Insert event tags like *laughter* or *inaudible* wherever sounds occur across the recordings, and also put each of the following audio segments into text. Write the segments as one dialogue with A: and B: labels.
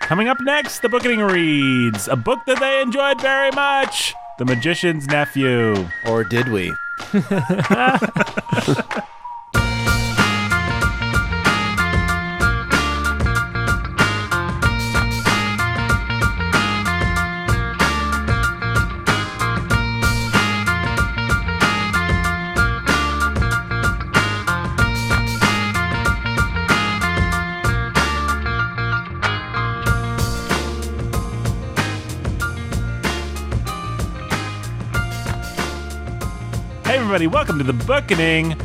A: Coming up next, the Booketing reads a book that they enjoyed very much The Magician's Nephew.
B: Or did we?
A: Hey, everybody, welcome to the Booketing.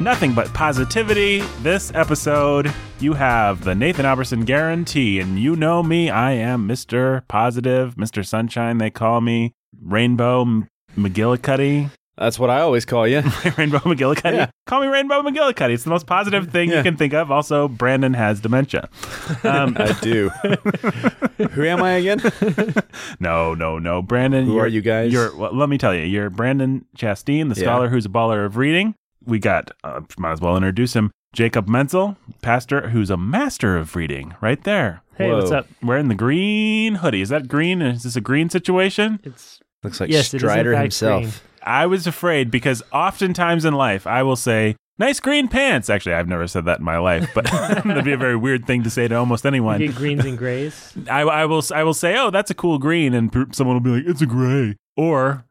A: Nothing but positivity. This episode, you have the Nathan Alberson guarantee, and you know me. I am Mr. Positive, Mr. Sunshine, they call me. Rainbow M- McGillicuddy. *laughs*
B: That's what I always call you.
A: Rainbow McGillicuddy.
B: Yeah.
A: Call me Rainbow McGillicuddy. It's the most positive thing you
B: Yeah.
A: can think of. Also, Brandon has dementia. Um,
B: I do. Who am I again?
A: no, no, no, Brandon.
B: Who
A: you're-
B: are you guys?
A: You're. Well, let me tell you. You're Brandon Chasteen, the
B: Yeah.
A: scholar who's a baller of reading. We got. Uh, might as well introduce him. Jacob Menzel, pastor who's a master of reading. Right there.
C: Hey, what's
B: Whoa.
C: up?
A: Wearing the green hoodie. Is that green? Is this a green situation?
C: It's
B: Looks like
C: yes, it is in
B: Strider
C: fact green.
B: himself.
A: I was afraid because oftentimes in life I will say, nice green pants. Actually, I've never said that in my life, but *laughs* that'd be a very weird thing to say to almost anyone.
C: You get
A: *laughs*
C: greens and grays.
A: I, I will I will say, oh, that's a cool green, and pr- someone will be like, it's a gray, or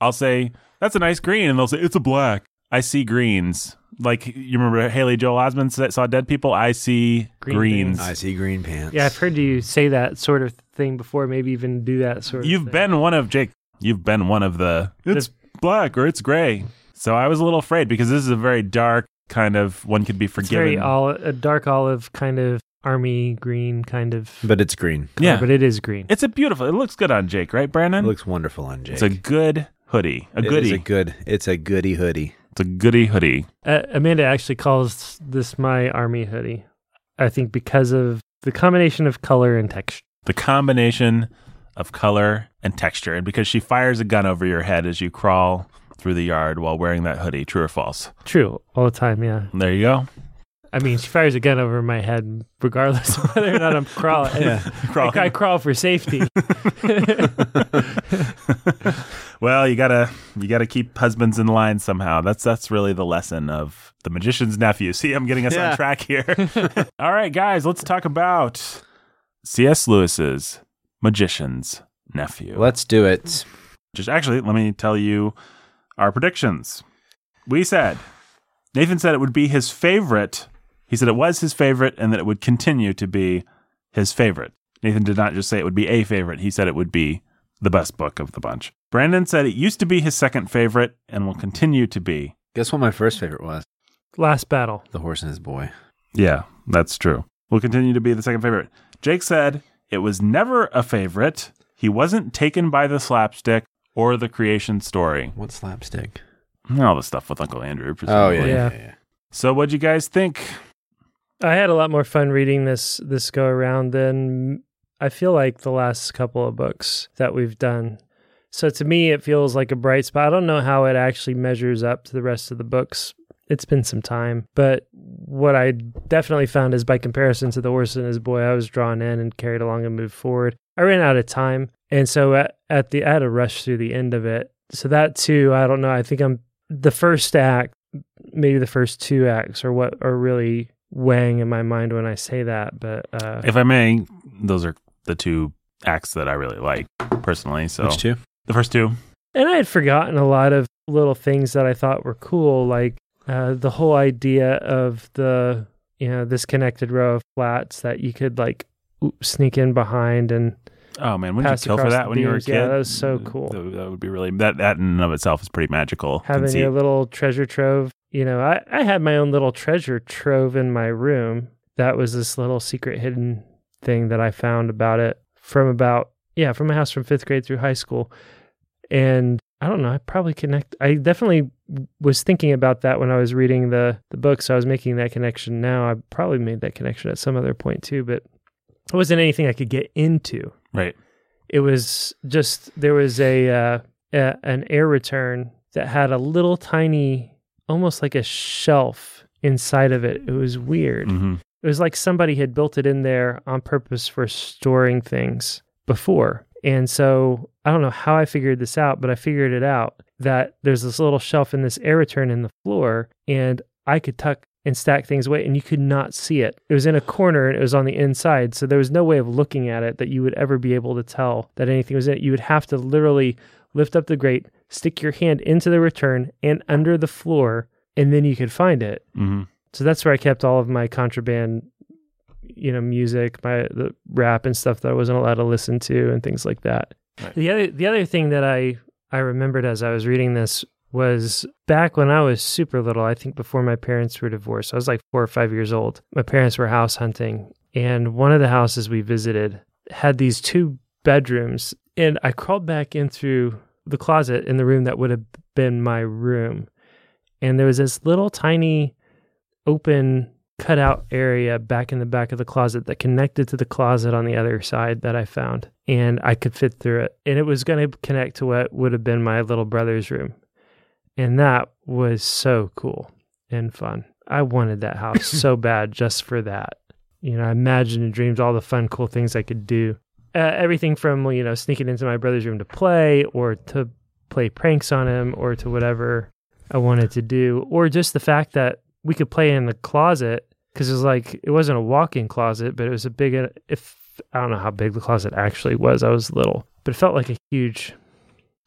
A: I'll say that's a nice green, and they'll say it's a black. I see greens. Like you remember Haley Joel Osment sa- saw dead people. I see
C: Green
A: greens.
B: I see green pants.
C: Yeah, I've heard you say that sort of thing before. Maybe even do that sort.
A: You've
C: of thing.
A: been one of Jake. You've been one of the it's black or it's gray. So I was a little afraid because this is a very dark kind of one could be
C: It's
A: forgiven.
C: very all a dark olive kind of army green kind of.
B: But it's green.
C: color,
A: yeah.
C: but it is green.
A: it's a beautiful. It looks good on Jake, right,
B: It
A: Brandon?
B: looks wonderful on Jake.
A: Hmm? it's a good hoodie. A
B: It is
A: goodie.
B: a good. It's a goody hoodie.
A: it's a goodie hoodie.
C: Uh, Amanda actually calls this my army hoodie. I think because of the combination of color and texture.
A: the combination of color and texture, and because she fires a gun over your head as you crawl through the yard while wearing that hoodie. True or false?
C: True, all the time. Yeah,
A: There you *laughs* go.
C: I mean, she fires a gun over my head, regardless of whether or not
A: *laughs*
C: I'm crawling.
A: Crawling.
C: *laughs* I, I crawl for safety.
A: *laughs* well, you gotta you gotta keep husbands in line somehow. That's that's really the lesson of the magician's nephew. *laughs* See, I'm getting us on
B: Yeah.
A: track *laughs* here. All right, guys, let's talk about C.S. Lewis's magician's nephew.
B: Let's do it.
A: Just actually, let me tell you our predictions. We said Nathan said it would be his favorite. He said it was his favorite and that it would continue to be his favorite. Nathan did not just say it would be a favorite, he said it would be the best book of the bunch. Brandon said it used to be his second favorite and will continue to be.
B: Guess what my first favorite was?
C: Last battle.
B: The horse and his boy.
A: Yeah, that's true. Will continue to be the second favorite. Jake said it was never a favorite. He wasn't taken by the slapstick or the creation story.
B: What slapstick?
A: All the stuff with Uncle Andrew.
B: Oh
A: presumably.
B: yeah, yeah,
C: Yeah.
B: yeah, yeah.
A: So, what'd you guys think?
C: I had a lot more fun reading this this go around than I feel like the last couple of books that we've done. So to me, it feels like a bright spot. I don't know how it actually measures up to the rest of the books. It's been some time, but what I definitely found is by comparison to the horse and his boy, I was drawn in and carried along and moved forward. I ran out of time, and so at, at the I had a rush through the end of it. So that too, I don't know. I think I'm the first act maybe the first two acts are what are really weighing in my mind when I say that. But uh,
A: If I may, those are the two acts that I really like personally. So,
B: Which two?
A: the first two.
C: and I had forgotten a lot of little things that I thought were cool, like uh, the whole idea of the you know this connected row of flats that you could like oop, sneak in behind and
A: Oh man, wouldn't
C: Pass
A: you kill for
C: across
A: that
C: the
A: when you were a
C: beams.
A: kid?
C: Yeah, that was so cool.
A: That, that would be really that that in and of itself is pretty magical.
C: having
A: conceit.
C: your little treasure trove. You know, I, I had my own little treasure trove in my room. That was this little secret hidden thing that I found about it from about, yeah, from my house from fifth grade through high school. And I don't know, I probably connect, I definitely was thinking about that when I was reading the, the book. So I was making that connection now. I probably made that connection at some other point too, but it wasn't anything I could get into
A: right.
C: it was just there was a, uh, a an air return that had a little tiny almost like a shelf inside of it it was weird
A: hmm
C: It was like somebody had built it in there on purpose for storing things before. And so I don't know how I figured this out, but I figured it out that there's this little shelf and this air return in the floor, and I could tuck and stack things away, and you could not see it. It was in a corner and it was on the inside. So there was no way of looking at it that you would ever be able to tell that anything was in it. You would have to literally lift up the grate, stick your hand into the return and under the floor, and then you could find it.
A: hmm
C: So that's where I kept all of my contraband, you know, music, my the rap and stuff that I wasn't allowed to listen to and things like that.
B: Right.
C: The other the other thing that I I remembered as I was reading this was back when I was super little, I think before my parents were divorced. I was like 4 or 5 years old. My parents were house hunting and one of the houses we visited had these two bedrooms and I crawled back in through the closet in the room that would have been my room. And there was this little tiny open cutout area back in the back of the closet that connected to the closet on the other side that I found. And I could fit through it. And it was going to connect to what would have been my little brother's room. And that was so cool and fun. I wanted that house so bad just for that. You know, I imagined and dreamed all the fun, cool things I could do. Uh, everything from, you know, sneaking into my brother's room to play or to play pranks on him or to whatever I wanted to do, or just the fact that we could play in the closet because it was like it wasn't a walk-in closet, but it was a big. uh, If I don't know how big the closet actually was, I was little, but it felt like a huge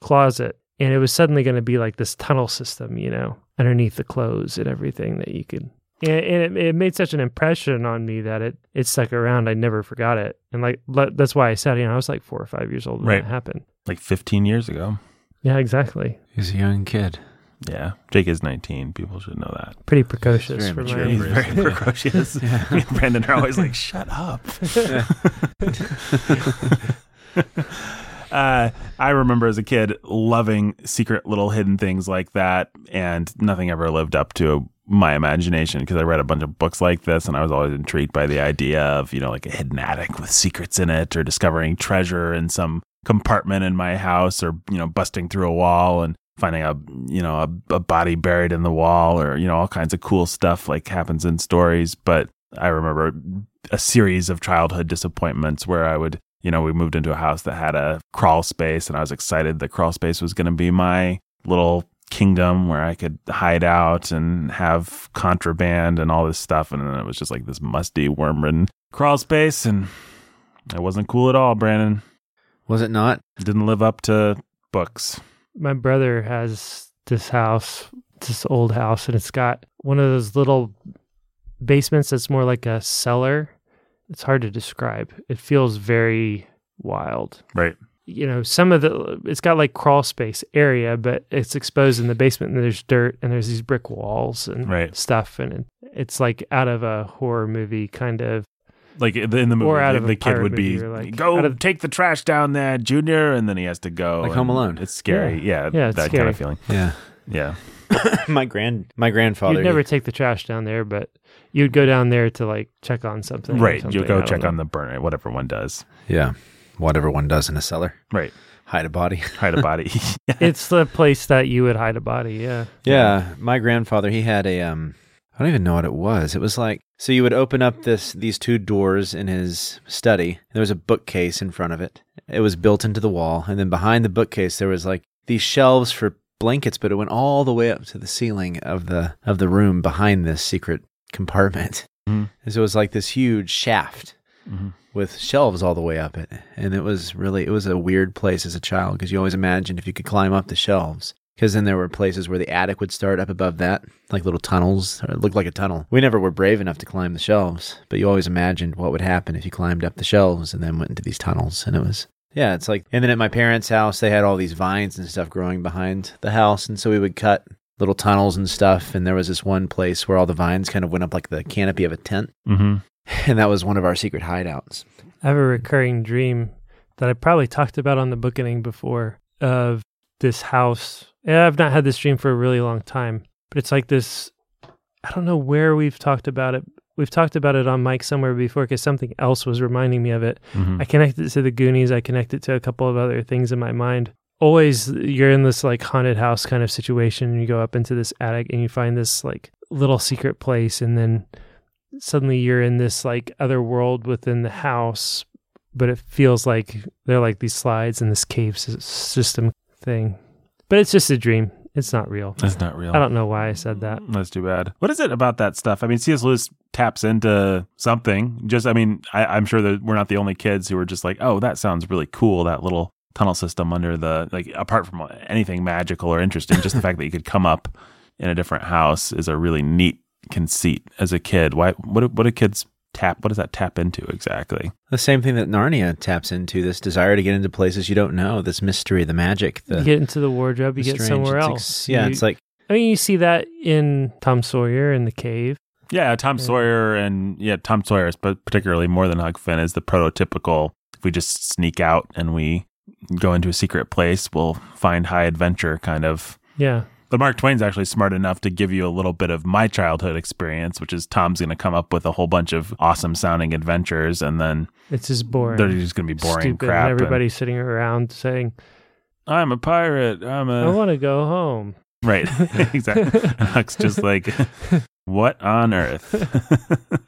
C: closet, and it was suddenly going to be like this tunnel system, you know, underneath the clothes and everything that you could. And, and it, it made such an impression on me that it it stuck around. I never forgot it, and like le- that's why I said, you know, I was like four or five years old when
A: Right.
C: that happened.
A: Like 15 years ago.
C: Yeah, exactly.
B: He's a young kid.
A: Yeah. Jake is 19. People should know that.
C: Pretty precocious
B: very
C: for
B: mature
C: my
A: He's
B: for
A: very
B: Yeah. *laughs*
A: precocious. Me and *laughs* Brandon are always like, shut up. *laughs* uh, I remember as a kid loving secret little hidden things like that, and nothing ever lived up to my imagination because I read a bunch of books like this, and I was always intrigued by the idea of, you know, like a hidden attic with secrets in it or discovering treasure in some compartment in my house or, you know, busting through a wall and finding a you know a, a body buried in the wall or you know all kinds of cool stuff like happens in stories but i remember a series of childhood disappointments where i would you know we moved into a house that had a crawl space and i was excited the crawl space was going to be my little kingdom where i could hide out and have contraband and all this stuff and then it was just like this musty worm-ridden crawl space and it wasn't cool at all brandon
B: Was it *laughs* not?
A: didn't live up to books
C: my brother has this house, this old house, and it's got one of those little basements that's more like a cellar. It's hard to describe. It feels very wild.
A: right
C: You know, some of the it's got like crawl space area, but it's exposed in the basement and there's dirt and there's these brick walls and
A: Right.
C: stuff and it, it's like out of a horror movie kind of
A: like in the movie,
C: Or out
A: the,
C: of a
A: the kid
C: pirate
A: would be
C: movie, or, like,
A: go
C: out of-
A: take the trash down there, Junior, and then he has to go
B: Like Home
A: and
B: Alone.
A: It's scary, yeah,
C: Yeah, it's
A: that kind
C: scary.
A: of feeling.
B: Yeah.
A: Yeah,
B: my grand my grandfather.
C: you'd never take the trash down there, but you'd go down there to like check on something. or
A: right.
C: something.
A: You
C: I
A: go
C: don't
A: check
C: know.
A: on the burner, whatever one does.
B: yeah. Whatever one does in a cellar.
A: Right,
B: Hide a body.
A: hide a
C: *laughs*
A: body.
C: it's the place that you would hide a body. Yeah.
B: Yeah, my grandfather he had a um I don't even know what it was. It was like so you would open up this these two doors in his study. and There was a bookcase in front of it. It was built into the wall and then behind the bookcase there was like these shelves for blankets but it went all the way up to the ceiling of the of the room behind this secret compartment.
A: Mhm.
B: And so it was like this huge shaft
A: Mhm.
B: with shelves all the way up it. And it was really, it was a weird place as a child because you always imagined if you could climb up the shelves. Because then there were places where the attic would start up above that, like little tunnels. Or it looked like a tunnel. We never were brave enough to climb the shelves, but you always imagined what would happen if you climbed up the shelves and then went into these tunnels. And it was, yeah, it's like, and then at my parents' house, they had all these vines and stuff growing behind the house. And so we would cut little tunnels and stuff. And there was this one place where all the vines kind of went up like the canopy of a tent. *laughs*
C: Mm-hmm.
A: hmm
B: And that was one of our secret hideouts.
C: I have a recurring dream that I probably talked about on the bookening before of this house. Yeah, I've not had this dream for a really long time, but it's like this. I don't know where we've talked about it. We've talked about it on Mike somewhere before because something else was reminding me of it.
A: hmm
C: I connect it to the Goonies. I connect it to a couple of other things in my mind. Always, you're in this like haunted house kind of situation. And you go up into this attic and you find this like little secret place, and then suddenly you're in this like other world within the house, but it feels like they're like these slides in this cave s- system thing. But it's just a dream. It's not real.
A: That's not real.
C: I don't know why I said that.
A: Mm, That's too bad. What is it about that stuff? I mean, C.S. Lewis taps into something. Just, I mean, I, I'm sure that we're not the only kids who are just like, oh, that sounds really cool. That little tunnel system under the like, apart from anything magical or interesting, just the fact that you could come up in a different house is a really neat conceit as a kid. Why? What? do- What do kids tap? What does that tap into exactly?
B: The same thing that Narnia taps into this desire to get into places you don't know, this mystery, the magic, the,
C: you get into the wardrobe,
B: the
C: you get
B: strange.
C: somewhere
B: It's ex-
C: else.
B: yeah,
C: You-
B: it's like
C: I mean, you see that in Tom Sawyer in the cave.
A: Yeah, Tom
C: Yeah.
A: Sawyer and yeah, Tom Sawyer, is- but particularly more than Huck Finn, is the prototypical. If we just sneak out and we go into a secret place, we'll find high adventure kind of.
C: Yeah.
A: But Mark Twain's actually smart enough to give you a little bit of my childhood experience, which is Tom's going to come up with a whole bunch of awesome sounding adventures, and then
C: It's just boring.
A: they're just going to be boring
C: Stupid.
A: crap.
C: And
A: and,
C: everybody's sitting around saying,
A: I'm a pirate. I'm
C: I
A: a
C: want to go home.
A: right, *laughs* exactly. And Huck's just like, *laughs* what on earth?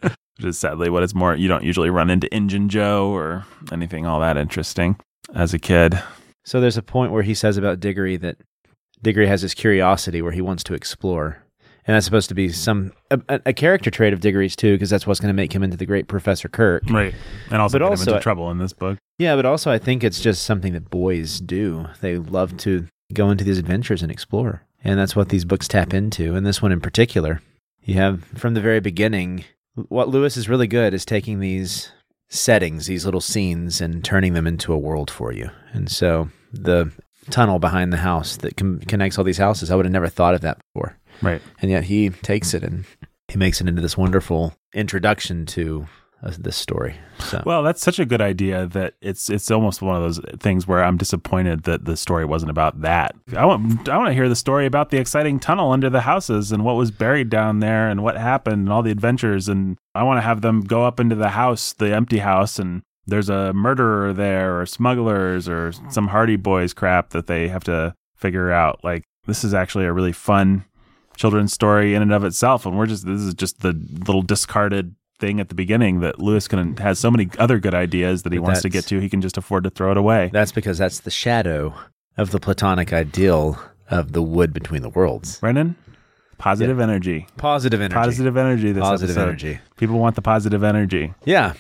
A: *laughs* Which is sadly what it's more. You don't usually run into Injun Joe or anything all that interesting as a kid.
B: so there's a point where he says about Diggory that Diggory has this curiosity where he wants to explore. And that's supposed to be some a, a- a character trait of Diggory's too because that's what's going to make him into the great Professor Kirk.
A: Right. And also
B: But
A: get him
B: also
A: into
B: I-
A: trouble in this book.
B: Yeah, but also I think it's just something that boys do. They love to go into these adventures and explore. And that's what these books tap into, and this one in particular. You have from the very beginning what Lewis is really good is taking these settings, these little scenes and turning them into a world for you. And so the tunnel behind the house that com- connects all these houses, I would have never thought of that before.
A: Right.
B: And yet he takes it and he makes it into this wonderful introduction to uh, this story. So
A: Well, that's such a good idea that it's it's almost one of those things where I'm disappointed that the story wasn't about that. I want I want to hear the story about the exciting tunnel under the houses and what was buried down there and what happened and all the adventures and I want to have them go up into the house, the empty house and there's a murderer there or smugglers or some Hardy Boys crap that they have to figure out. Like this is actually a really fun children's story in and of itself and we're just this is just the little discarded thing at the beginning that Lewis can has so many other good ideas that he
B: But
A: wants to get
B: that's-
A: to he can just afford to throw it away.
B: That's because that's the shadow of the Platonic ideal of the wood between the worlds.
A: Brennan, positive energy.
B: Positive energy.
A: Positive energy this
B: Positive
A: episode.
B: energy.
A: People want the positive energy.
B: Yeah.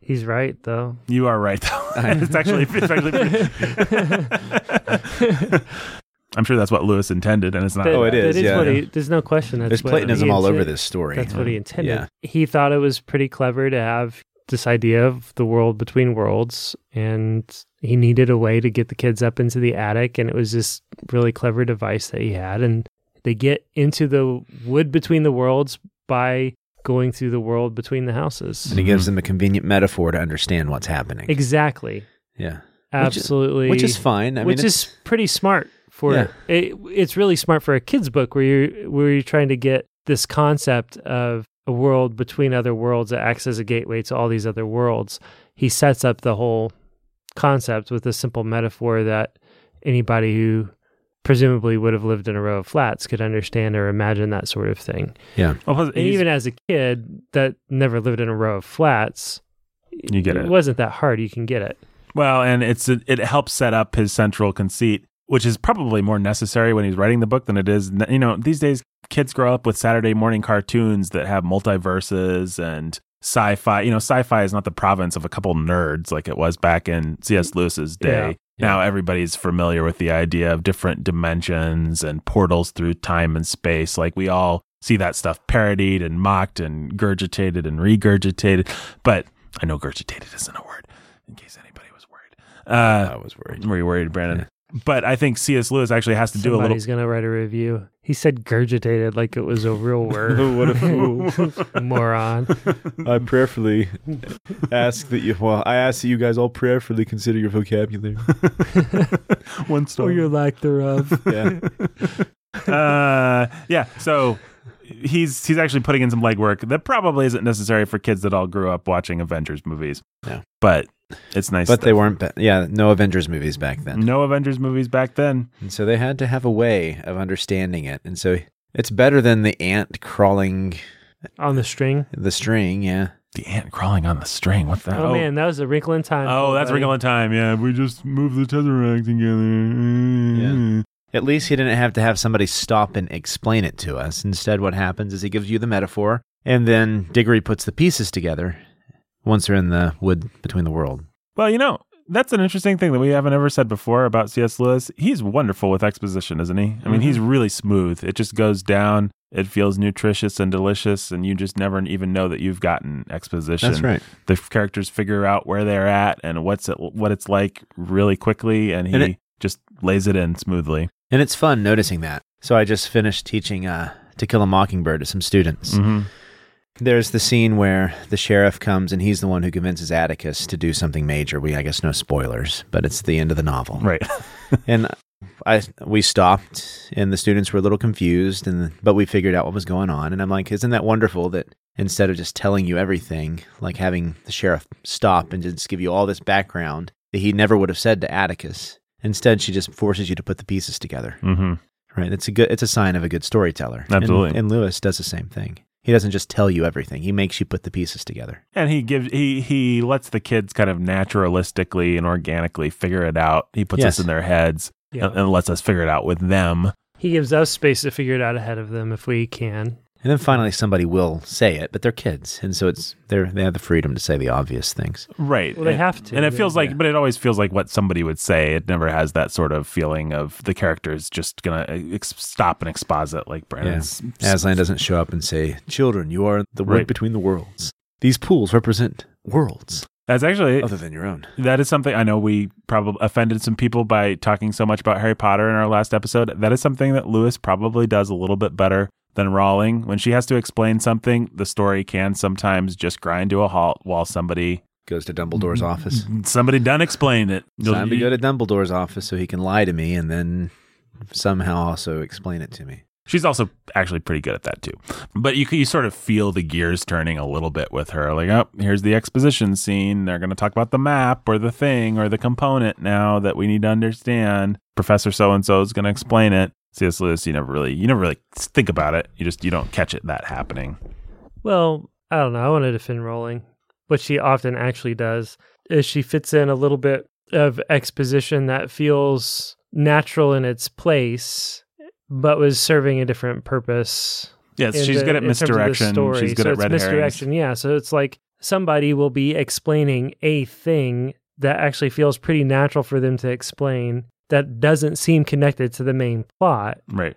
C: He's right, though.
A: You are right
B: *laughs*
A: though. it's actually it's actually
B: *laughs*
A: pretty- *laughs* I'm sure that's what Lewis intended and it's not
C: That-
B: Oh, it is,
C: That is
B: yeah.
C: what he, there's no question. That's
B: There's
C: what
B: Platonism
C: he
B: all over
C: intended.
B: this story.
C: That's what he intended.
B: Yeah.
C: He thought it was pretty clever to have this idea of the world between worlds, and he needed a way to get the kids up into the attic, and it was this really clever device that he had. And they get into the wood between the worlds by going through the world between the houses.
B: And he gives them a convenient metaphor to understand what's happening.
C: Exactly.
B: yeah. Which is-
C: Absolutely.
B: Which is fine. I mean,
C: which
B: it's-
C: is pretty smart for
B: Yeah.
C: it. It's really smart for a kids book where you're where you're trying to get this concept of a world between other worlds that acts as a gateway to all these other worlds. He sets up the whole concept with a simple metaphor that anybody who presumably would have lived in a row of flats could understand or imagine that sort of thing.
A: Well, plus,
C: And
A: he's-
C: even as a kid that never lived in a row of flats,
A: you get it.
C: it wasn't that hard. You can get it.
A: Well, and it's it, it helps set up his central conceit, which is probably more necessary when he's writing the book than it is. You know, these days kids grow up with Saturday morning cartoons that have multiverses and sci-fi. You know, sci-fi is not the province of a couple nerds like it was back in C.S. Lewis's day.
C: Yeah.
A: Now everybody's familiar with the idea of different dimensions and portals through time and space. Like we all see that stuff parodied and mocked and gurgitated and regurgitated. But I know gurgitated isn't a word in case anybody was worried. Uh,
B: I was worried.
A: were you worried, Brandon? But I think C.S. Lewis actually has to do a little.
C: Somebody's gonna write a review. He said "gurgitated" like it was
A: *laughs*
C: a real word.
B: What a
C: *laughs* Moron.
B: I prayerfully ask that you, well, I ask that you guys all prayerfully consider your vocabulary.
A: One
C: lack thereof.
B: *laughs* Yeah.
A: *laughs* uh, yeah. So he's he's actually putting in some legwork that probably isn't necessary for kids that all grew up watching Avengers movies.
B: No.
A: But it's nice.
B: but they weren't, ba- yeah, no Avengers movies back then.
A: no Avengers movies back then.
B: And so they had to have a way of understanding it. And so it's better than the ant crawling
C: *laughs* on the string.
B: The string, yeah.
A: The ant crawling on the string. What the?
C: Oh, man, that was a wrinkle in time.
A: Uh, Oh, that's
C: buddy.
A: Wrinkle in Time. Yeah, we just moved the tesseract together.
B: At least he didn't have to have somebody stop and explain it to us. Instead, what happens is he gives you the metaphor, and then Diggory puts the pieces together once they're in the wood between the world.
A: Well, you know, that's an interesting thing that we haven't ever said before about C.S. Lewis. He's wonderful with exposition, isn't he? I mean,
B: Mhm.
A: he's really smooth. It just goes down. It feels nutritious and delicious, and you just never even know that you've gotten exposition.
B: That's right.
A: The characters figure out where they're at and what's it, what it's like really quickly, and he
B: And it-
A: just lays it in smoothly.
B: And it's fun noticing that. So I just finished teaching uh, To Kill a Mockingbird to some students.
A: Mm-hmm.
B: There's the scene where the sheriff comes and he's the one who convinces Atticus to do something major. We, I guess, no spoilers, but it's the end of the novel.
A: Right.
B: And I, we stopped, and the students were a little confused, and but we figured out what was going on. And I'm like, isn't that wonderful that instead of just telling you everything, like having the sheriff stop and just give you all this background that he never would have said to Atticus. Instead, she just forces you to put the pieces together.
A: Mm-hmm.
B: Right. It's a good it's a sign of a good storyteller.
A: Absolutely.
B: And, and Lewis does the same thing. He doesn't just tell you everything. He makes you put the pieces together.
A: and he gives he he lets the kids kind of naturalistically and organically figure it out. He puts
B: Yes.
A: us in uh, their heads
C: Yeah.
A: and, and lets us figure it out with them.
C: He gives us space to figure it out ahead of them if we can.
B: And then finally somebody will say it, but they're kids. And so it's they're they have the freedom to say the obvious things.
A: Right.
C: Well, they
A: And-
C: have to.
A: And it feels like,
B: yeah.
A: but it always feels like what somebody would say. It never has that sort of feeling of the character is just gonna uh, ex- stop and exposit like Brandon's.
B: Aslan doesn't show up and say, Children, you are the wood
A: Right.
B: between the worlds. These pools represent worlds
A: That's actually
B: other than your own.
A: that is something I know we probably offended some people by talking so much about Harry Potter in our last episode. That is something that Lewis probably does a little bit better than Rawling. When she has to explain something, the story can sometimes just grind to a halt while somebody
B: Goes to Dumbledore's office.
A: somebody done explained it.
B: It's time to go to Dumbledore's office so he can lie to me and then somehow also explain it to me.
A: She's also actually pretty good at that too. But you you sort of feel the gears turning a little bit with her. Like, oh, here's the exposition scene. They're going to talk about the map or the thing or the component now that we need to understand. Professor so and so is going to explain it. C.S. Lewis, you never really you never really think about it. You just you don't catch it that happening.
C: Well, I don't know. I want to defend Rowling, what she often actually does is she fits in a little bit of exposition that feels natural in its place, but was serving a different purpose.
A: Yes,
C: in
A: she's
C: the-
A: good at
C: in terms of the
A: misdirection.
C: story.
A: She's good
C: so
A: at
C: it's
A: red
C: misdirection. Yeah, so it's like somebody will be explaining a thing that actually feels pretty natural for them to explain that doesn't seem connected to the main plot
A: herrings. Right.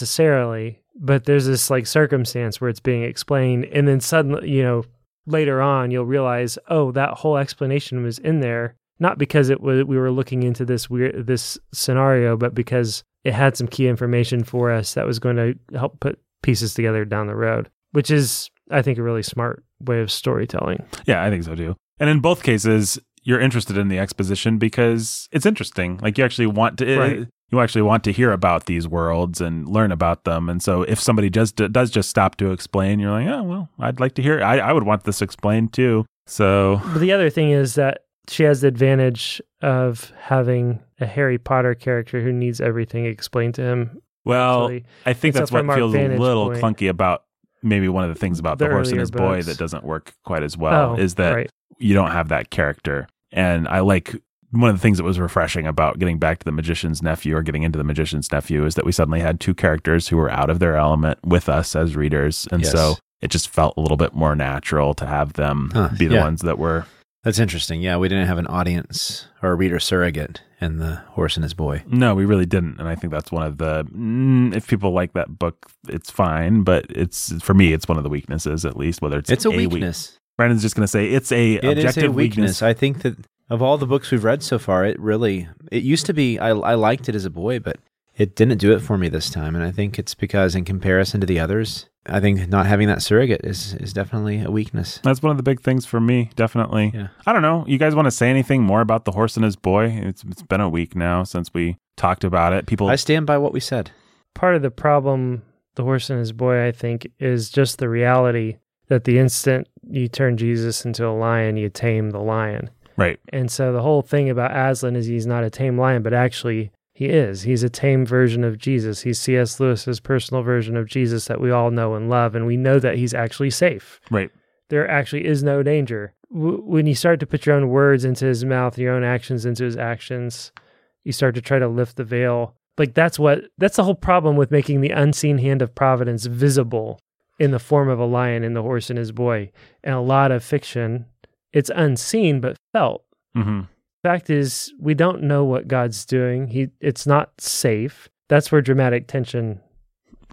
C: necessarily, but there's this like circumstance where it's being explained, and then suddenly, you know, later on, you'll realize, oh, that whole explanation was in there, not because it was we were looking into this weird this scenario, but because it had some key information for us that was going to help put pieces together down the road, which is, I think, a really smart way of storytelling.
A: Yeah, I think so too. And in both cases, you're interested in the exposition because it's interesting. Like you actually want to
C: Right.
A: you actually want to hear about these worlds and learn about them. And so if somebody just does just stop to explain, you're like, "Oh, well, I'd like to hear I I would want this explained too." So,
C: But the other thing is that she has the advantage of having a Harry Potter character who needs everything explained to him.
A: well,
C: actually.
A: I think
C: it's
A: that's
C: up
A: what
C: from our
A: feels a
C: vantage
A: little
C: point.
A: clunky about maybe one of the things about
C: The
A: the, horse and
C: earlier
A: his boy
C: books.
A: that doesn't work quite as well
C: Oh,
A: is that
C: right.
A: you don't have that character. And I like one of the things that was refreshing about getting back to the magician's nephew or getting into the magician's nephew is that we suddenly had two characters who were out of their element with us as readers. And
B: Yes.
A: so it just felt a little bit more natural to have them
B: Huh,
A: be the
B: yeah.
A: ones that were.
B: That's interesting. Yeah, we didn't have an audience or a reader surrogate in the horse and his boy.
A: No, we really didn't. And I think that's one of the, mm, if people like that book, it's fine. But it's, for me, it's one of the weaknesses, at least, whether it's,
B: It's a
A: weak-
B: weakness.
A: Brandon's just going to say it's a
B: It is
A: objective
B: a weakness. I think that of all the books we've read so far, it really it used to be I, I liked it as a boy, but it didn't do it for me this time. And I think it's because in comparison to the others, I think not having that surrogate is is definitely a weakness.
A: That's one of the big things for me, definitely.
B: Yeah.
A: I don't know. You guys want to say anything more about the horse and his boy? It's, it's been a week now since we talked about it. People,
B: I stand by what we said.
C: part of the problem the horse and his boy i think is just the reality that the instant you turn jesus into a lion you tame the lion
A: right?
C: and so the whole thing about aslan is he's not a tame lion but actually He is. He's a tame version of Jesus. He's C.S. Lewis's personal version of Jesus that we all know and love, and we know that he's actually safe.
A: Right.
C: There actually is no danger. W- when you start to put your own words into his mouth, your own actions into his actions, you start to try to lift the veil. Like that's what that's the whole problem with making the unseen hand of providence visible in the form of a lion and the horse and his boy. And a lot of fiction, it's unseen but felt
A: Mm-hmm.
C: fact is we don't know what god's doing he it's not safe that's where dramatic tension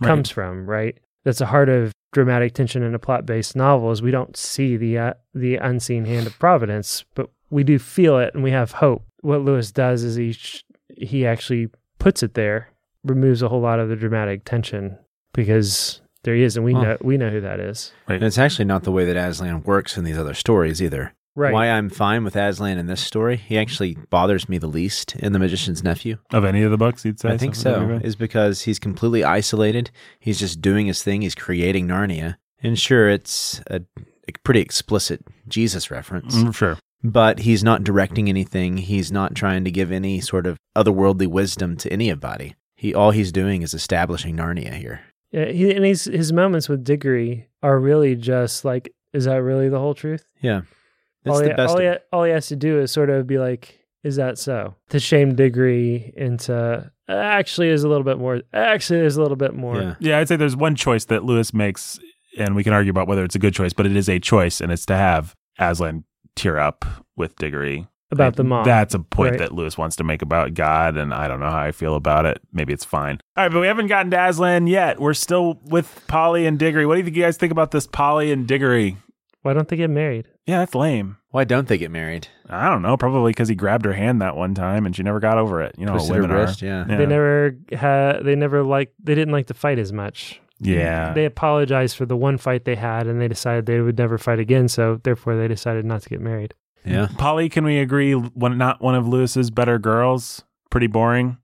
C: comes from right that's the heart of dramatic tension in a plot-based novel is we don't see the uh, the unseen hand of providence but we do feel it and we have hope what lewis does is he sh- he actually puts it there removes a whole lot of the dramatic tension because there he is and we
B: Huh.
C: know we know who that is
B: And it's actually not the way that Aslan works in these other stories either.
C: right
B: Why I'm fine with Aslan in this story, he actually bothers me the least in The Magician's Nephew.
A: Of any of the books, you'd say.
B: I think
A: something
B: so,
A: like that?
B: is because he's completely isolated. He's just doing his thing. He's creating Narnia. And sure, it's a, a pretty explicit Jesus reference,
A: Mm, sure.
B: but he's not directing anything. He's not trying to give any sort of otherworldly wisdom to anybody. He all he's doing is establishing Narnia here.
C: Yeah, he, and his his moments with Diggory are really just like, is that really the whole truth?
B: Yeah, that's
C: all,
B: the
C: he,
B: best.
C: all,
B: of-
C: he, all he has to do is sort of be like, is that so? To shame Diggory into "Uh, actually is a little bit more. Actually, there's a little bit more.
B: Yeah.
A: Yeah, I'd say there's one choice that Lewis makes, and we can argue about whether it's a good choice, but it is a choice, and it's to have Aslan tear up with Diggory
C: about
A: I-
C: the mom.
A: That's a point
C: right?
A: that Lewis wants to make about God, and I don't know how I feel about it. Maybe it's fine. All right, but we haven't gotten to Aslan yet. We're still with Polly and Diggory. What do you think you guys think about this Polly and Diggory?
C: Why don't they get married?
A: Yeah, that's lame.
B: Why don't they get married?
A: I don't know. Probably because he grabbed her hand that one time and she never got over it. You know, how
B: Twisted her
A: women
B: wrist.
A: are.
B: Yeah.
A: Yeah.
C: They never had. They never liked. They didn't like to fight as much.
A: yeah.
C: They apologized for the one fight they had, and they decided they would never fight again. So therefore, they decided not to get married.
B: yeah.
A: Polly, can we agree? One, not one of Lewis's better girls. Pretty boring.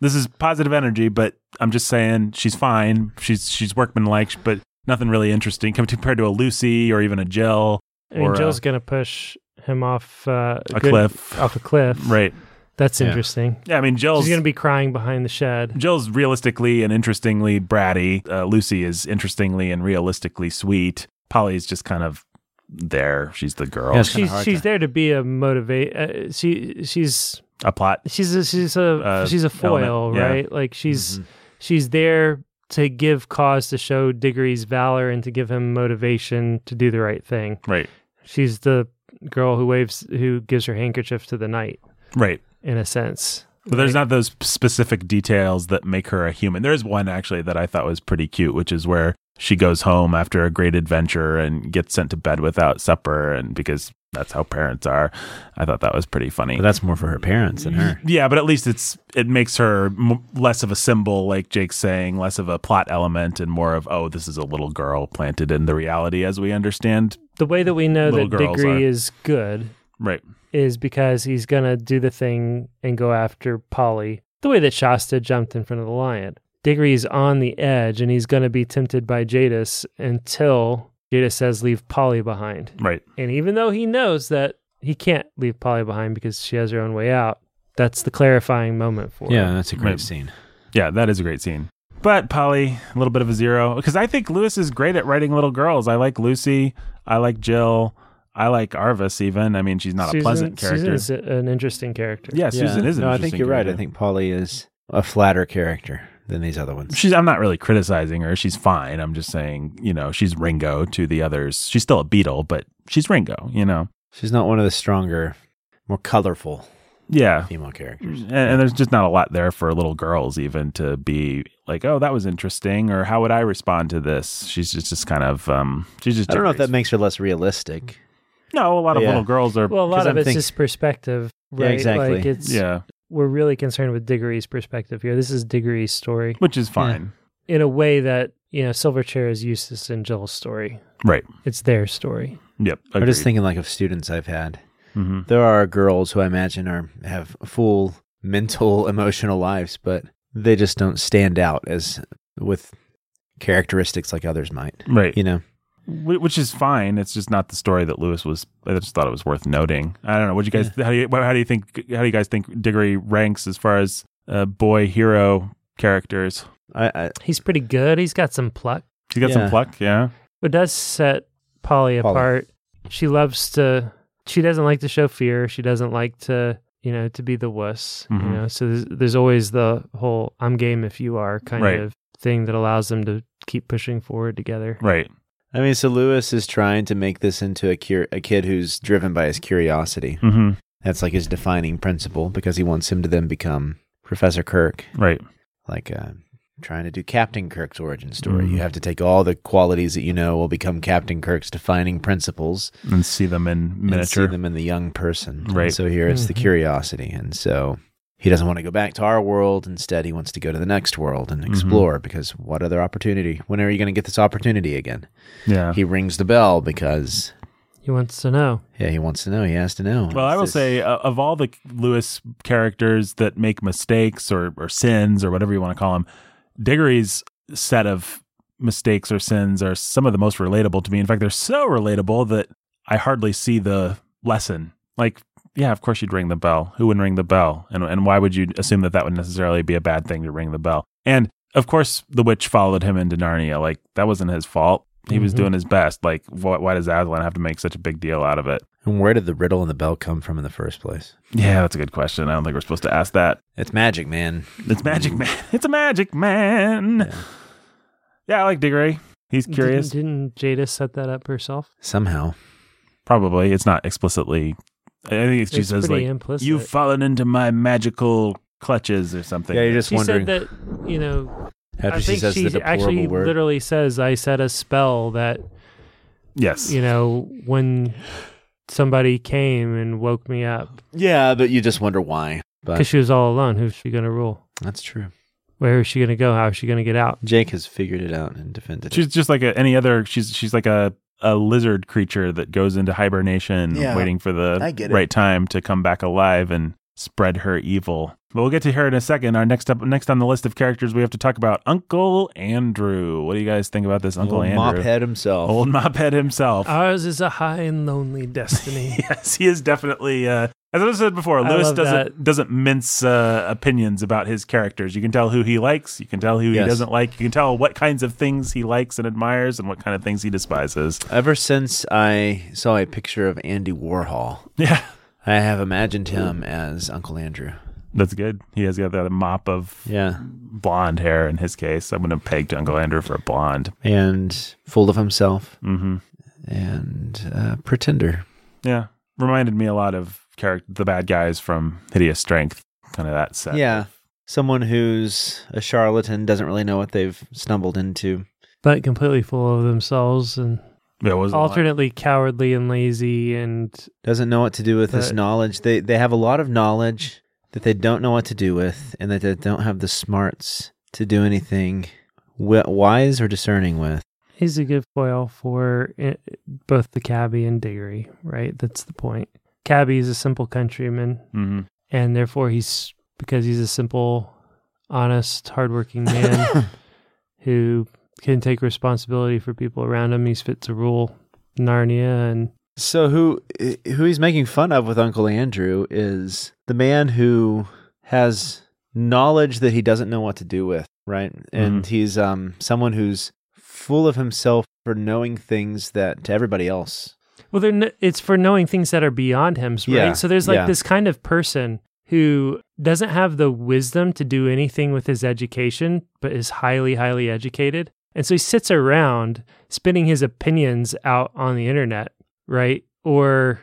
A: This is positive energy, but I'm just saying she's fine. She's she's workmanlike, but nothing really interesting compared to a Lucy or even a Jill,
C: I mean,
A: Or, uh,
C: Jill's gonna push him off uh,
A: a
C: good-
A: Cliff.
C: off a cliff.
A: *laughs* Right.
C: That's
B: Yeah.
C: interesting.
A: Yeah, I mean Jill's
C: She's gonna be crying behind the shed.
A: Jill's realistically and interestingly bratty. Uh, Lucy is interestingly and realistically sweet. Polly's just kind of there. She's the girl.
B: Yes. kinda
C: She's
B: hard
C: she's
B: to-
C: there to be a motivate. Uh, she she's
A: A plot.
C: she's a, she's a
A: Uh,
C: she's a foil,
A: element, yeah.
C: right? Like she's she's there to give cause to show Diggory's valor and to give him motivation to do the right thing.
A: Right.
C: She's the girl who waves who gives her handkerchief to the night
A: Right.
C: in a sense.
A: But there's not those specific details that make her a human. There is one actually that I thought was pretty cute, which is where she goes home after a great adventure and gets sent to bed without supper, and because that's how parents are. I thought that was pretty funny.
B: But that's more for her parents than her.
A: Yeah, but at least it's it makes her m- less of a symbol, like Jake's saying, less of a plot element, and more of oh, this is a little girl planted in the reality as we understand.
C: The way that we know
A: Little
C: that
A: girls
C: Diggory
A: are.
C: is good
A: Right.
C: is because he's gonna do the thing and go after Polly the way that Shasta jumped in front of the lion. Diggory is on the edge and he's gonna be tempted by Jadis until Jadis says leave Polly behind.
A: Right.
C: And even though he knows that he can't leave Polly behind because she has her own way out, that's the clarifying moment for
B: Yeah,
C: him.
B: that's a great
A: Right.
B: scene.
A: Yeah, that is a great scene. But Polly, a little bit of a zero because I think Lewis is great at writing little girls. I like Lucy. I like Jill. I like Arvis. Even I mean, she's not a
C: Susan-
A: pleasant character.
C: Susan's a- an interesting character.
A: yeah, Susan is. An
B: No, I think
A: interesting
B: you're right. I
A: character.
B: think Polly is a flatter character than these other ones.
A: She's. I'm not really criticizing her. She's fine. I'm just saying, you know, she's Ringo to the others. She's still a Beetle, but she's Ringo. You know.
B: She's not one of the stronger, more colorful
A: Yeah.
B: female characters.
A: Mm, and, and there's just not a lot there for little girls even to be like oh that was interesting or how would i respond to this she's just, just kind of um she's just
B: I don't know if that
A: Jerry's.
B: makes her less realistic.
A: no a lot of
B: Yeah.
A: little girls are
C: Well, a
B: 'Cause
C: lot of
B: I'm
C: it's
B: think-
C: just perspective,
B: Yeah,
C: right?
B: exactly.
C: Like it's
A: yeah
C: we're really concerned with Diggory's perspective here. This is Diggory's story
A: which is fine
C: in a way that you know Silverchair is Eustace and Jill's story.
A: right
C: It's their story.
A: yep
B: I'm just
A: agreed.
B: thinking like of students I've had.
A: Mhm.
B: There are girls who I imagine are have full mental, *laughs* emotional lives, but they just don't stand out as with characteristics like others might.
A: right
B: You know,
A: Wh- which is fine it's just not the story that lewis was i just thought it was worth noting i don't know what you guys how do you how do you think how do you guys think diggory ranks as far as uh, boy hero characters.
B: I, I
C: He's pretty good. He's got some pluck.
A: He's got some
B: Yeah.
A: pluck, yeah.
C: What does set Polly
B: Polly.
C: apart? She loves to. She doesn't like to show fear. She doesn't like to, you know, to be the wuss.
A: Mhm.
C: You know, so there's, there's always the whole "I'm game if you are" kind
A: Right.
C: of thing that allows them to keep pushing forward together.
A: Right.
B: I mean, so Lewis is trying to make this into a cur- a kid who's driven by his curiosity.
A: hmm
B: That's like his defining principle because he wants him to then become Professor Kirk,
A: Right.
B: like uh, trying to do Captain Kirk's origin story.
A: Mhm.
B: You have to take all the qualities that you know will become Captain Kirk's defining principles
A: And see them in miniature.
B: and see them in the young person. And
A: Right.
B: so here it's the
C: Mhm.
B: curiosity, and so he doesn't want to go back to our world. Instead, he wants to go to the next world and
A: Mhm.
B: explore because what other opportunity? When are you going to get this opportunity again?
A: Yeah.
B: He rings the bell because
C: He wants to know.
B: yeah, he wants to know. He has to know.
A: Well, I
B: It's
A: will
B: this-
A: say, uh, of all the Lewis characters that make mistakes or, or sins or whatever you want to call them, Diggory's set of mistakes or sins are some of the most relatable to me. In fact, they're so relatable that I hardly see the lesson. Like, yeah, of course you'd ring the bell. Who wouldn't ring the bell? And, and why would you assume that that would necessarily be a bad thing to ring the bell? And of course, the witch followed him into Narnia. Like, that wasn't his fault. He was
C: Mhm.
A: doing his best. Like, why, why does Aslan have to make such a big deal out of it?
B: and where did the riddle and the bell come from in the first place?
A: Yeah, that's a good question. I don't think we're supposed to ask that.
B: It's magic, man.
A: It's Magic Man. It's a Magic Man. Yeah,
B: Yeah.
A: I like Diggory.
C: *laughs*
A: He's curious.
C: Didn't, didn't Jada set that up herself?
B: Somehow,
A: Probably. It's not explicitly. I think it's, she
C: It's
A: says,
C: pretty
A: like,
C: implicit.
A: you've fallen into my magical clutches or something.
B: yeah, you're just
C: she
B: wondering.
C: said that you know.
B: after
C: I
B: she
C: think
B: says the
C: she actually
B: deplorable word,
C: literally says, "I said a spell that
A: yes.
C: you know when somebody came and woke me up."
B: yeah, but you just wonder why.
C: Because
B: But
C: she was all alone. Who's she going to rule?
B: that's true.
C: Where is she going to go? How is she going to get out?
B: Jake has figured it out and defended it.
A: She's just like a, any other. She's she's like a, a lizard creature that goes into hibernation,
B: Yeah.
A: waiting for the
B: I get it.
A: right time to come back alive and spread her evil. But we'll get to her in a second. Our next up next on the list of characters we have to talk about Uncle Andrew. What do you guys think about this Uncle
B: Little
A: Andrew?
B: Mophead himself.
A: Old Mophead himself.
C: Ours is a high and
B: *laughs*
C: lonely destiny.
A: *laughs* yes, he is definitely. Uh, as I said before,
C: I
A: Lewis
C: love
A: doesn't
C: that.
A: doesn't mince uh, opinions about his characters. You can tell who he likes. You can tell who
B: Yes.
A: he doesn't like. You can tell what kinds of things he likes and admires, and what kind of things he despises.
B: Ever since I saw a picture of Andy Warhol,
A: *laughs* Yeah,
B: I have imagined him as Uncle Andrew.
A: that's good. He has got that mop of
B: Yeah.
A: blonde hair. In his case, I wouldn't have pegged Uncle Andrew for a blonde.
B: And full of himself
A: hmm
B: and uh, pretender.
A: Yeah, reminded me a lot of character the bad guys from Hideous Strength. Kind of that set.
B: Yeah. Someone who's a charlatan, doesn't really know what they've stumbled into.
C: *laughs* but completely full of themselves and
A: it was a lot.
C: alternately cowardly and lazy and
B: doesn't know what to do with this
C: But-
B: knowledge. They they have a lot of knowledge that they don't know what to do with, and that they don't have the smarts to do anything wi- wise or discerning with.
C: he's a good foil for eh, both the cabbie and Diggory, right? That's the point. Cabbie is a simple countryman
A: Mhm.
C: and therefore he's because he's a simple, honest,
B: *laughs*
C: hardworking man who can take responsibility for people around him. He's fit to rule Narnia, and
B: So who who he's making fun of with Uncle Andrew is the man who has knowledge that he doesn't know what to do with, right? And he's um someone who's full of himself for knowing things that to everybody else
C: well, they're n it's for knowing things that are beyond him, right?
B: Yeah,
C: So there's like
B: yeah.
C: this kind of person who doesn't have the wisdom to do anything with his education, but is highly, highly educated, and so he sits around spinning his opinions out on the internet, right? Or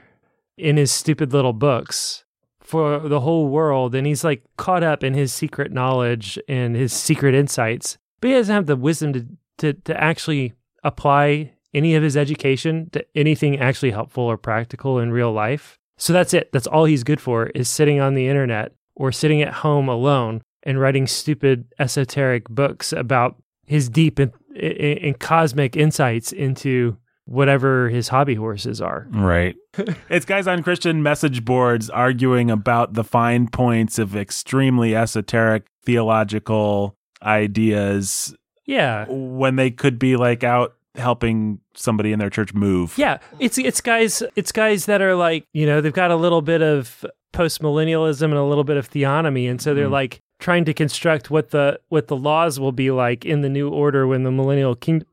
C: in his stupid little books for the whole world. And he's like caught up in his secret knowledge and his secret insights, but he doesn't have the wisdom to, to, to actually apply any of his education to anything actually helpful or practical in real life. So that's it. That's all he's good for is sitting on the internet or sitting at home alone and writing stupid esoteric books about his deep and, and cosmic insights into whatever his hobby horses are.
A: Right. it's guys on Christian message boards arguing about the fine points of extremely esoteric theological ideas
C: Yeah.
A: when they could be like out helping somebody in their church move.
C: Yeah, it's it's guys it's guys that are like you know they've got a little bit of post millennialism and a little bit of theonomy, and so they're
A: Mhm.
C: like trying to construct what the what the laws will be like in the new order when the millennial king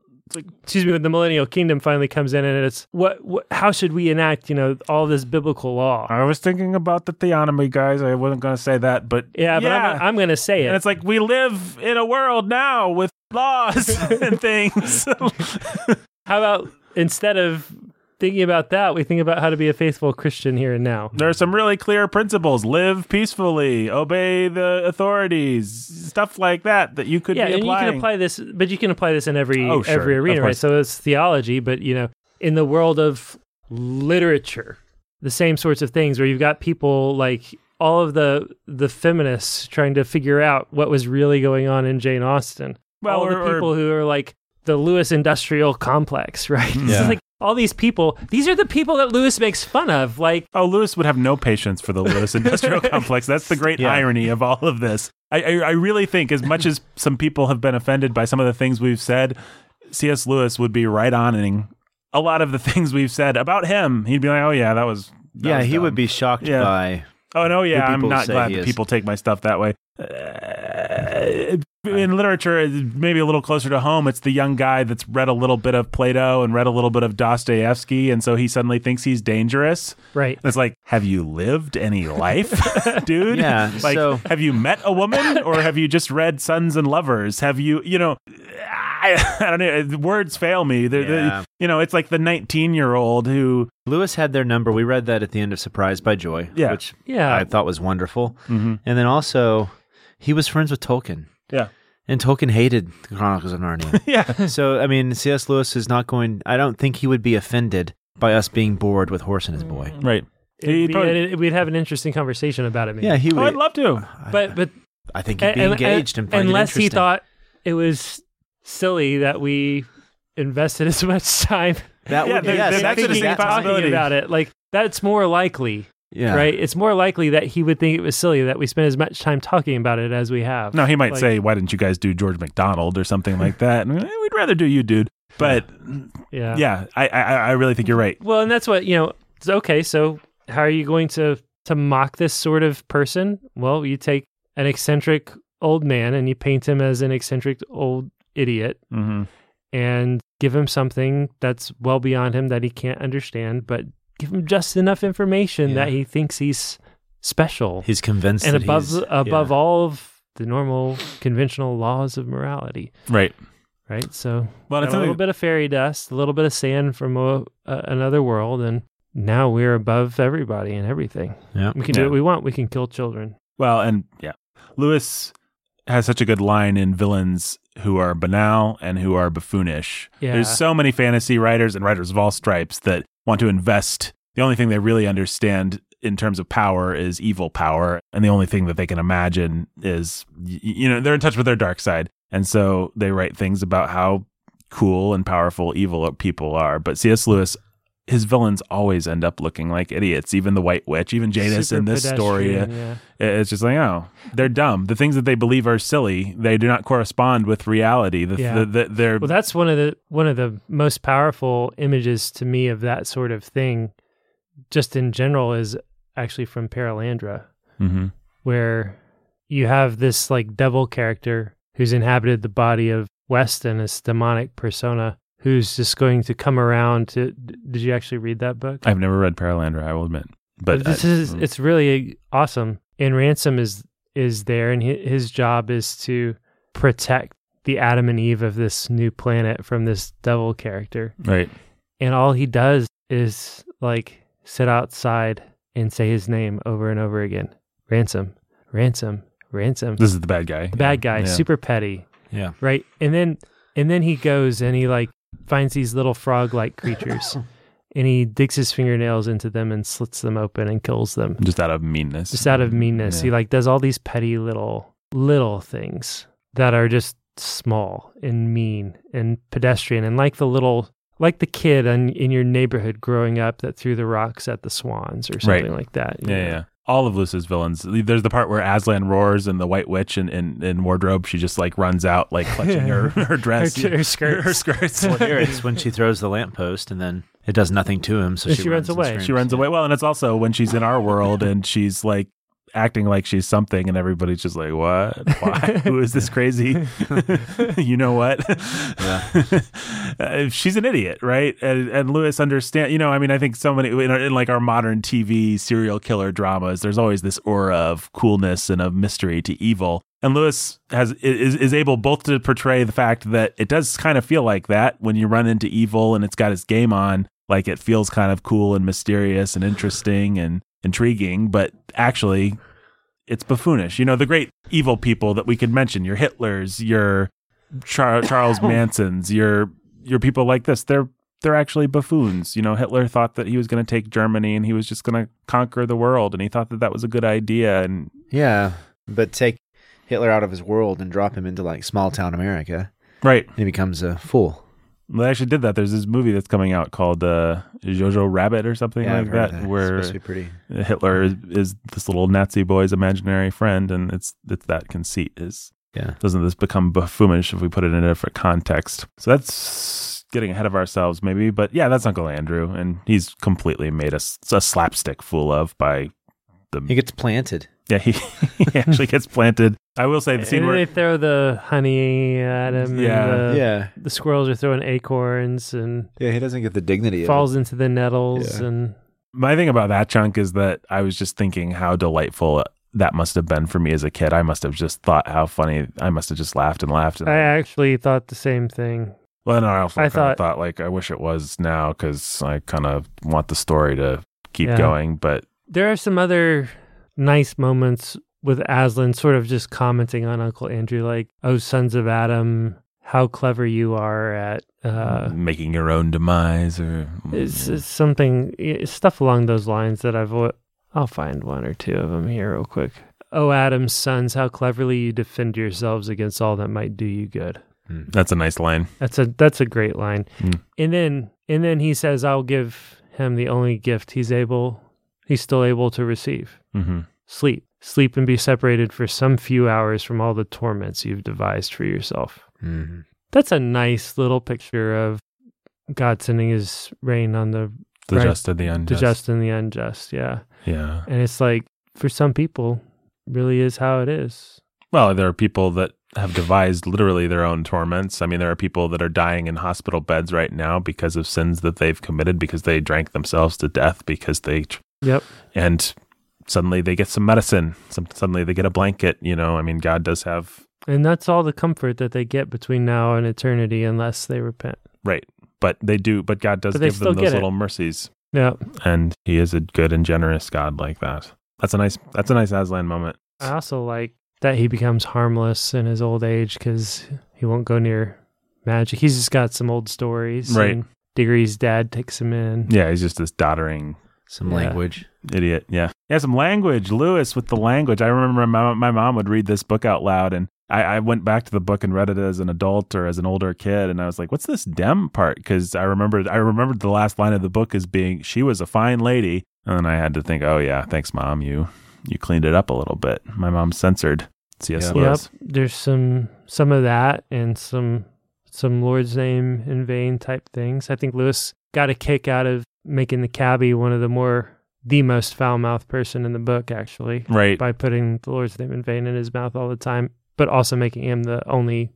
C: excuse me when the millennial kingdom finally comes in and it's what, what how should we enact you know all this biblical law
A: I was thinking about the theonomy, guys. I wasn't going to say that, but
C: yeah, but I'm, I'm gonna say
A: and
C: it
A: it's like we live in a world now with laws *laughs* and
C: *laughs*
A: things.
C: how about instead of thinking about that we think about how to be a faithful christian here and now
A: there are some really clear principles: live peacefully, obey the authorities, stuff like that that you could
C: yeah
A: be
C: and you
A: applying.
C: can apply this but you can apply this in every
A: Oh, sure.
C: every
A: Of
C: arena right
A: course.
C: so it's theology but you know in the world of literature the same sorts of things where you've got people like all of the the feminists trying to figure out what was really going on in jane austen
A: well,
C: all
A: or,
C: the
A: or-
C: people who are like the lewis industrial complex *laughs* right
A: Mm,
C: It's
B: Yeah.
C: like all these people these are the people that lewis makes fun of like
A: Oh, Lewis would have no patience for the Lewis
B: *laughs*
A: Industrial Complex. That's the great
B: Yeah.
A: irony of all of this. I, I, I really think, as much
B: *laughs*
A: as some people have been offended by some of the things we've said, C.S. Lewis would be right oning a lot of the *laughs* things we've said about him. He'd be like, "Oh yeah, that was." that
B: yeah,
A: was
B: he
A: dumb.
B: would be shocked
A: Yeah.
B: by
A: Oh no, yeah, I'm
B: people
A: not
B: say
A: glad
B: he
A: that
B: is.
A: people take my stuff that way. Uh, in literature, it's maybe a little closer to home, it's the young guy that's read a little bit of Plato and read a little bit of Dostoevsky, and so he suddenly thinks he's dangerous.
C: right
A: And It's like, have you lived any life, dude?
B: Yeah,
A: Like,
B: so-
A: have you met a woman, or have you just read Sons and Lovers? Have you, you know, I, *laughs* I don't know. the Words fail me. They're, they're-
B: Yeah.
A: you know, it's like the nineteen-year-old who,
B: Lewis had their number. We read that at the end of Surprised by Joy,
A: Yeah.
B: which
C: yeah Mm-hmm.
B: I thought was wonderful. And then also, he was friends with Tolkien,
A: yeah, *laughs*
B: and Tolkien hated the Chronicles of
C: *laughs*
B: Narnia.
A: yeah,
B: so, I mean, C.S. Lewis is not going, I don't think he would be offended by us being bored with Horse and His Boy.
C: Mm-hmm.
A: right.
C: It'd
A: He'd
C: be-
A: probably-
C: it- we'd have an interesting conversation about it maybe.
B: Yeah, he
A: Oh, I'd
B: would.
A: love to.
C: but but
B: I think he'd be engaged and, find it
C: unless he
B: interesting.
C: thought it was silly that we invested *laughs* as much time
B: that
A: Yeah,
B: would,
A: there-
B: yes,
A: there-
B: I
A: that's a
B: think
C: thinking
A: distinct
C: and
B: that's how-
A: possibility.
C: talking about it. Like that's more likely,
B: Yeah.
C: right? It's more likely that he would think it was silly that we spent as much time talking about it as we have.
A: No, he might
C: Like-
A: say, "Why didn't you guys do George McDonald or something like that?" And, eh, we'd rather do you, dude. But
C: Yeah.
A: yeah, I, I, I really think you're right.
C: Well, and that's what you know. It's okay. So how are you going to to mock this sort of person? Well, you take an eccentric old man and you paint him as an eccentric old idiot.
A: Mm-hmm.
C: and give him something that's well beyond him that he can't understand, but give him just enough information
B: Yeah.
C: that he thinks he's special
B: He's convinced
C: and
B: that
C: above
B: he's,
C: above
B: yeah.
C: all of the normal conventional laws of morality.
A: Right.
C: Right, so
A: Well,
C: a
A: it's
C: little
A: something-
C: bit of fairy dust, a little bit of sand from a, a, another world, and now we're above everybody and everything.
B: Yeah.
C: We can
A: Yeah.
C: do what we want. We can kill children.
A: Well, and yeah, Lewis has such a good line in villains who are banal and who are buffoonish.
C: Yeah.
A: There's so many fantasy writers and writers of all stripes that want to invest. The only thing they really understand in terms of power is evil power, and the only thing that they can imagine is y- you know they're in touch with their dark side, and so they write things about how cool and powerful evil people are. But C.S. Lewis. His villains always end up looking like idiots. Even the White Witch, even Janus
C: Super
A: in this story,
B: uh,
C: pedestrian, yeah.
A: it- It's just like, oh, they're dumb. The things that they believe are silly. They do not correspond with reality. The,
C: Yeah.
A: the, the, they're,
C: Well, that's one of the one of the most powerful images to me of that sort of thing, just in general, is actually from Paralandra,
A: Mhm.
C: where you have this like devil character who's inhabited the body of Weston, this demonic persona who's just going to come around to. d- Did you actually read that book?
A: I've never read Paralandra, I will admit. But
C: Oh, this
A: I-
C: is it's really awesome. And Ransom is is there, and hi- his job is to protect the Adam and Eve of this new planet from this devil character
A: right.
C: and all he does is like sit outside and say his name over and over again ransom ransom ransom
A: This is the bad guy.
C: the bad guy
A: Yeah.
C: super petty
B: Yeah.
C: right and then and then he goes and he like finds these little frog like creatures and he digs his fingernails into them and slits them open and kills them
A: Just out of meanness.
C: just out of meanness
A: Yeah.
C: he like does all these petty little little things that are just small and mean and pedestrian and like the little like the kid in, in your neighborhood growing up that threw the rocks at the swans or something like that you
A: Yeah,
C: know?
A: yeah, yeah. All of Luce's villains. There's the part where Aslan roars and the White Witch in, in, in wardrobe, she just like runs out, like clutching
C: *laughs*
A: her, *laughs* her
C: Her,
A: dress.
C: her skirts.
A: Her skirts.
B: Well, here
A: *laughs*
B: it's when she throws the lamppost and then it does nothing to him. So
C: And
B: she,
C: she runs
B: and
C: away.
B: screams.
A: She runs away. Well, and it's also when she's in our world and she's like acting like she's something, and everybody's just like, "What? Why? Who is this crazy? *laughs* you know what? *laughs* Uh, she's an idiot, right?" And, and Lewis understand. You know, I mean, I think so many in, our, in like our modern TV serial killer dramas, there's always this aura of coolness and of mystery to evil. And Lewis has is is able both to portray the fact that it does kind of feel like that when you run into evil and it's got its game on, like it feels kind of cool and mysterious and interesting and intriguing, but actually it's buffoonish. You know, the great evil people that we could mention, your Hitlers, your
B: *laughs*
A: Char- Charles Mansons, your your people like this, they're they're actually buffoons. You know, Hitler thought that he was going to take Germany and he was just going to conquer the world and he thought that that was a good idea and
B: Yeah, but take Hitler out of his world and drop him into like small town America,
A: right.
B: and he becomes a fool.
A: Well, They actually did that. There's this movie that's coming out called uh, Jojo Rabbit or something
B: Yeah, I've
A: like
B: heard
A: that,
B: of that. It's
A: where
B: supposed to be pretty.
A: Hitler is, is this little Nazi boy's imaginary friend, and it's it's that conceit is
B: Yeah.
A: doesn't this become buffoonish if we put it in a different context? So that's getting ahead of ourselves, maybe. But yeah, that's Uncle Andrew, and he's completely made us a slapstick fool of by the
B: He gets planted.
A: yeah he, *laughs* he actually gets planted. I will say the scene
C: And
A: where
C: they throw the honey at him.
A: Yeah.
C: And the,
B: yeah,
C: the squirrels are throwing acorns and
B: yeah. He doesn't get the dignity.
C: falls into the nettles.
B: Yeah.
C: And
A: My thing about that chunk is that I was just thinking how delightful that must have been for me as a kid. I must have just thought how funny. I must have just laughed and laughed. And
C: I actually thought the same thing.
A: well, no, I also
C: I
A: kind thought,
C: thought-
A: of thought like I wish it was now because I kind of want the story to keep
C: Yeah.
A: going. But
C: There are some other nice moments with Aslan sort of just commenting on Uncle Andrew, like, oh, sons of Adam, how clever you are at. Uh,
A: making your own demise or mm,
C: It's, it's something it's stuff along those lines that I've. wa- I'll find one or two of them here real quick. Oh, Adam's sons, how cleverly you defend yourselves against all that might do you good.
A: that's a nice line.
C: That's a that's a great line.
A: Hmm.
C: And then and then he says, "I'll give him the only gift he's able, he's still able to receive:
A: hmm
C: sleep, sleep, and be separated for some few hours from all the torments you've devised for yourself."
B: hmm
C: That's a nice little picture of God sending His rain on the
A: The
C: Right.
A: just and the
C: the
A: unjust.
C: just and the unjust. Yeah.
A: Yeah.
C: And it's like, for some people, really is how it is.
A: Well, there are people that have devised literally their own torments. I mean, there are people that are dying in hospital beds right now because of sins that they've committed because they drank themselves to death because they tr-
C: Yep.
A: and suddenly they get some medicine. Some, suddenly they get a blanket, you know. I mean, God does have
C: And that's all the comfort that they get between now and eternity unless they repent.
A: right, but they do but God does
C: But they
A: give
C: still
A: them those
C: get it.
A: little mercies
C: Yep.
A: and he is a good and generous God like that. That's a nice that's a nice Aslan moment.
C: I also like that he becomes harmless in his old age because he won't go near magic. He's just got some old stories.
A: Right.
C: and Diggory's dad takes him in.
A: Yeah, he's just this doddering
B: Some
C: Yeah.
B: language.
A: idiot. Yeah. Yeah, some language. Lewis with the language. I remember my, my mom would read this book out loud, and I, I went back to the book and read it as an adult or as an older kid, and I was like, "What's this dem part?" Because I remembered I remembered the last line of the book as being, "She was a fine lady," and then I had to think, "Oh yeah, thanks, mom. You you cleaned it up a little bit." My mom censored C.S.
B: Yeah.
A: Lewis.
C: Yep. There's some some of that and some some Lord's name in vain type things. I think Lewis got a kick out of making the cabbie one of the more the most foul mouthed person in the book actually
A: Right.
C: by putting the Lord's name in vain in his mouth all the time, but also making him the only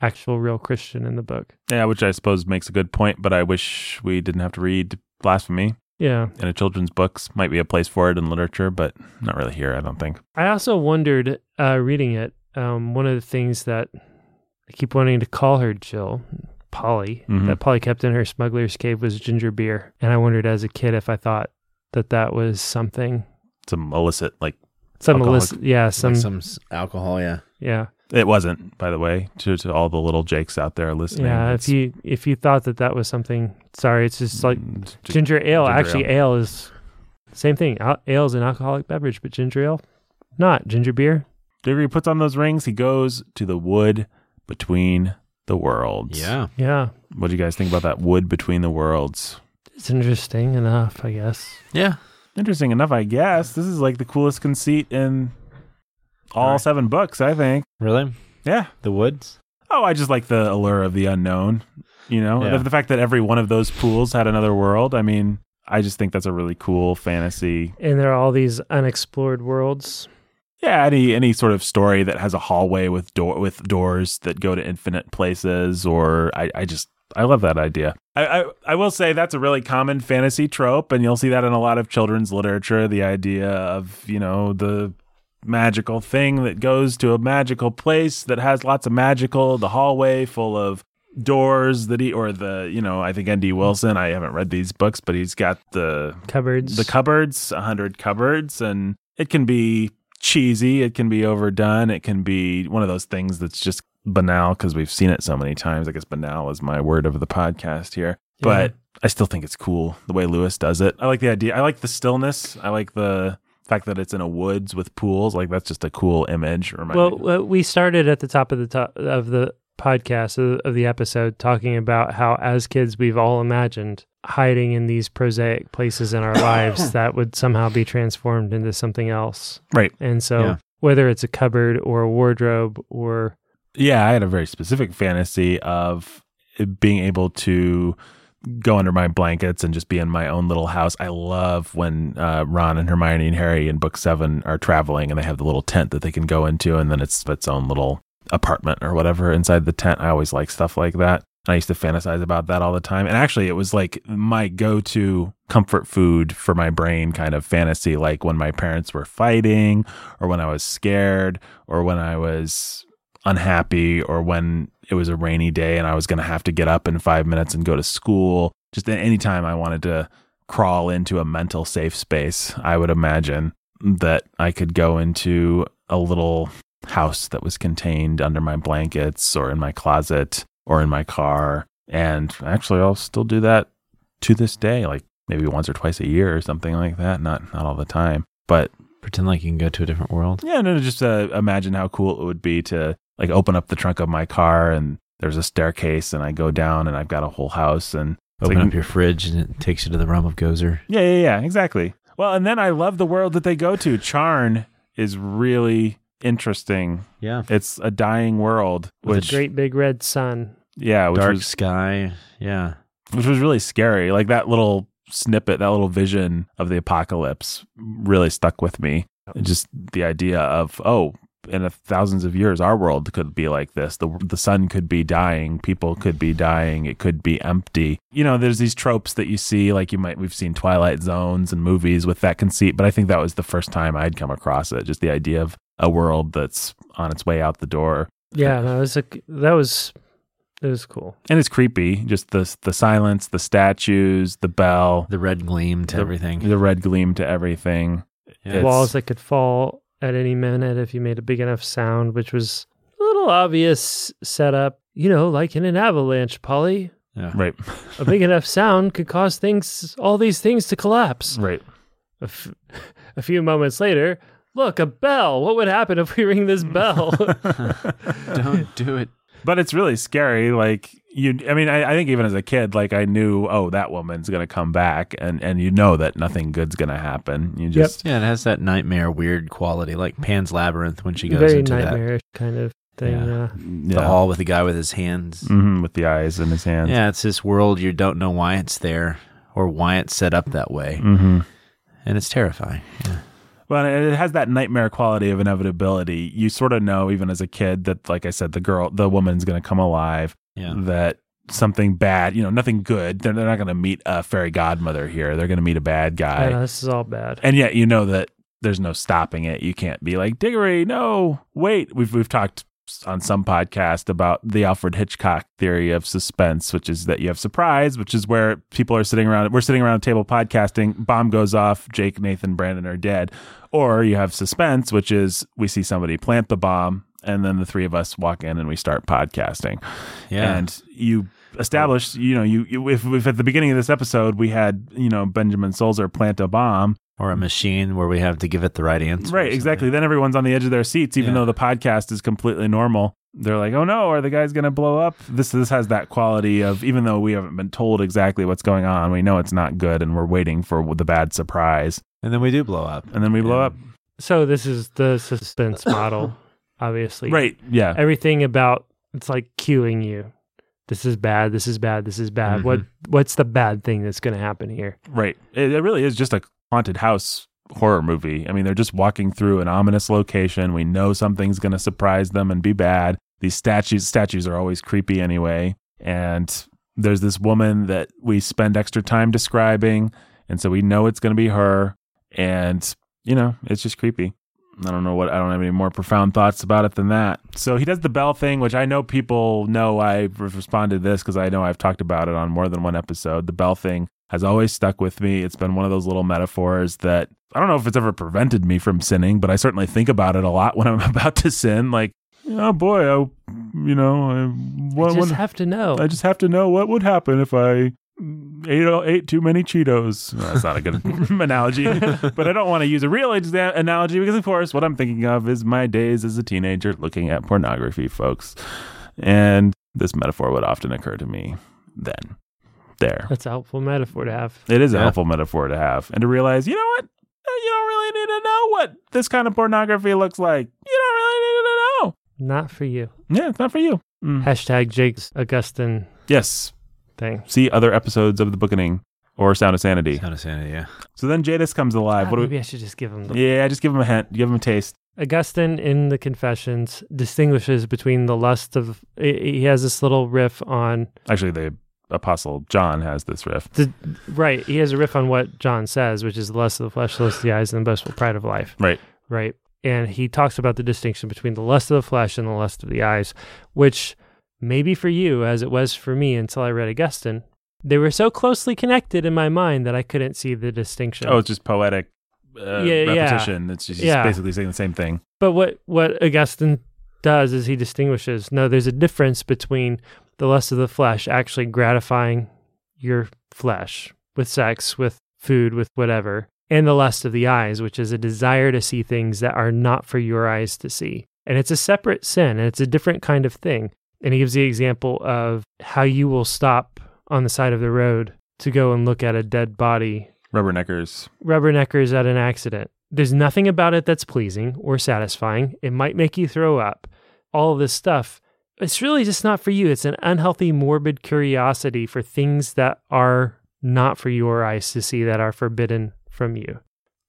C: actual real Christian in the book.
A: Yeah, which I suppose makes a good point, but I wish we didn't have to read blasphemy
C: Yeah.
A: in a children's books. Might be a place for it in literature, but not really here, I don't think.
C: I also wondered uh, reading it. Um, one of the things that I keep wanting to call her Jill, Polly,
A: Mhm.
C: that Polly kept in her smuggler's cave was ginger beer. And I wondered as a kid if I thought that that was something,
A: Some illicit like
C: some
A: Alcoholic.
C: illicit, yeah,
B: Some
C: some,
B: like some s- alcohol. Yeah.
C: yeah,
A: It wasn't, by the way, to, to all the little Jakes out there listening.
C: yeah.
A: It's-
C: If you if you thought that that was something, sorry, it's just like
A: Mm, j-
C: ginger ale.
A: ginger
C: Actually, ale is same thing. Al- Ale is an alcoholic beverage, but ginger ale, not ginger beer.
A: Diggory puts on those rings. He goes to the wood between the worlds.
C: Yeah,
A: What do you guys think about that wood between the worlds?
C: it's interesting enough, I guess.
B: Yeah.
A: Interesting enough, I guess. This is like the coolest conceit in all
B: Alright.
A: seven books, I think.
B: Really?
A: Yeah.
B: The woods.
A: Oh, I just like the allure of the unknown. You know,
B: Yeah.
A: the, the fact that every one of those pools had another world. I mean, I just think that's a really cool fantasy.
C: And there are all these unexplored worlds.
A: Yeah, any any sort of story that has a hallway with door with doors that go to infinite places, or I, I just I love that idea. I, I I will say that's a really common fantasy trope, and you'll see that in a lot of children's literature. The idea of you know the magical thing that goes to a magical place that has lots of magical, the hallway full of doors that he or the you know I think N.D. Wilson. I haven't read these books, but he's got the
C: Cupboards.
A: the cupboards, a hundred cupboards, and it can be cheesy, it can be overdone, it can be one of those things that's just banal because we've seen it so many times. I guess banal is my word of the podcast here,
C: Yeah.
A: but I still think it's cool the way Lewis does it. I like the idea. I like the stillness. I like the fact that it's in a woods with pools. Like that's just a cool image. Remind me-
C: Well, uh, we started at the top of the top of the podcast of, of the episode talking about how, as kids, we've all imagined hiding in these prosaic places
A: *coughs*
C: in our lives that would somehow be transformed into something else.
A: Right.
C: And so,
B: Yeah.
C: whether it's a cupboard or a wardrobe or
A: Yeah, I had a very specific fantasy of being able to go under my blankets and just be in my own little house. I love when uh, Ron and Hermione and Harry in book seven are traveling and they have the little tent that they can go into, and then it's its own little apartment or whatever inside the tent. I always like stuff like that. I used to fantasize about that all the time. And actually, it was like my go to comfort food for my brain kind of fantasy, like when my parents were fighting, or when I was scared, or when I was unhappy or when it was a rainy day and I was going to have to get up in five minutes and go to school. Just at any time I wanted to crawl into a mental safe space, I would imagine that I could go into a little house that was contained under my blankets or in my closet or in my car. And actually, I'll still do that to this day, like maybe once or twice a year or something like that. Not not all the time, but
B: Pretend like you can go to a different world.
A: yeah, no, no, just uh, imagine how cool it would be to like open up the trunk of my car and there's a staircase and I go down and I've got a whole house and it's
B: Open
A: like-
B: up your fridge and it takes you to the realm of Gozer.
A: yeah, yeah, yeah, exactly. Well, and then I love the world that they go to. Charn is really interesting.
B: Yeah.
A: It's a dying world,
B: With a
A: which
C: great big red sun.
A: yeah, which
B: Dark
A: was
B: sky. Yeah.
A: which was really scary. Like that little snippet, that little vision of the apocalypse really stuck with me. And just the idea of, oh, in a thousands of years, our world could be like this. The, the sun could be dying. People could be dying. It could be empty. You know, there's these tropes that you see, like you might, we've seen Twilight Zones and movies with that conceit, but I think that was the first time I'd come across it. Just the idea of a world that's on its way out the door *laughs*
C: Yeah, that was a, that was it was cool.
A: and it's creepy. Just the, the silence, the statues, the bell.
B: The red gleam to everything.
A: *laughs* the red gleam to everything.
B: Yeah.
A: It's-
C: Walls that could fall at any minute if you made a big enough sound, which was a little obvious setup. You know, like in an avalanche, Polly.
B: Yeah.
A: Right,
B: *laughs*
C: A big enough sound could cause things, all these things to collapse.
A: right. *laughs*
C: A, f- *laughs* a few moments later, look, a bell. What would happen if we ring
B: *laughs*
C: this bell?
B: Don't do it.
A: But it's really scary. Like you, I mean, I, I think even as a kid, like I knew, oh, that woman's gonna come back, and and you know that nothing good's gonna happen. You just
B: Yeah, it has that nightmare weird quality, like Pan's Labyrinth when she goes
C: Very
B: into that
C: nightmarish kind of thing.
B: Yeah.
C: Uh, Yeah.
A: yeah.
B: the hall with the guy with his hands.
A: Mhm, with the eyes in his hands.
B: Yeah, it's this world you don't know why it's there or why it's set up that way,
A: Mm-hmm.
B: and it's terrifying.
A: Well, and it has that nightmare quality of inevitability. You sort of know, even as a kid, that like I said, the girl, the woman's gonna come alive.
B: Yeah,
A: that something bad, you know, nothing good. They're, they're not going to meet a fairy godmother here. They're going to meet a bad guy.
C: Yeah, uh, this is all bad.
A: And yet you know that there's no stopping it. You can't be like, Diggory, no, wait. We've, we've talked on some podcast about the Alfred Hitchcock theory of suspense, which is that you have surprise, which is where people are sitting around. We're sitting around a table podcasting. Bomb goes off. Jake, Nathan, Brandon are dead. Or you have suspense, which is we see somebody plant the bomb. And then the three of us walk in and we start podcasting
B: yeah.
A: Mm-hmm. and you establish you know you, you if, if at the beginning of this episode we had you know benjamin solzer plant a bomb
B: or a machine where we have to give it the right answer. or
A: right
B: something.
A: exactly then everyone's on the edge of their seats even
B: Yeah.
A: though the podcast is completely normal they're like oh no are the guys going to blow up this this has that quality of even though we haven't been told exactly what's going on we know it's not good and we're waiting for the bad surprise
B: And then we do blow up.
A: and then we blow up
C: So this is
B: *laughs*
C: the suspense model, obviously.
A: right yeah
C: *laughs* everything about it's like cueing you. This is bad. This is bad. This is
A: Mm-hmm.
C: bad. What what's the bad thing that's going to happen here?
A: Right. It, it really is just a haunted house horror movie. I mean, they're just walking through an ominous location. We know something's going to surprise them and be bad. These statues statues are always creepy anyway. And there's this woman that we spend extra time describing, and so we know it's going to be her. And you know, it's just creepy. I don't know what I don't have any more profound thoughts about it than that. So he does the bell thing, which I know people know I responded to this because I know I've talked about it on more than one episode. The bell thing has always stuck with me. It's been one of those little metaphors that I don't know if it's ever prevented me from sinning, but I certainly think about it a lot *laughs* when I'm about to sin. Like, oh boy, I, you know, I, what,
C: I just
A: what-
C: have to know.
A: I just have to know what would happen if I ate ate too many Cheetos. No, that's not a good *laughs* analogy, but I don't want to use a real exa- analogy because, of course, what I'm thinking of is my days as a teenager looking at pornography, folks. And this metaphor would often occur to me then, there.
C: That's a helpful metaphor to have.
A: It is a
B: Yeah.
A: helpful metaphor to have and to realize, you know what? Uh, You don't really need to know what this kind of pornography looks like. You don't really need
C: Not for you.
A: to know. Yeah, it's not for you. Mm.
C: Hashtag Jake's Augustine
A: Yes.
C: thing.
A: See other episodes of The Bookening or Sound of Sanity.
B: Sound of sanity, yeah.
A: So then Jadis comes alive.
C: Ah,
A: what do
C: maybe I should just give him the
A: we, yeah, just give him a hint. Give him a taste.
C: Augustine in the Confessions distinguishes between the lust of. He he has this little riff on
A: Actually, the apostle John has this riff.
C: right. He has a riff on what John says, which is the lust of the flesh, the lust of the eyes, and the boastful pride of life.
A: Right.
C: Right. And he talks about the distinction between the lust of the flesh and the lust of the eyes, which maybe for you, as it was for me until I read Augustine, they were so closely connected in my mind that I couldn't see the distinction.
A: Oh, it's just poetic uh,
C: Yeah, yeah.
A: repetition. It's just he's
C: Yeah.
A: basically saying the same thing.
C: But what what Augustine does is he distinguishes. No, there's a difference between the lust of the flesh actually gratifying your flesh with sex, with food, with whatever, and the lust of the eyes, which is a desire to see things that are not for your eyes to see. And it's a separate sin, and it's a different kind of thing. And he gives the example of how you will stop on the side of the road to go and look at a dead body
A: Rubberneckers.
C: rubberneckers at an accident. There's nothing about it that's pleasing or satisfying. It might make you throw up. All of this stuff. It's really just not for you. It's an unhealthy, morbid curiosity for things that are not for your eyes to see, that are forbidden from you.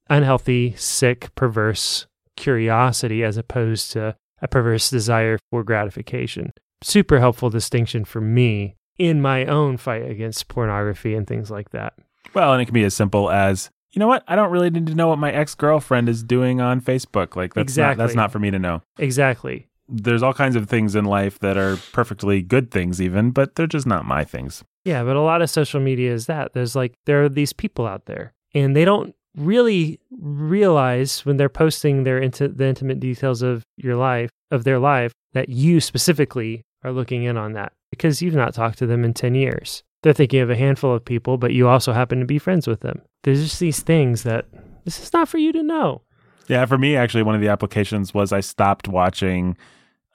C: Unhealthy, sick, perverse curiosity as opposed to a perverse desire for gratification. Super helpful distinction for me in my own fight against pornography and things like that.
A: Well, and it can be as simple as you know what? I don't really need to know what my ex girlfriend is doing on Facebook. Like that's not, that's
C: Exactly.
A: not for me to know.
C: Exactly.
A: There's all kinds of things in life that are perfectly good things, even, but they're just not my things.
C: Yeah, but a lot of social media is that. There's like, there are these people out there and they don't really realize when they're posting their into the intimate details of your life, of their life, that you specifically are looking in on that because you've not talked to them in 10 years. They're thinking of a handful of people, but you also happen to be friends with them. There's just these things that this is not for you to know.
A: Yeah, for me, actually, one of the applications was I stopped watching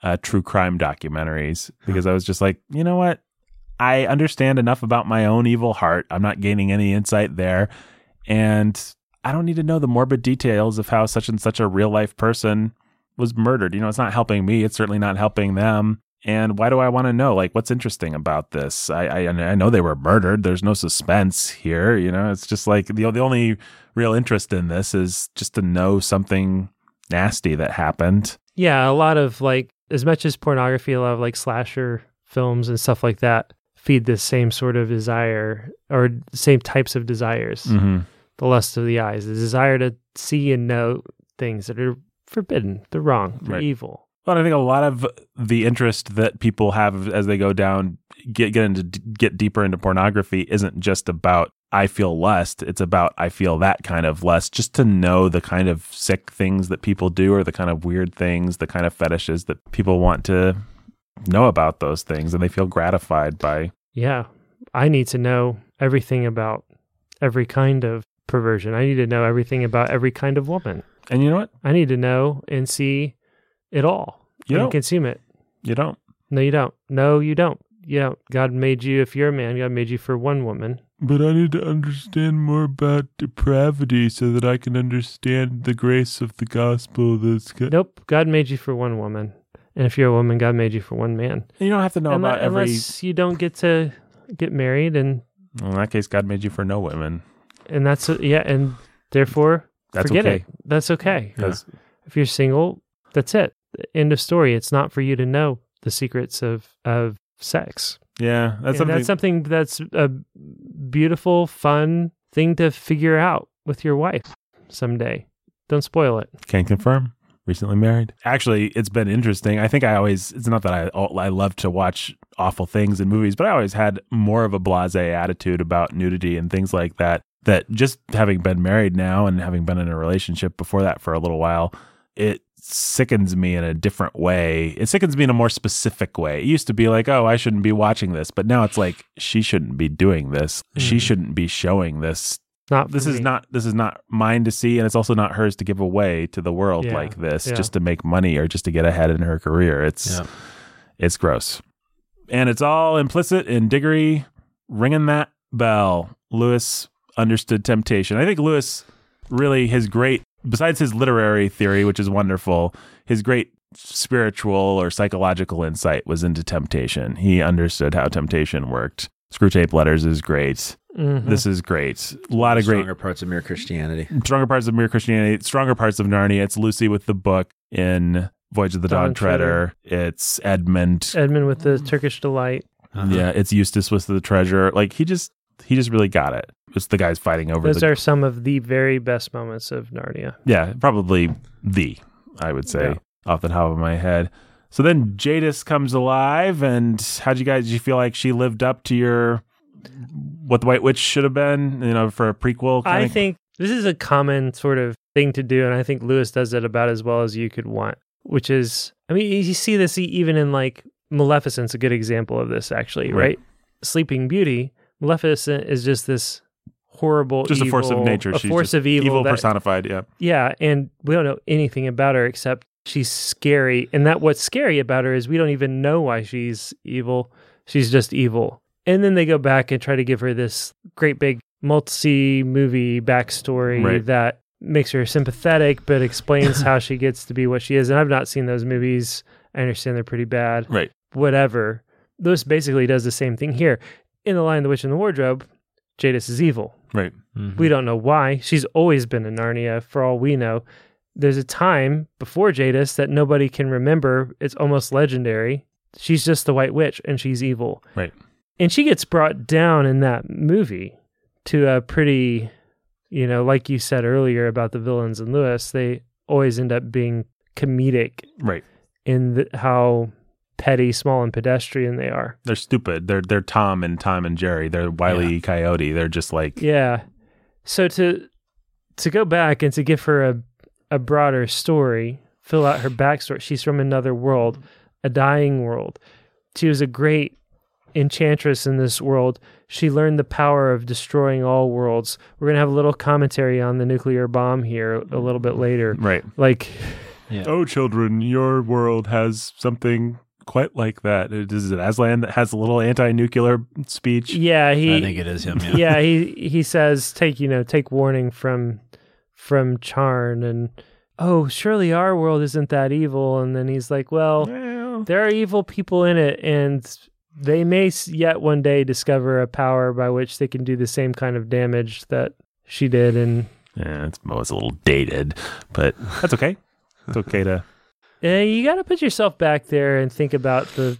A: uh, true crime documentaries because I was just like, you know what? I understand enough about my own evil heart. I'm not gaining any insight there. And I don't need to know the morbid details of how such and such a real life person was murdered. You know, it's not helping me. It's certainly not helping them. And why do I want to know? Like, what's interesting about this? I, I I know they were murdered. There's no suspense here. You know, it's just like the the only real interest in this is just to know something nasty that happened.
C: Yeah, a lot of like, as much as pornography, a lot of like slasher films and stuff like that feed this same sort of desire or same types of desires
A: Mm-hmm.
C: the lust of the eyes, the desire to see and know things that are forbidden, they're wrong, they're
A: Right.
C: evil.
A: But I think a lot of the interest that people have as they go down get get into get deeper into pornography isn't just about I feel lust. It's about I feel that kind of lust. Just to know the kind of sick things that people do, or the kind of weird things, the kind of fetishes that people want to know about those things, and they feel gratified by.
C: Yeah. I need to know everything about every kind of perversion. I need to know everything about every kind of woman.
A: And you know what?
C: I need to know and see it all
A: You
C: and
A: don't.
C: consume it.
A: You don't.
C: No, you don't. No, you don't. You don't. God made you, if you're a man, God made you for one woman.
A: But I need to understand more about depravity so that I can understand the grace of the gospel. That's good.
C: Nope. God made you for one woman. And if you're a woman, God made you for one man.
A: You don't have to know
C: Unle-
A: about every.
C: Unless you don't get to get married and
A: Well, in that case, God made you for no women.
C: and that's yeah and therefore
A: That's
C: Forget
A: okay.
C: it. That's okay.
A: That's-
C: If you're single, that's it. End of story. It's not for you to know the secrets of of sex.
A: yeah, that's
C: and
A: something.
C: that's something that's a beautiful, fun thing to figure out with your wife someday. Don't spoil it.
A: Can confirm. Recently married. Actually, it's been interesting. I think I always, it's not that I, I love to watch awful things in movies, but I always had more of a blase attitude about nudity and things like that. That just having been married now and having been in a relationship before that for a little while, it sickens me in a different way. It sickens me in a more specific way. It used to be like, oh, I shouldn't be watching this. But now it's like, she shouldn't be doing this. She
C: Mm.
A: shouldn't be showing this
C: Not for
A: this is
C: me.
A: not this is not mine to see and it's also not hers to give away to the world
C: Yeah,
A: like this
C: yeah.
A: just to make money or just to get ahead in her career it's
B: Yeah.
A: it's gross and it's all implicit in diggory ringing that bell lewis understood temptation i think lewis really his great besides his literary theory which is wonderful his great spiritual or psychological insight was into temptation he understood how temptation worked screwtape letters is great
C: Mhm.
A: this is great a lot of great
B: Stronger parts of mere Christianity.
A: stronger parts of Mere Christianity, stronger parts of Narnia. It's Lucy with the book in Voyage of the Dawn
C: Dawn
A: Treader.
C: Treader.
A: It's Edmund.
C: Edmund with
A: Mm-hmm.
C: the Turkish delight.
B: Uh-huh.
A: Yeah, it's Eustace with the treasure. Like he just he just really got it. It's the guys fighting over
C: Those
A: the
C: are some of the very best moments of Narnia.
A: yeah, probably the I would say
C: Yeah.
A: off the top of my head. So then Jadis comes alive, and how would you guys? Did you feel like she lived up to your what the White Witch should have been? You know, for a prequel. Kind
C: I
A: of?
C: think this is a common sort of thing to do, and I think Lewis does it about as well as you could want. Which is, I mean, you see this e- even in like Maleficent's a good example of this, actually,
A: Right.
C: right? Sleeping Beauty, Maleficent is just this horrible,
A: just a force of
C: evil-
A: nature.
C: a
A: She's
C: force
A: just
C: of evil,
A: evil
C: that-
A: personified. Yeah.
C: yeah, and we don't know anything about her except she's scary. And that what's scary about her is we don't even know why she's evil. She's just evil. And then they go back and try to give her this great big multi movie backstory
A: Right.
C: that makes her sympathetic but explains how she gets to be what she is. And I've not seen those movies. I understand they're pretty bad
A: Right.
C: whatever. Lewis basically does the same thing here. In The Lion, the Witch, and the Wardrobe, Jadis is evil.
A: Right.
B: Mhm.
C: We don't know why. She's always been in Narnia, for all we know. There's a time before Jadis that nobody can remember. It's almost legendary. She's just the White Witch and she's evil.
A: Right.
C: And she gets brought down in that movie to a pretty, you know, like you said earlier about the villains in Lewis, they always end up being comedic
A: Right.
C: in the, how petty, small, and pedestrian they are.
A: they're stupid. They're they're Tom and Tom and Jerry. They're Wiley E. Coyote. They're just like
C: Yeah. So to to go back and to give her a a broader story, fill out her backstory. She's from another world, a dying world. She was a great enchantress in this world. She learned the power of destroying all worlds. We're gonna have a little commentary on the nuclear bomb here a little bit later.
A: right.
C: Like
A: Oh, children, your world has something quite like that. It is it Aslan that has a little anti-nuclear speech.
C: yeah, he
B: I think it is him. Yeah.
C: yeah, he he says take you know take warning from from Charn and oh surely our world isn't that evil and then he's like well
A: Well,
C: there are evil people in it and they may s- yet one day discover a power by which they can do the same kind of damage that she did and
A: yeah, it's, well, it's a little dated, but that's okay. It's okay to
C: eh, you got to put yourself back there and think about the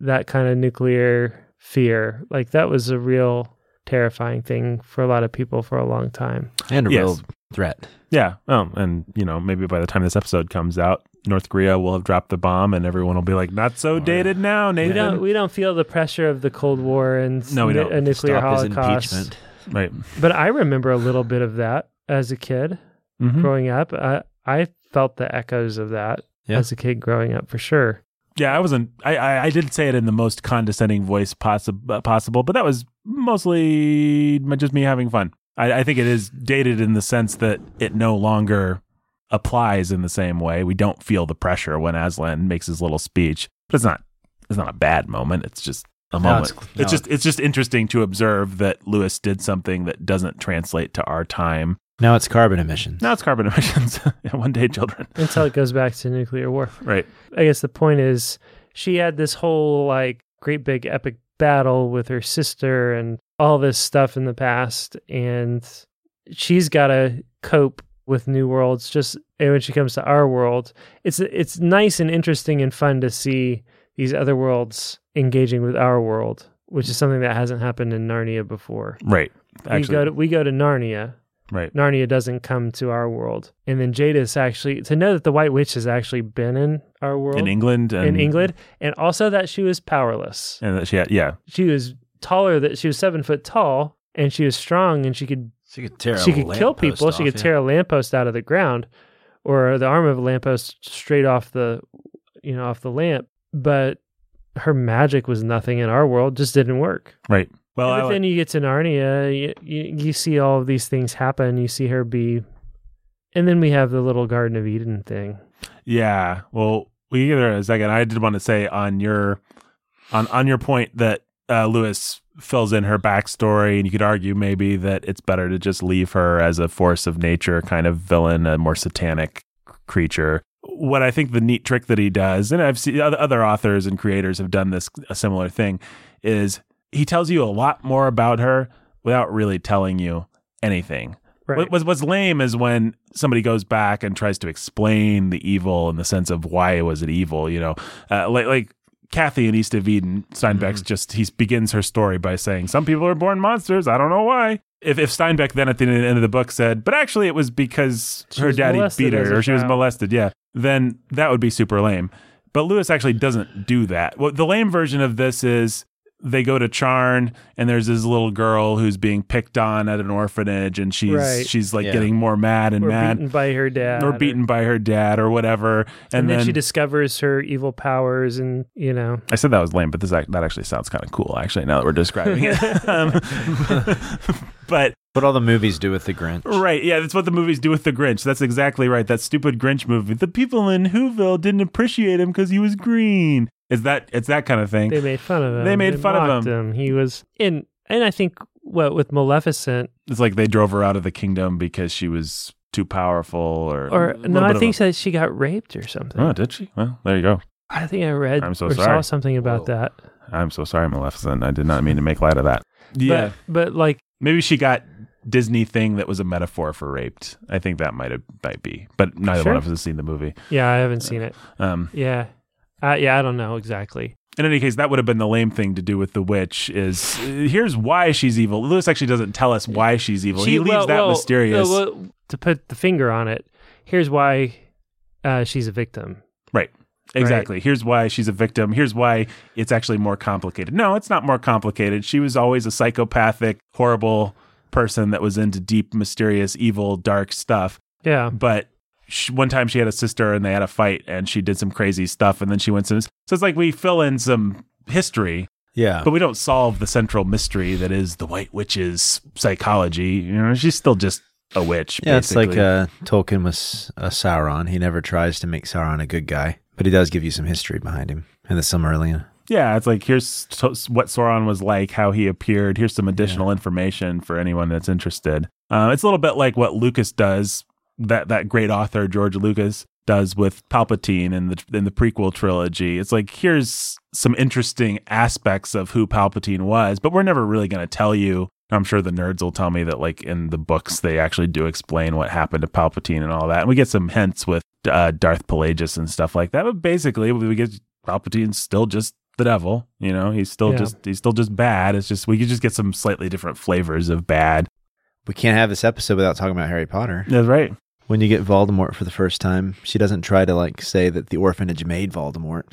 C: that kind of nuclear fear like that was a real terrifying thing for a lot of people for a long time
B: And a
A: Yes.
B: real threat.
A: *laughs* yeah. Oh, and you know maybe by the time this episode comes out, North Korea will have dropped the bomb, and everyone will be like, "Not so
B: yeah.
A: dated now,
C: We
A: Nathan."
C: don't we don't feel the pressure of the Cold War and
A: No, we
C: nu-
A: don't.
C: a nuclear
B: Stop his
C: holocaust.
B: impeachment.
A: Right.
C: But I remember a little bit of that as a kid
B: Hmm.
A: Mhm.
C: growing up. I I felt the echoes of that
B: Yeah.
C: as a kid growing up for sure.
A: Yeah, I wasn't. I, I I did say it in the most condescending voice possi- uh, possible, but that was mostly m- just me having fun. I, I think it is dated in the sense that it no longer applies in the same way. We don't feel the pressure when Aslan makes his little speech, but it's not. It's not a bad moment. It's just a
B: No,
A: moment.
B: it's-
A: It's,
B: no,
A: just. It's just interesting to observe that Lewis did something that doesn't translate to our time.
B: Now it's carbon emissions.
A: Now it's carbon *laughs* emissions. One day, children.
C: Until it goes back to nuclear war.
A: Right.
C: I guess the point is she had this whole like great big epic battle with her sister and all this stuff in the past and she's got to cope with New Worlds. Just and when she comes to our world, it's it's nice and interesting and fun to see these other worlds engaging with our world, which is something that hasn't happened in Narnia before.
A: Right.
C: we go
A: Actually,
C: to we go to Narnia.
A: right.
C: Narnia doesn't come to our world, and then Jada's actually to know that the White Witch has actually been in our world
A: In England and
C: in England, and also that she was powerless.
A: and that she had yeah
C: She was taller that she was seven foot tall, and she was strong, and she could
D: She could tear.
C: she
D: a
C: could kill
D: lamppost
C: people. she
D: off,
C: could
D: yeah.
C: tear a lamppost out of the ground, or the arm of a lamppost straight off the, you know, off the lamp. But her magic was nothing in our world; just didn't work.
A: right. Well, Oh,
C: And
A: I
C: but
A: like-
C: then you get to Narnia, you, you, you see all of these things happen. You see her be, and then we have the little Garden of Eden thing.
A: Yeah. Well, we either a second. I did want to say on your on on your point that uh, Lewis fills in her backstory, and you could argue maybe that it's better to just leave her as a force of nature kind of villain, a more satanic creature. What I think the neat trick that he does, and I've seen other other authors and creators have done this a similar thing, is he tells you a lot more about her without really telling you anything.
C: Right.
A: What, what's, what's lame is when somebody goes back and tries to explain the evil in the sense of why was it evil, you know, uh, like like Kathy in East of Eden, Steinbeck's
C: Mm-hmm.
A: just he begins her story by saying some people are born monsters. I don't know why. If if Steinbeck then at the end end of the book said, but actually it was because
C: She
A: her
C: was
A: daddy
C: molested
A: beat
C: as a
A: her or she was
C: child.
A: molested, yeah, then that would be super lame. But Lewis actually doesn't do that. What the lame version of this is they go to Charn and there's this little girl who's being picked on at an orphanage and she's
C: Right.
A: she's like
D: Yeah.
A: getting more mad and
C: or
A: mad
C: beaten by her dad,
A: or beaten by her dad or whatever.
C: and,
A: And,
C: then, she discovers her evil powers, and you know,
A: I said that was lame, but this act- that actually sounds kind of cool. Actually, now that we're describing
C: *laughs*
A: it, um, *laughs* but
B: What all the movies do with the Grinch.
A: right, yeah, that's what the movies do with the Grinch. That's exactly right. That stupid Grinch movie. The people in Whoville didn't appreciate him because he was green. It's that it's that kind of thing.
C: they made fun of him.
A: They made fun of
C: mocked him. He was in, and I think what with Maleficent.
A: It's like they drove her out of the kingdom because she was too powerful, or
C: or
A: a little
C: no,
A: bit
C: I
A: of
C: think
A: A,
C: that she got raped or something.
A: oh, did she? Well, there you go.
C: I think I read
A: I'm so
C: or saw
A: sorry.
C: something about
D: Whoa.
C: that.
A: I'm so sorry, Maleficent. I did not mean to make light of that. Yeah,
C: but, but like
A: maybe she got Disney thing that was a metaphor for raped. I think that might have might be, but neither
C: Sure.
A: one of us has seen the movie.
C: yeah, I haven't seen it.
A: Um,
C: Yeah, uh, yeah, I don't know exactly.
A: in any case, that would have been the lame thing to do with the witch. Is uh, here's why she's evil. Lewis actually doesn't tell us why she's evil.
C: She-
A: he leaves
C: well-
A: that
C: well,
A: mysterious.
C: uh, well, to put the finger on it, here's why uh, she's a victim.
A: Exactly. Here's why she's a victim. Here's why it's actually more complicated. No, it's not more complicated. She was always a psychopathic, horrible person that was into deep, mysterious, evil, dark stuff.
C: Yeah,
A: But she, one time she had a sister and they had a fight and she did some crazy stuff and then she went some. So it's like we fill in some history,
D: Yeah.
A: but we don't solve the central mystery that is the White Witch's psychology. You know, she's still just a witch.
B: Yeah, it's like
A: basically.
B: uh, Tolkien was a Sauron. He never tries to make Sauron a good guy, but he does give you some history behind him and the Silmarillion.
A: Yeah, it's like here's t- what Sauron was like, how he appeared. Here's some additional information for anyone that's interested. Uh, it's a little bit like what Lucas does, that that great author George Lucas does with Palpatine in the in the prequel trilogy. It's like here's some interesting aspects of who Palpatine was, but we're never really going to tell you. I'm sure the nerds will tell me that like in the books they actually do explain what happened to Palpatine and all that. And we get some hints with uh, Darth Pelagius and stuff like that. But basically, we get Palpatine's still just the devil. You know, he's still
C: Yeah.
A: just he's still just bad. It's just we could just get some slightly different flavors of bad.
B: We can't have this episode without talking about Harry Potter.
A: That's right.
B: When you get Voldemort for the first time, she doesn't try to like say that the orphanage made Voldemort.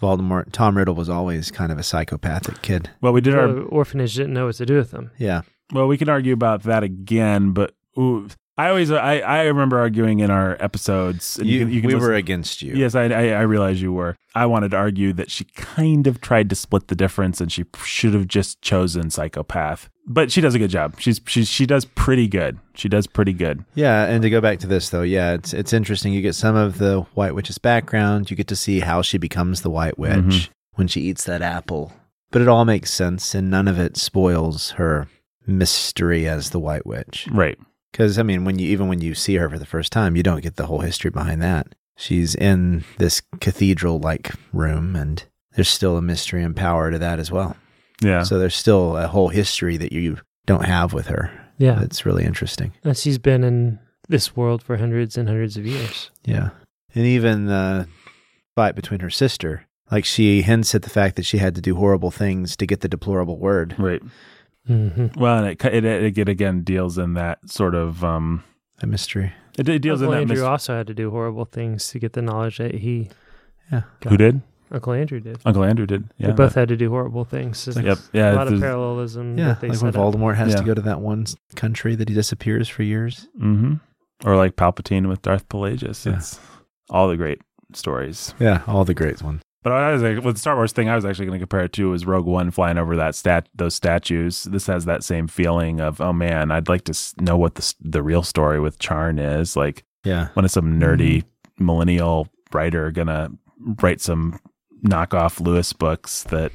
B: Voldemort, Tom Riddle was always kind of a psychopathic kid.
A: Well, we did
C: the
A: our
C: orphanage didn't know what to do with them.
B: Yeah,
A: well. We can argue about that again, but ooh, I always I I remember arguing in our episodes. and
B: you,
A: can- can
B: we
A: listen-
B: were against you.
A: Yes, I, I I realize you were. I wanted to argue that she kind of tried to split the difference, and she p- should have just chosen psychopath. But she does a good job. She's she she does pretty good. She does pretty good.
B: Yeah, and to go back to this though, yeah, it's it's interesting. You get some of the White Witch's background. You get to see how she becomes the White Witch
A: Mhm.
B: when she eats that apple. But it all makes sense, and none of it spoils her mystery as the White Witch.
A: Right.
B: Because I mean, when you even when you see her for the first time, you don't get the whole history behind that. She's in this cathedral-like room, and there's still a mystery and power to that as well.
A: Yeah.
B: So there's still a whole history that you don't have with her.
C: Yeah,
B: It's really interesting.
C: and she's been in this world for hundreds and hundreds of years.
B: Yeah. And even the fight between her sister, like she hints at the fact that she had to do horrible things to get the deplorable word.
A: Right.
C: Mm-hmm.
A: Well, and it it, it it again deals in that sort of um
B: A mystery.
A: it, it deals in
C: Uncle
A: that
C: Andrew
A: mis-
C: also had to do horrible things to get the knowledge that he
B: Yeah.
A: who did
C: Uncle Andrew did.
A: Uncle Andrew did yeah
C: they both had to do horrible things. It's
A: yep
C: a
A: yeah
C: lot of
A: there's-
C: parallelism.
B: Yeah.
C: that they
B: Like when
C: set up.
B: Voldemort has to
A: Yeah.
B: go to that one s- country that he disappears for years.
A: Mhm. Or like Palpatine with Darth Pelagius.
B: Yeah.
A: It's all the great stories.
B: Yeah. All the great ones.
A: But I was like, with the Star Wars thing, I was actually going to compare it to is Rogue One flying over that stat those statues. This has that same feeling of oh man, I'd like to s- know what the s- the real story with Charn is. Like
B: Yeah.
A: when is some nerdy
B: Mm-hmm.
A: millennial writer gonna write some knockoff Lewis books that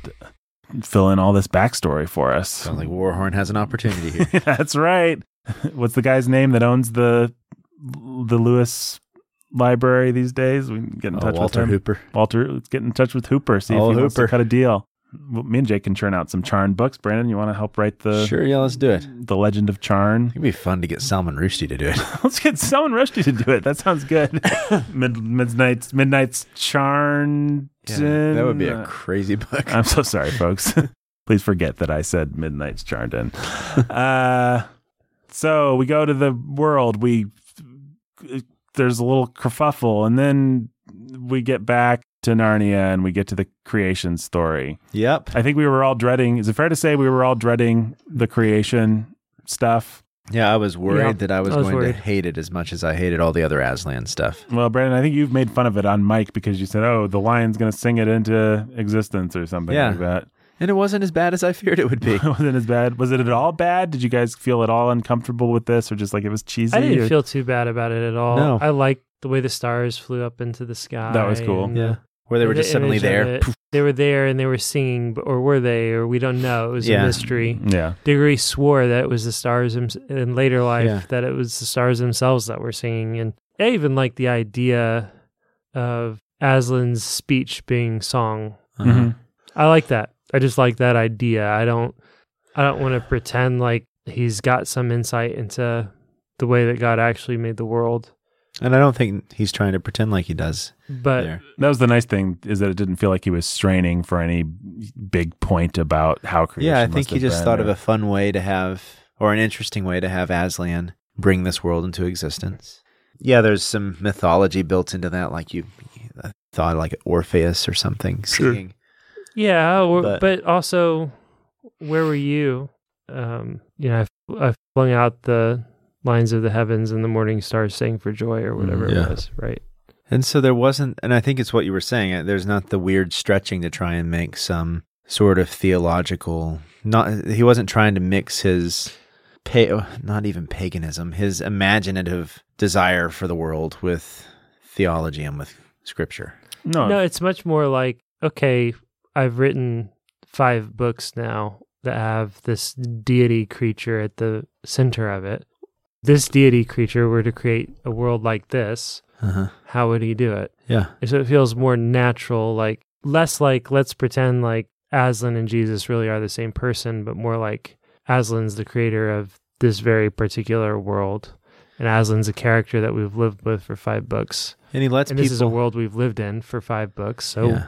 A: fill in all this backstory for us?
B: Sounds like Warhorn has an opportunity here.
A: *laughs*
B: *laughs*
A: That's right. *laughs* What's the guy's name that owns the the Lewis Library these days? We can get in
B: Oh,
A: touch
B: Walter
A: with him.
B: Hooper.
A: Walter, let's get in touch with Hooper. See
B: Oh,
A: if he wants to
B: Hooper.
A: cut a deal. Well, Me and Jake can churn out some Charn books. Brandon, you want to help write the
B: sure. Yeah. Let's do it.
A: the Legend of
B: *laughs*
A: Charn? *laughs*
B: It'd be fun to get Salmon Rushdie to do *laughs* it.
A: let's get someone Rushdie to do it. That sounds
B: *laughs*
A: good. Mid, midnight's Midnight's uh, Charn.
B: that would be a crazy book. *laughs*
A: I'm so sorry, folks. *laughs* Please forget that I said Midnight's Charndon. uh, so we go to the world. We there's a little kerfuffle, and then we get back to Narnia and we get to the creation story.
B: yep.
A: I think we were all dreading. Is it fair to say we were all dreading the creation stuff?
B: Yeah, I was worried
C: Yeah,
B: that I was,
C: I was
B: going
C: worried.
B: to hate it as much as I hated all the other Aslan stuff.
A: Well, Brandon, I think you've made fun of it on Mike because you said, "Oh, the lion's going to sing it into existence" or something
B: Yeah.
A: like that.
B: And it wasn't as bad as I feared it would *laughs* be.
A: It *laughs* wasn't as bad. Was it at all bad? Did you guys feel at all uncomfortable with this, or just like it was cheesy?
C: I didn't
A: or-
C: feel too bad about it at all.
B: No.
C: I liked the way the stars flew up into the sky.
A: That was cool.
C: and
B: yeah. Where they were
C: the
B: just suddenly
C: image of
B: there.
C: it.
B: Poof.
C: They were there and they were singing, b- or were they? Or we don't know. It was
B: Yeah.
C: a mystery.
A: yeah,
C: Diggory swore that it was the stars him- in later life
B: Yeah.
C: that it was the stars themselves that were singing, and I even like the idea of Aslan's speech being song.
B: Uh-huh.
A: Mhm.
C: I like that. I just like that idea. I don't. I don't want to pretend like he's got some insight into the way that God actually made the world.
B: And I don't think he's trying to pretend like he does
C: But
B: there.
A: that was the nice thing is that it didn't feel like he was straining for any big point about how creation.
B: Yeah, I
A: must
B: think he
A: have
B: just
A: been
B: thought of
A: or-
B: a fun way to have, or an interesting way to have Aslan bring this world into existence. Yeah, there's some mythology built into that, like you I thought, like Orpheus or something.
A: Sure.
B: Singing.
C: yeah, or,
B: But-
C: but, also, where were you? Um, you know, I, I flung out the lines of the heavens and the morning stars sang for joy or whatever
B: Mm, Yeah.
C: it was, right?
B: And so there wasn't, and I think it's what you were saying. uh, There's not the weird stretching to try and make some sort of theological. Not he wasn't trying to mix his, pa- uh, not even paganism, his imaginative desire for the world with theology and with scripture.
A: no,
C: No, it's much more like, okay, I've written five books now that have this deity creature at the center of it. This deity creature were to create a world like this,
B: Uh-huh.
C: how would he do it?
B: Yeah,
C: And So it feels more natural, like less like let's pretend like Aslan and Jesus really are the same person, but more like Aslan's the creator of this very particular world. And Aslan's a character that we've lived with for five books.
B: and he lets
C: and
B: people.
C: this is a world we've lived in for five books. So
B: Yeah.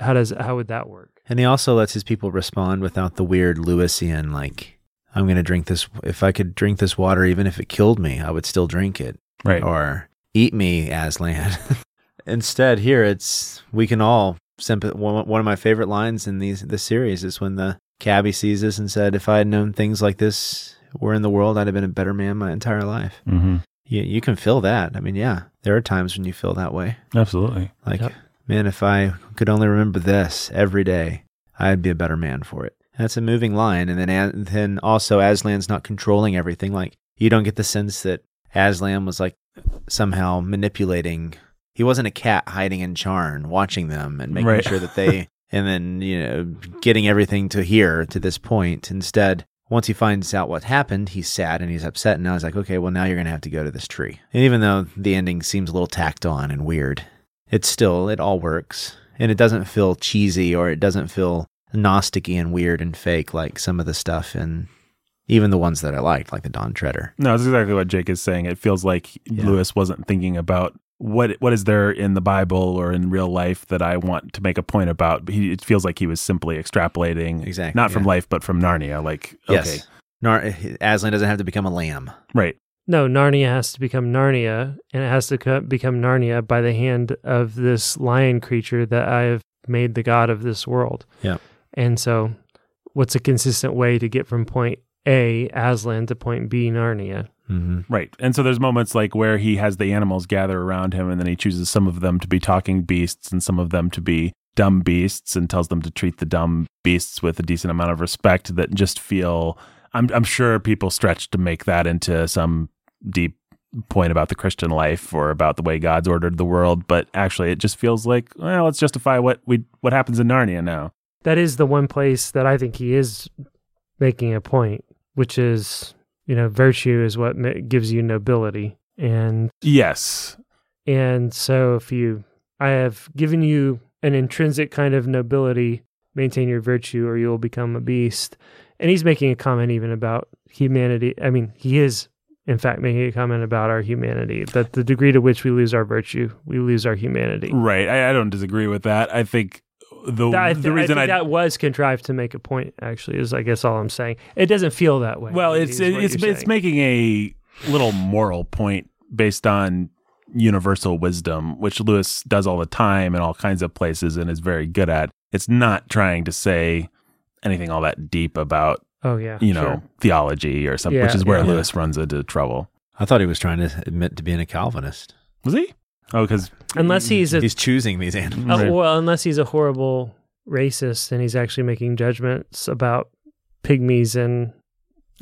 C: how does how would that work?
B: And he also lets his people respond without the weird Lewisian, like, I'm going to drink this. If I could drink this water, even if it killed me, I would still drink it.
A: right?
B: or eat me aslan *laughs* instead here it's we can all sympath- one, one of my favorite lines in these this series is when the cabbie sees us and said if i had known things like this were in the world i'd have been a better man my entire life
A: hmm
B: you, you can feel that i mean yeah there are times when you feel that way
A: Absolutely.
B: like
C: Yep.
B: man if i could only remember this every day i'd be a better man for it that's a moving line and then and then also aslan's not controlling everything like you don't get the sense that aslan was like somehow manipulating he wasn't a cat hiding in charn watching them and making
A: Right.
B: sure
A: *laughs*
B: that they and then you know getting everything to here to this point instead once he finds out what happened he's sad and he's upset and now he's like okay well now you're going to have to go to this tree and even though the ending seems a little tacked on and weird it's still it all works and it doesn't feel cheesy or it doesn't feel gnosticy and weird and fake like some of the stuff in even the ones that I liked, like the Don Treader.
A: No, that's exactly what Jake is saying. It feels like
B: Yeah.
A: Lewis wasn't thinking about what what is there in the Bible or in real life that I want to make a point about. He, it feels like he was simply extrapolating,
B: Exactly,
A: not from
B: yeah.
A: life, but from Narnia. Like, okay,
B: Yes. Nar- Aslan doesn't have to become a lamb.
A: right,
C: No, Narnia has to become Narnia, and it has to co- become Narnia by the hand of this lion creature that I have made the god of this world.
B: Yeah.
C: And so, what's a consistent way to get from point A, Aslan, to point B, Narnia?
B: Mm-hmm.
A: right. And so there's moments like where he has the animals gather around him, and then he chooses some of them to be talking beasts and some of them to be dumb beasts, and tells them to treat the dumb beasts with a decent amount of respect. That just feel. I'm I'm sure people stretch to make that into some deep point about the Christian life or about the way God's ordered the world, but actually it just feels like, well, let's justify what we what happens in Narnia now.
C: That is the one place that I think he is making a point, which is, you know, virtue is what ma- gives you nobility. And
A: Yes.
C: And so if you I have given you an intrinsic kind of nobility, maintain your virtue or you will become a beast. And he's making a comment even about humanity. I mean, he is in fact making a comment about our humanity, that the degree to which we lose our virtue, we lose our humanity.
A: Right. I, I don't disagree with that. I think the
C: That- I th-
A: the reason
C: I,
A: I,
C: think that was contrived to make a point. Actually, is I guess all I'm saying. It doesn't feel that way.
A: well, it's
C: is what
A: it's
C: you're
A: it's
C: saying.
A: making a little moral point based on universal wisdom, which Lewis does all the time in all kinds of places and is very good at. It's not trying to say anything all that deep about
C: oh yeah,
A: you
C: sure.
A: know theology or something,
C: Yeah,
A: which is where
B: yeah.
A: Lewis runs into trouble.
B: I thought he was trying to admit to being a Calvinist.
A: Was he? Oh, because
C: unless he's a
B: He's choosing these animals.
C: Uh,
A: Oh,
C: well, unless he's a horrible racist and he's actually making judgments about pygmies in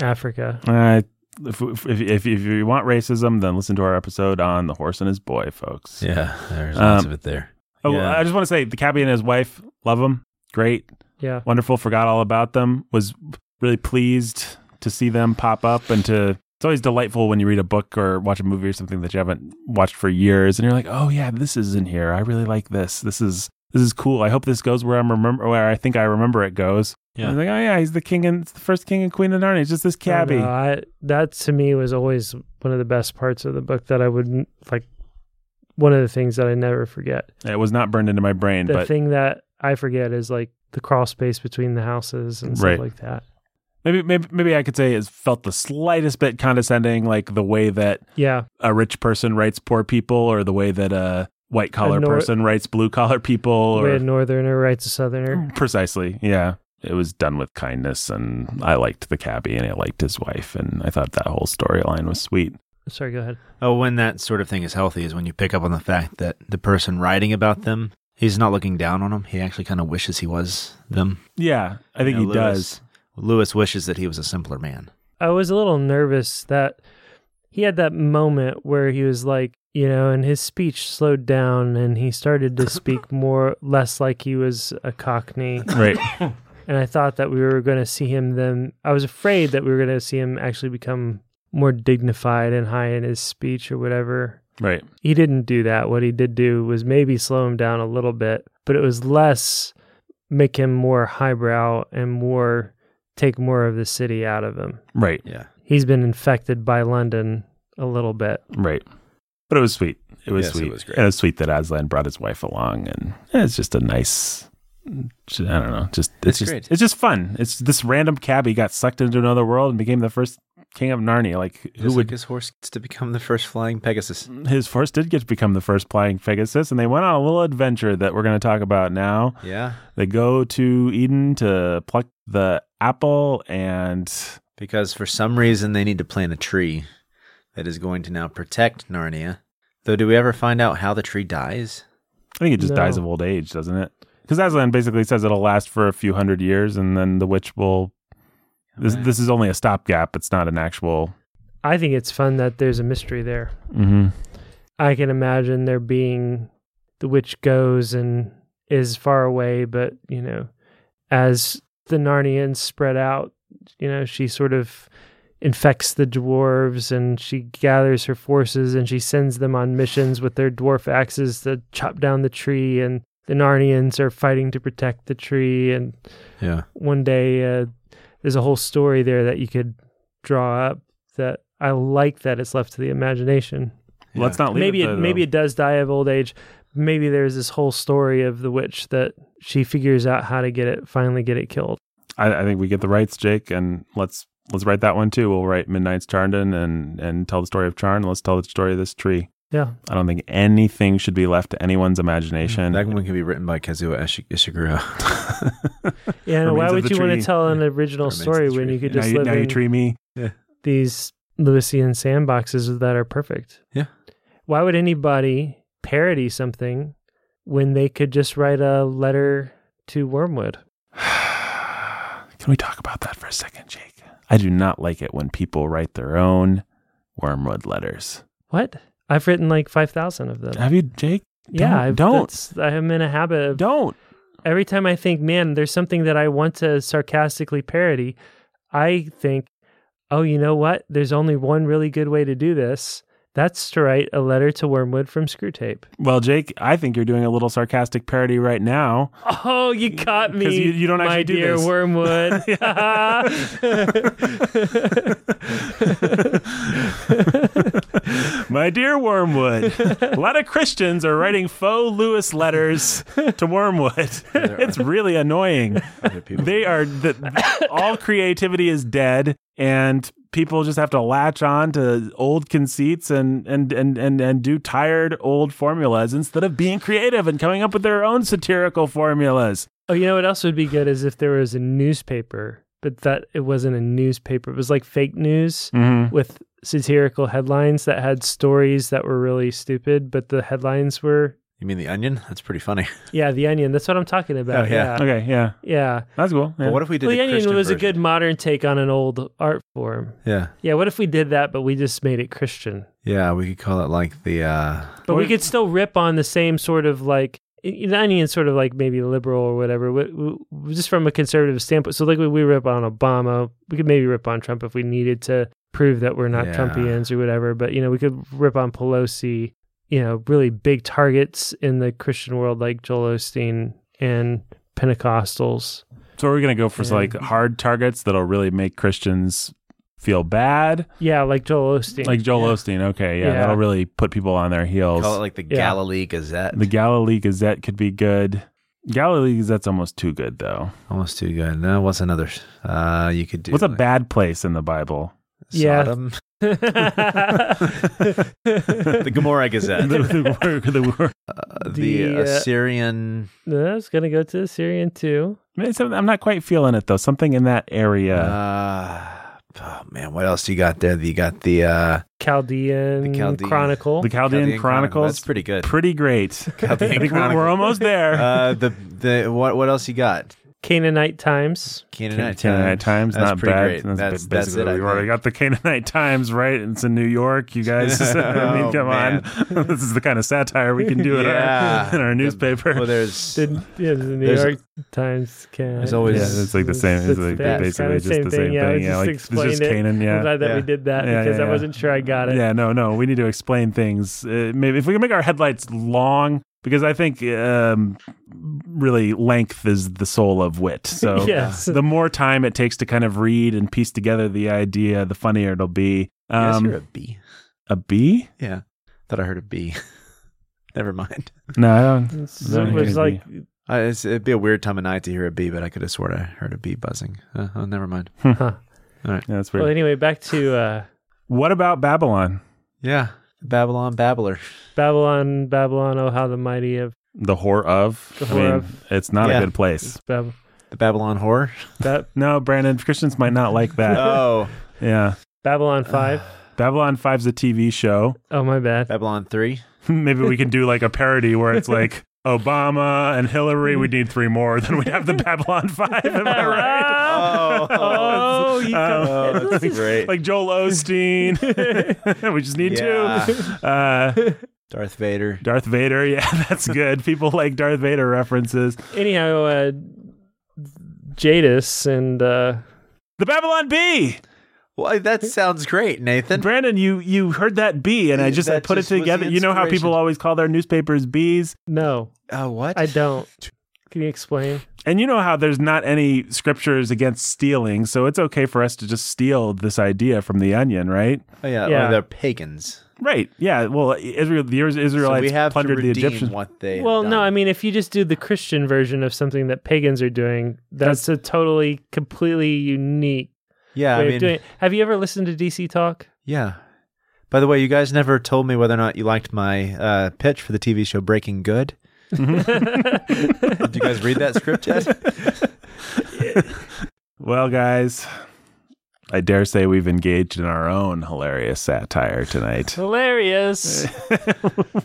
C: Africa.
A: Uh, if, if, if, if you want racism, then listen to our episode on the horse and his boy, folks.
B: *laughs* Yeah, there's
A: Um,
B: lots of it there.
A: Oh,
B: Yeah.
A: I just want to say the cabbie and his wife love him. Great,
C: Yeah.
A: wonderful. Forgot all about them. Was really pleased to see them pop up and to. It's always delightful when you read a book or watch a movie or something that you haven't watched for years, and you're like, "Oh yeah, this is in here. I really like this. This is this is cool. I hope this goes where I'm remember where I think I remember it goes."
B: Yeah.
A: Yeah. like, "Oh yeah, he's the king and it's the first king and queen of Narnia. It's just this cabbie."
C: No, I- that to me was always one of the best parts of the book that I wouldn't like. One of the things that I never forget.
A: It was not burned into my brain,
C: The
A: but
C: thing that I forget is like the crawl space between the houses and stuff
A: Right.
C: like that.
A: maybe, maybe maybe I could say it felt the slightest bit condescending, like the way that
C: Yeah.
A: a rich person writes poor people, or the way that a white collar
C: A nor-
A: person writes blue collar people,
C: The way a
A: or
C: northerner writes a
A: Mm.
C: southerner.
A: precisely, yeah. It was done with kindness, and I liked the cabbie, and I liked his wife, and I thought that whole storyline was sweet.
C: Sorry, go ahead.
B: Oh, when that sort of thing is healthy is when you pick up on the fact that the person writing about them, he's not looking down on them. He actually kind of wishes he was them.
A: Yeah, I think
B: You
A: he
B: know,
A: does.
B: Lewis- Lewis wishes that he was a simpler man.
C: I was a little nervous that he had that moment where he was like, you know, and his speech slowed down and he started to speak more less like he was a cockney.
A: Right.
C: And I thought that we were going to see him then I was afraid that we were going to see him actually become more dignified and high in his speech or whatever.
A: right.
C: He didn't do that. What he did do was maybe slow him down a little bit, but it was less make him more highbrow and more take more of the city out of him
A: Right.
B: Yeah.
C: he's been infected by London a little bit.
A: Right. But it was sweet. It was
B: Yes, it
A: sweet.
B: was great.
A: And was sweet that Aslan brought his wife along, and it's just a nice. I don't know. Just it's,
B: It's
A: just
B: great.
A: it's just fun. It's this random cabbie got sucked into another world and became the first king of Narnia. Like who
B: Who
A: would
B: would his horse gets to become the first flying Pegasus?
A: his force did get to become the first flying Pegasus, and they went on a little adventure that we're going to talk about now.
B: Yeah,
A: They go to Eden to pluck the apple, and
B: because for some reason they need to plant a tree that is going to now protect Narnia. Though, do we ever find out how the tree dies?
A: I think it just
C: No.
A: dies of old age, doesn't it? Because Aslan basically says it'll last for a few hundred years, and then the witch will. This,
B: Okay.
A: this is only a stopgap. It's not an actual.
C: I think it's fun that there's a mystery there.
A: Mm-hmm.
C: I can imagine there being the witch goes and is far away, but you know, as the Narnians spread out, you know, she sort of infects the dwarves and she gathers her forces and she sends them on missions with their dwarf axes to chop down the tree and the Narnians are fighting to protect the tree and
B: Yeah,
C: one day uh, there's a whole story there that you could draw up that I like that it's left to the imagination.
A: Let's not leave
C: maybe
A: it,
C: it,
A: there,
C: maybe
A: though.
C: it does die of old age. Maybe there's this whole story of the witch that she figures out how to get it finally get it killed.
A: I, I think we get the rights, Jake, and let's let's write that one too. We'll write Midnight's Charndon and and tell the story of Charn. Let's tell the story of this tree.
C: Yeah.
A: I don't think anything should be left to anyone's imagination. *laughs*
B: That one can be written by Kazuo Ishi- Ishiguro. *laughs*
C: Yeah, and
A: Remains
C: why
A: of
C: would
A: the
C: you want
A: tree.
C: to tell an original
B: Remains of
C: story
B: the
C: when
B: tree.
C: you could
A: now
C: just
A: you,
C: live
A: now you
C: in
A: tree me.
C: these Lewisian sandboxes that are perfect?
B: Yeah.
C: Why would anybody parody something when they could just write a letter to Wormwood?
A: Can we talk about that for a second, Jake? I do not like it when people write their own wormwood letters.
C: What? I've written like 5,000 of them.
A: Have you, Jake?
C: yeah,
A: don't-
C: I've,
A: don't.
C: that's- I'm in a habit of
A: Don't.
C: every time I think, man, there's something that I want to sarcastically parody, I think, oh, you know what? There's only one really good way to do this. That's to write a letter to Wormwood from Screwtape.
A: Well, Jake, I think you're doing a little sarcastic parody right now.
C: Oh, you caught me.
A: 'Cause you- you don't
C: my
A: actually do
C: dear
A: this.
C: *laughs* Wormwood.
A: My dear Wormwood, a lot of Christians are writing faux Lewis letters to
B: *laughs*
A: Wormwood. it's really annoying.
B: Other people.
A: They are the, all creativity is dead, and people just have to latch on to old conceits and and and and and do tired old formulas instead of being creative and coming up with their own satirical formulas.
C: oh, you know what else would be good is if there was a newspaper, but that it wasn't a newspaper. It was like fake news.
A: Mm-hmm.
C: with satirical headlines that had stories that were really stupid, but the headlines were
B: You mean the onion? That's pretty funny.
C: yeah, the Onion. That's what I'm talking about.
B: Oh, yeah.
C: yeah,
A: Okay, yeah,
C: yeah.
A: that's cool. yeah.
B: But what if we did
C: Well, the
B: a
C: Onion
B: Christian
C: was a
B: version?
C: good modern take on an old art form.
B: Yeah,
C: Yeah, what if we did that, but we just made it Christian?
B: yeah. We could call it like the uh,
C: But
A: Or-
C: we could still rip on the same sort of like i- the Onion's sort of like maybe liberal or whatever, w- w- just from a conservative standpoint. So like we- we rip on Obama, we could maybe rip on Trump if we needed to prove that we're not
B: Yeah.
C: Trumpians or whatever. But you know, we could rip on Pelosi. You know, really big targets in the Christian world like Joel Osteen and Pentecostals.
A: So we're gonna go for
C: Yeah.
A: like hard targets that'll really make Christians feel bad,
C: Yeah, like Joel Osteen. *laughs*
A: like Joel Osteen. Okay, yeah,
C: Yeah.
A: that'll really put people on their heels.
B: call it like the
C: Yeah.
B: Galilee Gazette.
A: the Galilee Gazette could be good. Galilee Gazette's almost too good though.
B: Almost too good. No, what's another? Uh, you could do.
A: What's a
B: like
A: bad place in the Bible?
C: Yeah.
B: Sodom?
A: *laughs*
C: That's
B: *laughs* the Gomorrah
A: *laughs*
B: Gazette.
A: the, the, word- *laughs* the word.
B: Uh, *laughs* the,
C: The, uh,
B: Assyrian.
C: gonna go to Syrian too.
A: It's- I'm not quite feeling it though. Something in that area.
B: Uh, oh man, what else you got there? You got the uh,
C: Chaldean,
B: The Chaldean-
C: Chronicle.
A: the Chaldean, Chronicles,
B: That's
A: *laughs*
B: pretty good.
A: pretty great. I think we're, we're almost there.
B: uh, the the what what else you got?
C: Canaanite Times.
B: Canaanite,
A: Canaanite Times,
B: That's
A: not
B: pretty
A: bad.
B: Great. That's,
A: ba-
B: that's
A: basically
B: it. I
A: we already
B: think.
A: got the Canaanite Times right. It's in New York, you guys. *laughs*
B: *laughs*
A: I mean,
B: Oh,
A: come on, *laughs* this is the kind of satire we can do in,
B: Yeah.
A: our, *laughs* in our newspaper. *laughs*
B: Well, there's
C: The, yeah, the New
B: There's-
C: York Times. Can,
B: there's always-
A: yeah, it's like the same. It's, like basically just the same thing.
C: Yeah, I
A: yeah,
C: just
A: like it's
C: explained
A: just
C: it.
A: Canaan. Yeah,
C: I'm glad that
B: Yeah.
C: we did that
A: Yeah,
C: because
A: yeah,
C: I
A: yeah.
C: wasn't sure I got it.
A: Yeah, no, no. We need to explain things. Uh, maybe if we can make our headlights long, because I think um, really length is the soul of wit.
B: *laughs*
C: *laughs*
A: So
C: Yes.
A: the more time it takes to kind of read and piece together the idea, the funnier it'll be.
B: yes,
A: Um,
B: you're a bee.
A: a bee?
B: Yeah, thought I heard a bee. *laughs* Never mind.
A: No, I don't.
C: So
A: Not
C: it was
A: gonna be.
C: like
B: Uh, it's, it'd be a weird time of night to hear a bee, but I could have sworn I heard a bee buzzing. Uh, oh, never mind.
A: Yeah, that's weird.
C: well. Anyway, back to uh,
A: what about Babylon?
B: Yeah, Babylon babbler.
C: Babylon. Babylon. Oh, how the mighty of
A: The whore of.
C: The
A: I
C: whore
A: mean,
C: of.
A: it's not
B: Yeah.
A: a good place.
C: Bab-
B: The Babylon
A: *laughs*
B: whore.
C: Ba-
A: No, Brandon, Christians might not like
C: *laughs*
A: that.
B: oh,
A: yeah.
C: Babylon
A: Ah.
C: Five.
A: Babylon 5's a TV show. *laughs*
C: Oh my bad.
B: Babylon three.
A: Maybe we can do like a parody where it's like Obama and Hillary. We need three more. Then we have the Babylon Five. Am
C: *laughs*
A: I right?
B: Oh,
C: Oh, you
A: Um, *laughs*
B: oh, that's great.
A: Like Joel
C: *laughs*
A: Osteen. *laughs* we just need two. Uh,
B: Darth Vader.
A: Darth Vader. *laughs* Yeah, that's good. People like Darth Vader references.
C: Anyhow, uh, Jadis and uh,
A: The Babylon Bee.
B: Well, that sounds great, Nathan.
A: Brandon, you you heard that bee, and I just I
B: That
A: put
B: just
A: it
B: was the
A: together. You know how
B: inspiration.
A: people always call their newspapers bees.
C: no,
B: Oh, Uh, what?
C: I don't. Can you explain?
A: And you know how there's not any scriptures against stealing, so it's okay for us to just steal this idea from the onion, right?
B: Oh yeah,
C: Yeah.
B: Or they're pagans.
A: Right. Yeah. Well, Israel, the
B: So
A: Israelites
B: we have to
A: plundered the
B: redeem
A: Egyptians.
B: what they. have
C: Well,
B: done.
C: no, I mean, if you just do the Christian version of something that pagans are doing, that's, a totally, completely unique
B: yeah,
C: way
B: I
C: of
B: mean,
C: doing it. Have you ever listened to DC Talk?
B: yeah. By the way, you guys never told me whether or not you liked my uh, pitch for the TV show Breaking Good.
A: Mm-hmm.
C: *laughs*
B: Did you guys read that script
A: *laughs*
B: yet?
A: Well, guys, I dare say we've engaged in our own hilarious satire tonight.
B: *laughs*
C: Hilarious.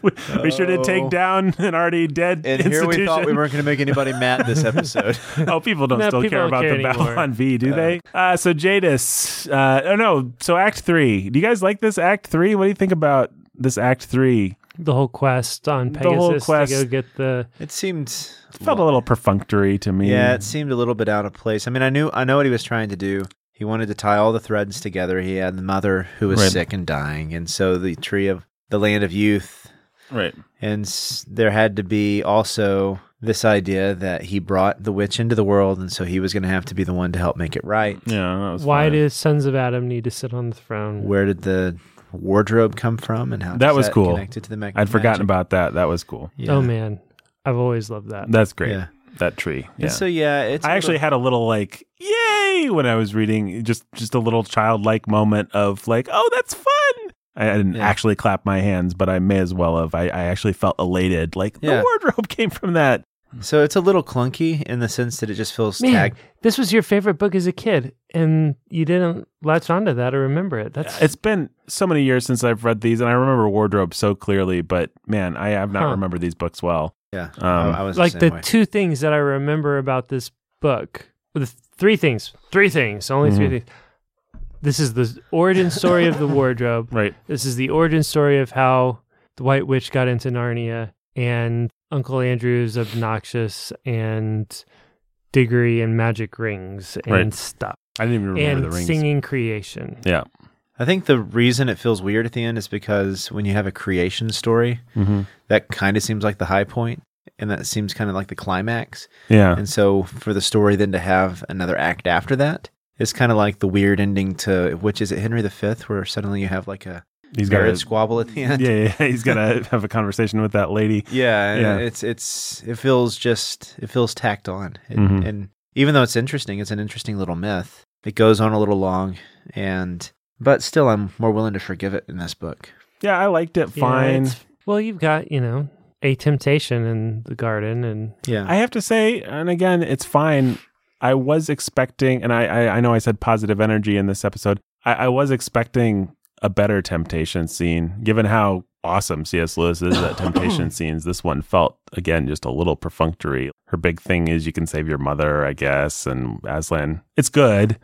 A: we, *laughs* we sure did take
B: Oh.
A: down an already dead
B: And here
A: institution.
B: we thought we weren't going to make anybody mad this episode.
A: *laughs* oh, people don't
C: No,
A: still
C: people
A: care
C: don't
A: about
C: care
A: the
C: anymore.
A: Babylon V, do they? Uh, so Jadis, uh, oh no, so Act Three. Do you guys like this Act Three? What do you think about this Act Three?
C: the whole quest on
A: The whole
C: Pegasus
A: quest.
C: to go get the.
B: It seemed
A: It felt a little perfunctory to me.
B: Yeah, it seemed a little bit out of place. I mean, I knew I know what he was trying to do. He wanted to tie all the threads together. He had the mother who was
A: Right.
B: sick and dying, and so the tree of the land of youth,
A: right.
B: and s- there had to be also this idea that he brought the witch into the world, and so he was going to have to be the one to help make it right.
A: Yeah. That was
C: Why
A: fine.
C: do sons of Adam need to sit on the throne?
B: Where did the wardrobe come from, and how
A: That
B: does
A: was cool.
B: Connected to the mech-
A: I'd forgotten
B: magic?
A: about that. That was cool.
B: Yeah.
C: Oh man, I've always loved that.
A: That's great.
B: Yeah.
A: That tree. Yeah.
B: And so yeah, it's a
A: I actually
B: little-
A: had a little like yay when I was reading, just just a little childlike moment of like, oh, that's fun. I I didn't
B: Yeah.
A: actually clap my hands, but I may as well have. I, I actually felt elated, like
B: Yeah.
A: the wardrobe *laughs* came from that.
B: so it's a little clunky in the sense that it just feels
C: Man,
B: tag
C: this was your favorite book as a kid, and you didn't latch onto that or remember it. That's
A: It's been so many years since I've read these, and I remember wardrobe so clearly. But man, I have not
C: Huh.
A: remembered these books well.
B: Yeah,
A: Um,
B: I, I was
C: like
B: the,
C: the
B: same way.
C: two things that I remember about this book. The th- three things, three things, only three
A: Mhm.
C: things. This is the origin story of
A: *laughs*
C: the wardrobe.
A: Right?
C: This is the origin story of how the White Witch got into Narnia, and Uncle Andrew's obnoxious, and Diggory and magic rings and
A: Right.
C: stuff,
A: I didn't even remember
C: and
A: the rings.
C: singing creation.
A: Yeah.
B: I think the reason it feels weird at the end is because when you have a creation story,
A: Mm-hmm.
B: that kind of seems like the high point, and that seems kind of like the climax.
A: Yeah.
B: And so for the story then to have another act after that is kind of like the weird ending to which is it Henry V, where suddenly you have like a
A: He's got *laughs*
B: marriage
A: a
B: squabble at the end.
A: yeah, yeah, yeah. He's gonna have a conversation with that lady.
B: Yeah, and
A: Yeah.
B: it's it's it feels just it feels tacked on, and,
A: Mhm.
B: and even though it's interesting, it's an interesting little myth. It goes on a little long, and but still, I'm more willing to forgive it in this book.
A: Yeah, I liked it
C: Yeah,
A: fine.
C: it's- well, you've got you know a temptation in the garden, and
B: Yeah,
A: I have to say, and again, it's fine. I was expecting, and I, I, I know I said positive energy in this episode. I, I was expecting a better temptation scene, given how awesome C.S. Lewis is at temptation scenes. This one felt, again, just a little perfunctory. Her big thing is you can save your mother, I guess, and Aslan. It's good.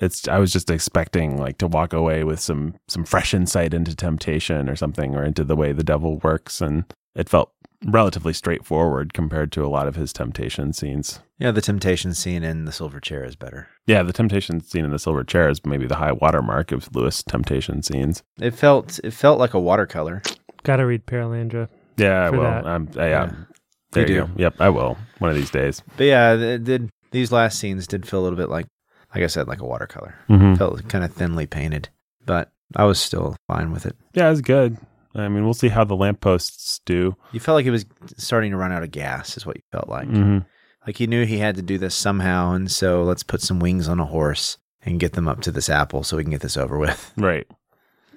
A: It's. I was just expecting like to walk away with some some fresh insight into temptation or something, or into the way the devil works, and it felt relatively straightforward compared to a lot of his temptation scenes.
B: yeah. The temptation scene in the silver chair is better.
A: Yeah, the temptation scene in the silver chair is maybe the high watermark of Lewis temptation scenes.
B: It felt it felt like a watercolor.
C: got to read Paralandra.
A: Yeah, I
C: For
A: will.
C: that.
A: I'm, I,
B: Yeah.
A: um, there
B: You
A: you,
B: do.
A: go. Yep, I will one of these days.
B: But yeah, it did, these last scenes did feel a little bit like, like I said, like a watercolor.
A: Mm-hmm.
B: Felt kind of thinly painted, but I was still fine with it.
A: Yeah, it's good. I mean, we'll see how the lampposts do.
B: You felt like he was starting to run out of gas, is what you felt like.
A: hmm
C: Mm-hmm.
B: Like he knew he had to do this somehow, and so let's put some wings on a horse and get them up to this apple so we can get this over with. *laughs*
A: Right.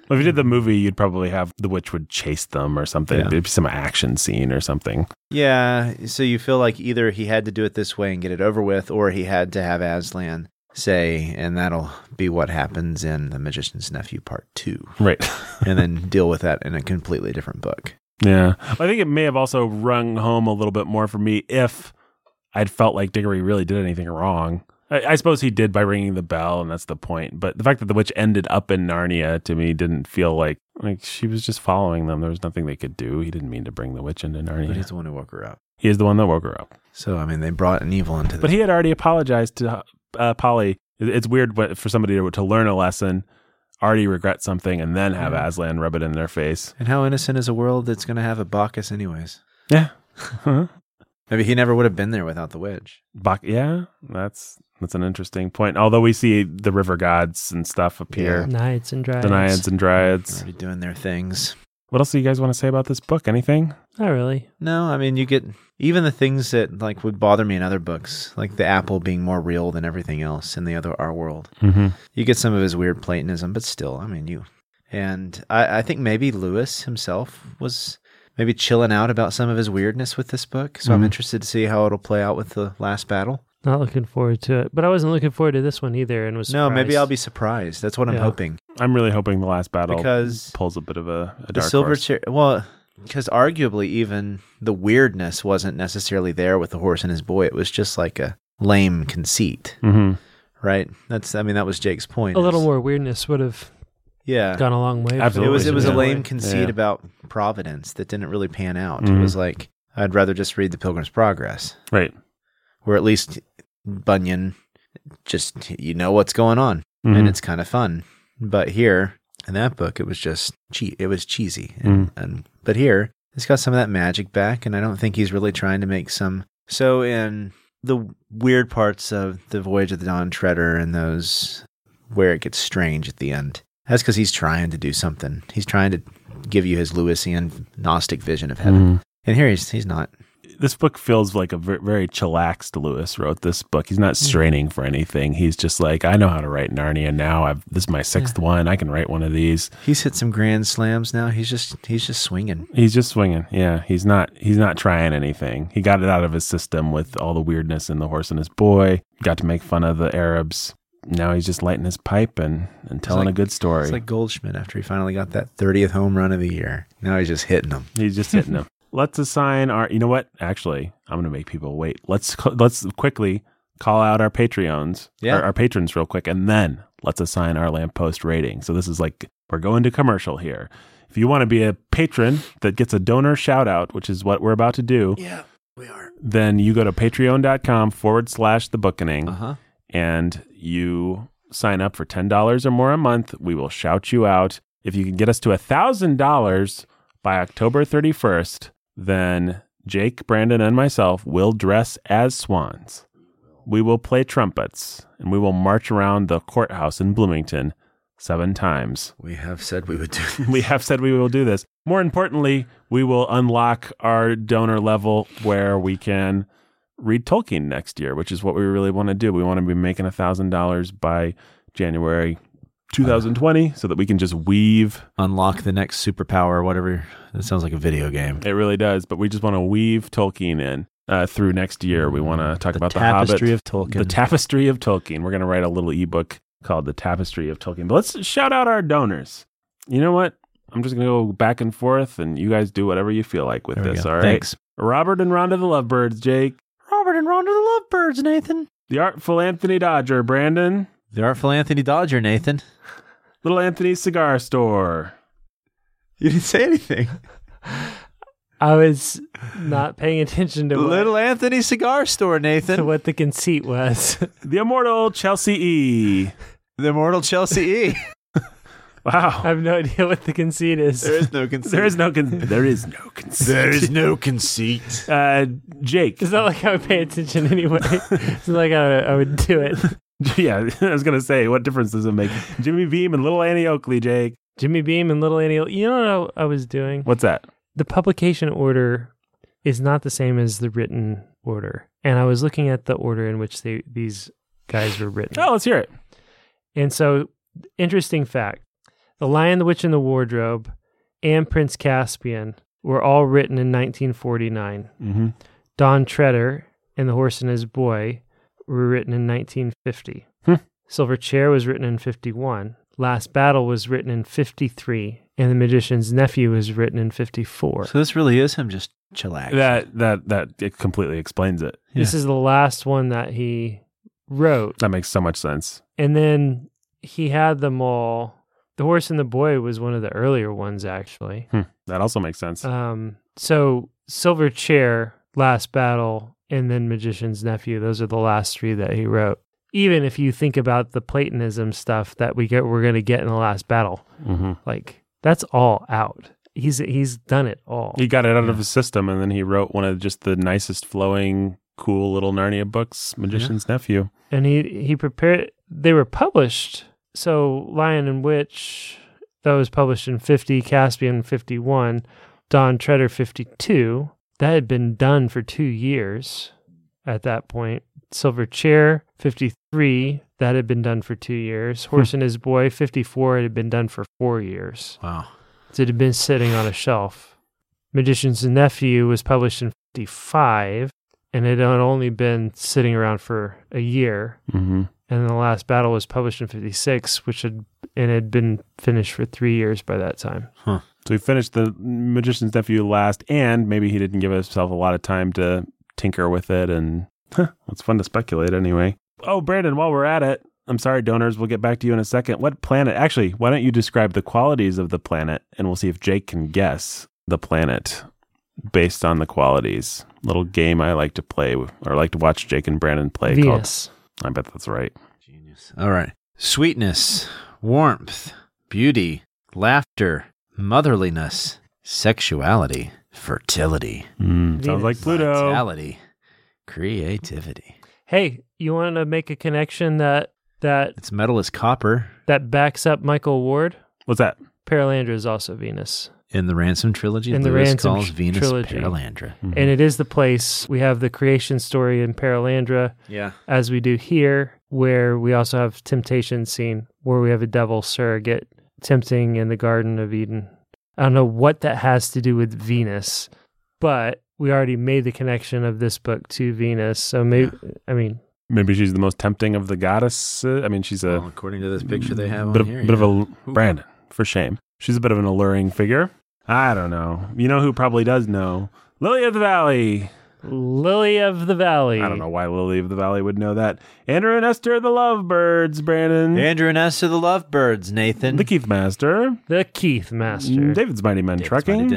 A: Well, if you did the movie, you'd probably have the witch would chase them or something.
B: Yeah.
A: It'd be some action scene or something.
B: Yeah, so you feel like either he had to do it this way and get it over with, or he had to have Aslan say, and that'll be what happens in The Magician's Nephew Part 2,
A: *laughs* Right.
B: and then deal with that in a completely different book.
A: Yeah. I think it may have also rung home a little bit more for me if I'd felt like Diggory really did anything wrong. I, I suppose he did by ringing the bell, and that's the point. But the fact that the witch ended up in Narnia to me didn't feel like like she was just following them. There was nothing they could do. He didn't mean to bring the witch into
B: But he's
A: Narnia.
B: the one who woke her up.
A: He is the one that woke her up.
B: So, I mean, they brought an evil into
A: But
B: this.
A: he had already apologized to uh, Polly. It- It's weird what- for somebody to, to learn a lesson, already regret something, and then have
B: Yeah.
A: Aslan rub it in their face.
B: And how innocent is a world that's going to have a Bacchus, anyways?
A: Yeah. Huh?
B: Maybe he never would have been there without the witch.
A: Bak- yeah, that's that's an interesting point. Although we see the river gods and stuff appear,
C: Nights and dryads.
A: the naiads and dryads.
B: Already doing their things.
A: What else do you guys want to say about this book? Anything?
C: Not really.
B: No, I mean you get even the things that like would bother me in other books, like the apple being more real than everything else in the other our world.
A: Mm-hmm.
B: You get some of his weird Platonism, but still, I mean you. And I, I think maybe Lewis himself was maybe chilling out about some of his weirdness with this book. So I'm
A: Mhm.
B: interested to see how it'll play out with the last battle.
C: Not looking forward to it. But I wasn't looking forward to this one either and was
B: No, maybe
C: surprised.
B: I'll be surprised. That's what I'm
C: Yeah.
B: hoping
A: I'm really hoping the last battle
B: because
A: pulls a bit of a, a dark
B: the silver
A: horse.
B: chair. Well, because arguably even the weirdness wasn't necessarily there with the horse and his boy. It was just like a lame conceit,
A: hmm
B: right? That's I mean that was Jake's point.
C: a little
B: is-
C: more weirdness would have
B: yeah.
C: gone a long way. Mm-hmm. for
A: Absolutely.
B: It was it was a
A: Yeah.
B: lame conceit
A: Yeah.
B: about providence that didn't really pan out. It
A: Mhm.
B: was like I'd rather just read the Pilgrim's Progress,
A: Right.
B: where at least Bunyan just you know what's going on
A: Mhm.
C: Mm-hmm.
B: and it's kind of fun. But here in that book, it was just che- it was cheesy, and, and but here it's got some of that magic back, and I don't think he's really trying to make some. So in the weird parts of the Voyage of the Dawn Treader and those where it gets strange at the end, that's because he's trying to do something. He's trying to give you his Lewisian Gnostic vision of heaven,
A: Mhm.
B: and here he's he's not.
A: This book feels like a ver- very chillaxed Lewis wrote this book. He's
B: Mm.
A: not straining for anything. He's just like, I know how to write Narnia now. I've this is my sixth one. I can write one of these.
B: He's hit some grand slams now. He's just he's just swinging.
A: He's just swinging. Yeah, he's not. He's not trying anything. He got it out of his system with all the weirdness in the horse and his boy. Got to make fun of the Arabs. Now he's just lighting his pipe and and telling
B: like-
A: a good story.
B: It's like Goldschmidt after he finally got that 30th home run of the year. Now he's just hitting them.
A: He's just hitting
B: *laughs*
A: them. Let's assign our. You know what? Actually, I'm gonna make people wait. Let's co- let's quickly call out our Patreons,
B: Yeah.
A: our, our patrons, real quick, and then let's assign our lamppost rating. So this is like we're going to commercial here. If you want to be a patron that gets a donor shout out, which is what we're about to do,
B: Yeah, we are.
A: then you go to patreon.com forward slash the bookening
B: Uh huh.
A: and you sign up for $10 or more a month, we will shout you out. If you can get us to $1,000 by October 31st, then Jake, Brandon, and myself will dress as swans. We will play trumpets and we will march around the courthouse in Bloomington seven times.
B: We have said we would do.
A: *laughs*
B: This.
A: We have said we will do this. More importantly, we will unlock our donor level where we can read Tolkien next year, which is what we really want to do. We want to be making thousand dollars by January 2020, so that we can just weave.
B: unlock the next superpower or whatever. That sounds like a video game.
A: It really does, but we just want to weave Tolkien in uh, through next year. We want to talk about the Hobbit.
B: tapestry of Tolkien.
A: The Tapestry of Tolkien. We're going to write a little ebook called The Tapestry of Tolkien. But let's shout out our donors. You know what? I'm just going to go back and forth, and you guys do whatever you feel like with
B: There we
A: this.
B: go.
A: All right.
B: Thanks,
A: Robert and Rhonda the Lovebirds, Jake,
B: Robert and Rhonda the Lovebirds, Nathan.
A: the Artful Anthony Dodger, Brandon,
B: The artful Anthony Dodger, Nathan.
A: Little Anthony's Cigar Store.
B: You didn't say anything.
C: I was not paying attention to what,
B: Little Anthony Cigar Store,
C: to
B: Nathan.
C: what the conceit was. *laughs*
A: The immortal Chelsea E.
B: The immortal Chelsea E.
C: I
A: Wow.
C: have no idea what the conceit is.
B: *laughs* there is no
A: *laughs*
B: conceit.
A: There is no con- there is no conceit.
B: There is no conceit.
A: *laughs* Uh, Jake.
C: it's not like I would pay attention
B: *laughs*
C: anyway. it's not like I, I would do it.
A: *laughs* Yeah, *laughs* I was gonna say, what difference does it make? Jimmy Beam and Little Annie Oakley, Jake.
C: Jimmy Beam and Little Annie. You know what I, I was doing?
A: What's that?
C: The publication order is not the same as the written order, and I was looking at the order in which they these guys were written.
A: Oh, let's hear it.
C: And so, interesting fact The Lion, the Witch, and the Wardrobe and Prince Caspian were all written in 1949.
A: Mm-hmm.
C: Don Treader and The Horse and His Boy were written in 1950.
A: Hmm.
C: Silver Chair was written in 51. Last Battle was written in 53. And The Magician's Nephew was written in 54.
B: So this really is him just chillax.
A: That that that it completely explains it.
C: This is the last one that he wrote.
A: That makes so much sense.
C: And then he had them all. The Horse and the Boy was one of the earlier ones, actually.
A: Hmm. That also makes sense.
C: Um, so Silver Chair, Last Battle, and then Magician's Nephew. Those are the last three that he wrote. Even if you think about the Platonism stuff that we get, we're going to get in the Last Battle,
A: mm-hmm.
C: like that's all out. he's he's done it all.
A: He got it out of his system, and then he wrote one of just the nicest flowing, cool little Narnia books, Magician's Nephew.
C: and he he prepared they were published so lion and witch that was published in 50 caspian 51 don treader 52 that had been done for two years at that point silver chair 53 that had been done for two years horse and his boy 54 it had been done for four years
B: Wow.
C: so it had been sitting on a shelf magician's nephew was published in 55 and it had only been sitting around for a year
A: Mm-hmm.
C: and then the last battle was published in 56 which had and had been finished for three years by that time
A: So he finished the Magician's Nephew last, and maybe he didn't give himself a lot of time to tinker with it. And huh, it's fun to speculate anyway. Oh, Brandon, while we're at it, I'm sorry, donors. We'll get back to you in a second. What planet? Actually, why don't you describe the qualities of the planet, and we'll see if Jake can guess the planet based on the qualities. Little game I like to play, or like to watch Jake and Brandon play.
C: venus
A: Called, I bet that's right.
B: Genius. All right. Sweetness, warmth, beauty, laughter, motherliness, sexuality, fertility,
A: Mm, sounds
C: Venus.
A: like Pluto.
B: vitality, creativity.
C: hey you want to make a connection that that
B: Its metal is copper.
C: that backs up michael ward
A: What's that?
C: paralandra is also venus
B: In the Ransom trilogy,
C: In the
B: Lewis
C: Ransom
B: calls
C: tr-
B: Venus
C: trilogy.
B: Paralandra.
A: Hmm. Mm-hmm.
C: and it is the place we have the creation story in paralandra
B: Yeah.
C: as we do here where we also have temptation scene where we have a devil surrogate tempting in the garden of eden i don't know what that has to do with venus but we already made the connection of this book to venus so maybe i mean
A: Maybe she's the most tempting of the goddess. I mean, she's a
B: Well, according to this picture they have
A: bit
B: on
A: of,
B: here.
A: bit of
B: yeah.
A: a Brandon for shame. She's a bit of an alluring figure. I don't know. You know who probably does know? Lily of the Valley.
C: lily of the valley
A: I don't know why Lily of the Valley would know that. Andrew and Esther, the Lovebirds. Brandon,
B: Andrew and Esther, the Lovebirds, Nathan.
A: the Keith Master, Mm,
C: the keith master
A: David's Mighty Men
B: David's
A: Trucking,
B: Mighty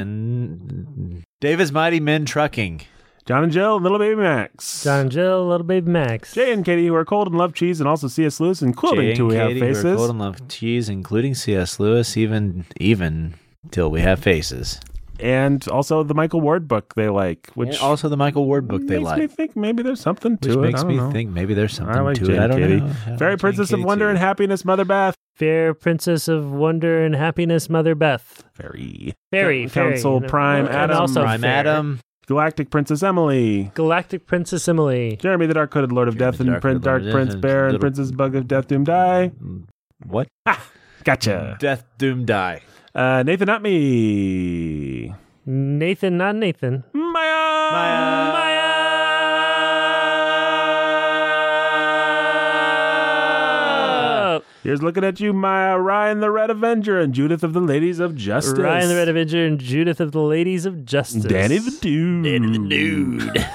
B: Den- David's Mighty Men Trucking.
A: John and Jill, Little Baby Max,
C: john and jill little baby max
A: Jay and Katie, who are cold and love cheese, and also C.S. Lewis and quilting
B: Jay
A: till
B: and
A: we have
B: Katie, who are
A: faces.
B: cold and love cheese, including C.S. Lewis, even even till we have faces.
A: and also the Michael Ward book they like, which
B: Which also the Michael Ward book they
A: makes me
B: like,
A: think maybe there's something to
B: which
A: it. I
B: makes
A: don't
B: me
A: know.
B: think maybe there's something
A: I like
B: to
A: Jane
B: it. I don't
A: Katie.
B: know. I like
A: Fairy
B: Jane
A: Princess of
B: Katie,
A: Wonder
B: too.
A: and Happiness, Mother Beth.
C: fair princess of wonder and happiness mother beth
A: Fairy.
C: fairy
A: Coun-
C: fairy,
A: Council
C: you know,
A: Prime
C: and
A: Adam.
C: also
B: Prime
C: fair.
B: Adam,
A: Galactic Princess Emily.
C: galactic princess emily
A: Jeremy the Dark Hooded Lord of
B: Jeremy
A: Death
B: the
A: and
B: Dark-Hooded
A: Prince
B: Lord
A: Dark
B: of Death
A: Prince
B: and
A: Bear and
B: Little-
A: Princess Bug of Death Doom Die.
B: what?
A: Gotcha.
B: Death, doom, die.
A: Uh, Nathan Not Me.
C: nathan not nathan
A: Maya.
B: Maya.
C: Up.
A: Here's looking at you, Maya. Ryan the Red Avenger and Judith of the Ladies of Justice.
C: Oh, Ryan the Red Avenger and Judith of the Ladies of Justice.
A: Danny the Dude. Danny the Dude.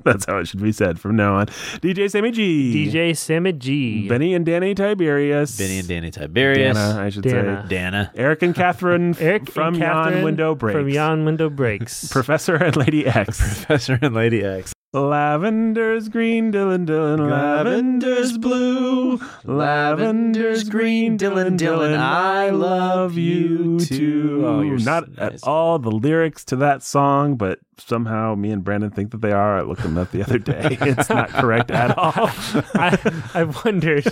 A: *laughs* That's how it should be said from now on. DJ Sammy G.
C: DJ Sammy G.
A: Benny and Danny Tiberius.
B: Benny and Danny Tiberius.
A: Dana, I should
C: Dana.
A: say.
B: Dana. *laughs*
A: Eric and Catherine
C: *laughs* Eric
A: from
C: and
A: Yon
C: Catherine
A: Window Breaks.
C: From Yon
A: *laughs*
C: Window Breaks.
A: Professor and Lady
B: *laughs*
A: X.
B: Professor and Lady X.
A: Lavender's green, Dylan, Dylan. Lavender's blue. Lavender's green, Dylan, Dylan. I love you too.
B: Oh, you're
A: Not
B: so *laughs*
A: at
B: nice.
A: all the lyrics to that song, but somehow me and Brandon think that they are. I looked them up the other day. *laughs* it's not correct *laughs* at all.
C: *laughs* I, I wondered.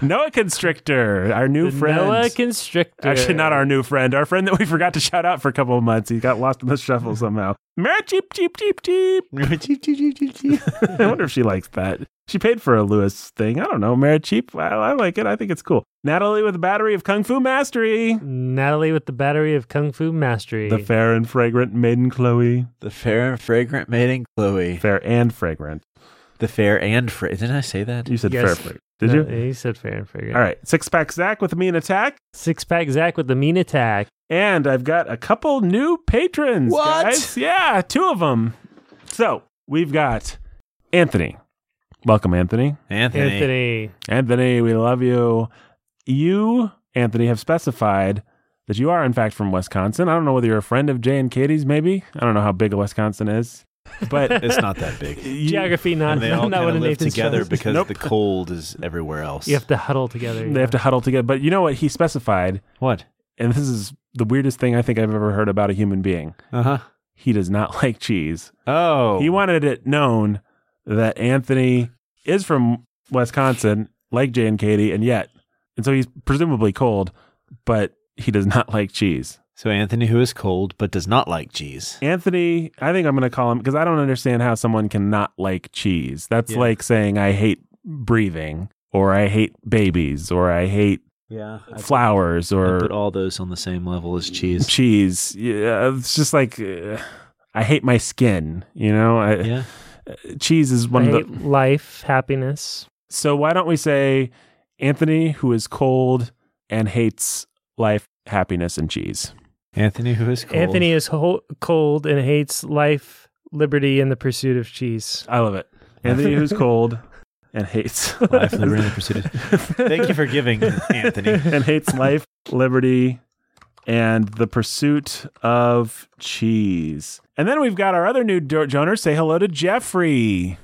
A: Noah Constrictor, our *laughs* new friend.
C: Noah Constrictor.
A: Actually, not our new friend. Our friend that we forgot to shout out for a couple of months. He got lost in the shuffle somehow. Mary Cheep Cheep Cheep *laughs* Cheep.
B: Cheep, cheep, cheep, cheep, cheep.
A: I wonder if she likes that. She paid for a Lewis thing. I don't know. Mary Cheep. I, I like it. I think it's cool. Natalie with a battery of Kung Fu Mastery.
C: Natalie with the battery of Kung Fu Mastery.
A: The fair and fragrant maiden Chloe.
B: the fair and fragrant maiden Chloe.
A: Fair and fragrant.
B: The fair and fra- didn't I say that?
A: You said
C: Yes. Uh,
A: fair fragrant. Did you?
C: No, He said fair and fair.
A: All right. Six pack Zach with me and attack.
C: Six pack Zach with the mean attack.
A: And I've got a couple new patrons.
B: What?
A: Guys. Yeah, two of them. So we've got Anthony. Welcome, Anthony.
B: Anthony.
C: Anthony.
A: Anthony, we love you. You, Anthony, have specified that you are, in fact, from Wisconsin. I don't know whether you're a friend of Jay and Katie's, maybe. I don't know how big Wisconsin is, but
C: *laughs*
B: It's not that
A: *laughs*
B: big.
A: you-
C: Geography, not,
A: *laughs*
B: And they all
C: *laughs* not
B: kind
C: one
B: of
C: of
B: live
C: Nathan's
B: together
C: strengths.
B: because
A: Nope.
B: the cold is everywhere else.
C: you have to huddle together.
A: they have to huddle together. But you know what he specified
B: What?
A: and this is the weirdest thing I think I've ever heard about a human being.
B: Uh huh.
A: He does not *laughs* like cheese.
B: Oh,
A: Uh-huh. He wanted it known that Anthony is from Wisconsin, like Jay and Katie, and yet, and so he's presumably cold, but he does not like cheese.
B: so Anthony, who is cold but does not like cheese.
A: Anthony, I think I'm going to call him because I don't understand how someone can not like cheese. That's
B: Yeah.
A: like saying I hate breathing or I hate babies or I hate
B: Yeah,
A: flowers or
B: put all those on the same level as
A: *laughs*
B: cheese.
A: cheese. Yeah, it's just like uh, I hate my skin. You know, I,
B: Yeah,
A: cheese is one
C: I
A: of the.
C: hate life, happiness.
A: So why don't we say Anthony, who is cold and hates life, happiness, and cheese?
B: Anthony, who is cold.
C: Anthony is ho- cold and hates life, liberty, and the pursuit of cheese.
A: I love it. Anthony,
B: *laughs*
A: who's cold and hates
B: *laughs* Life, liberty, and the pursuit of- Thank you
A: *laughs*
B: for giving, Anthony.
A: and hates life, liberty, and the pursuit of cheese. And then we've got our other new do- donor. Say hello to Jeffrey.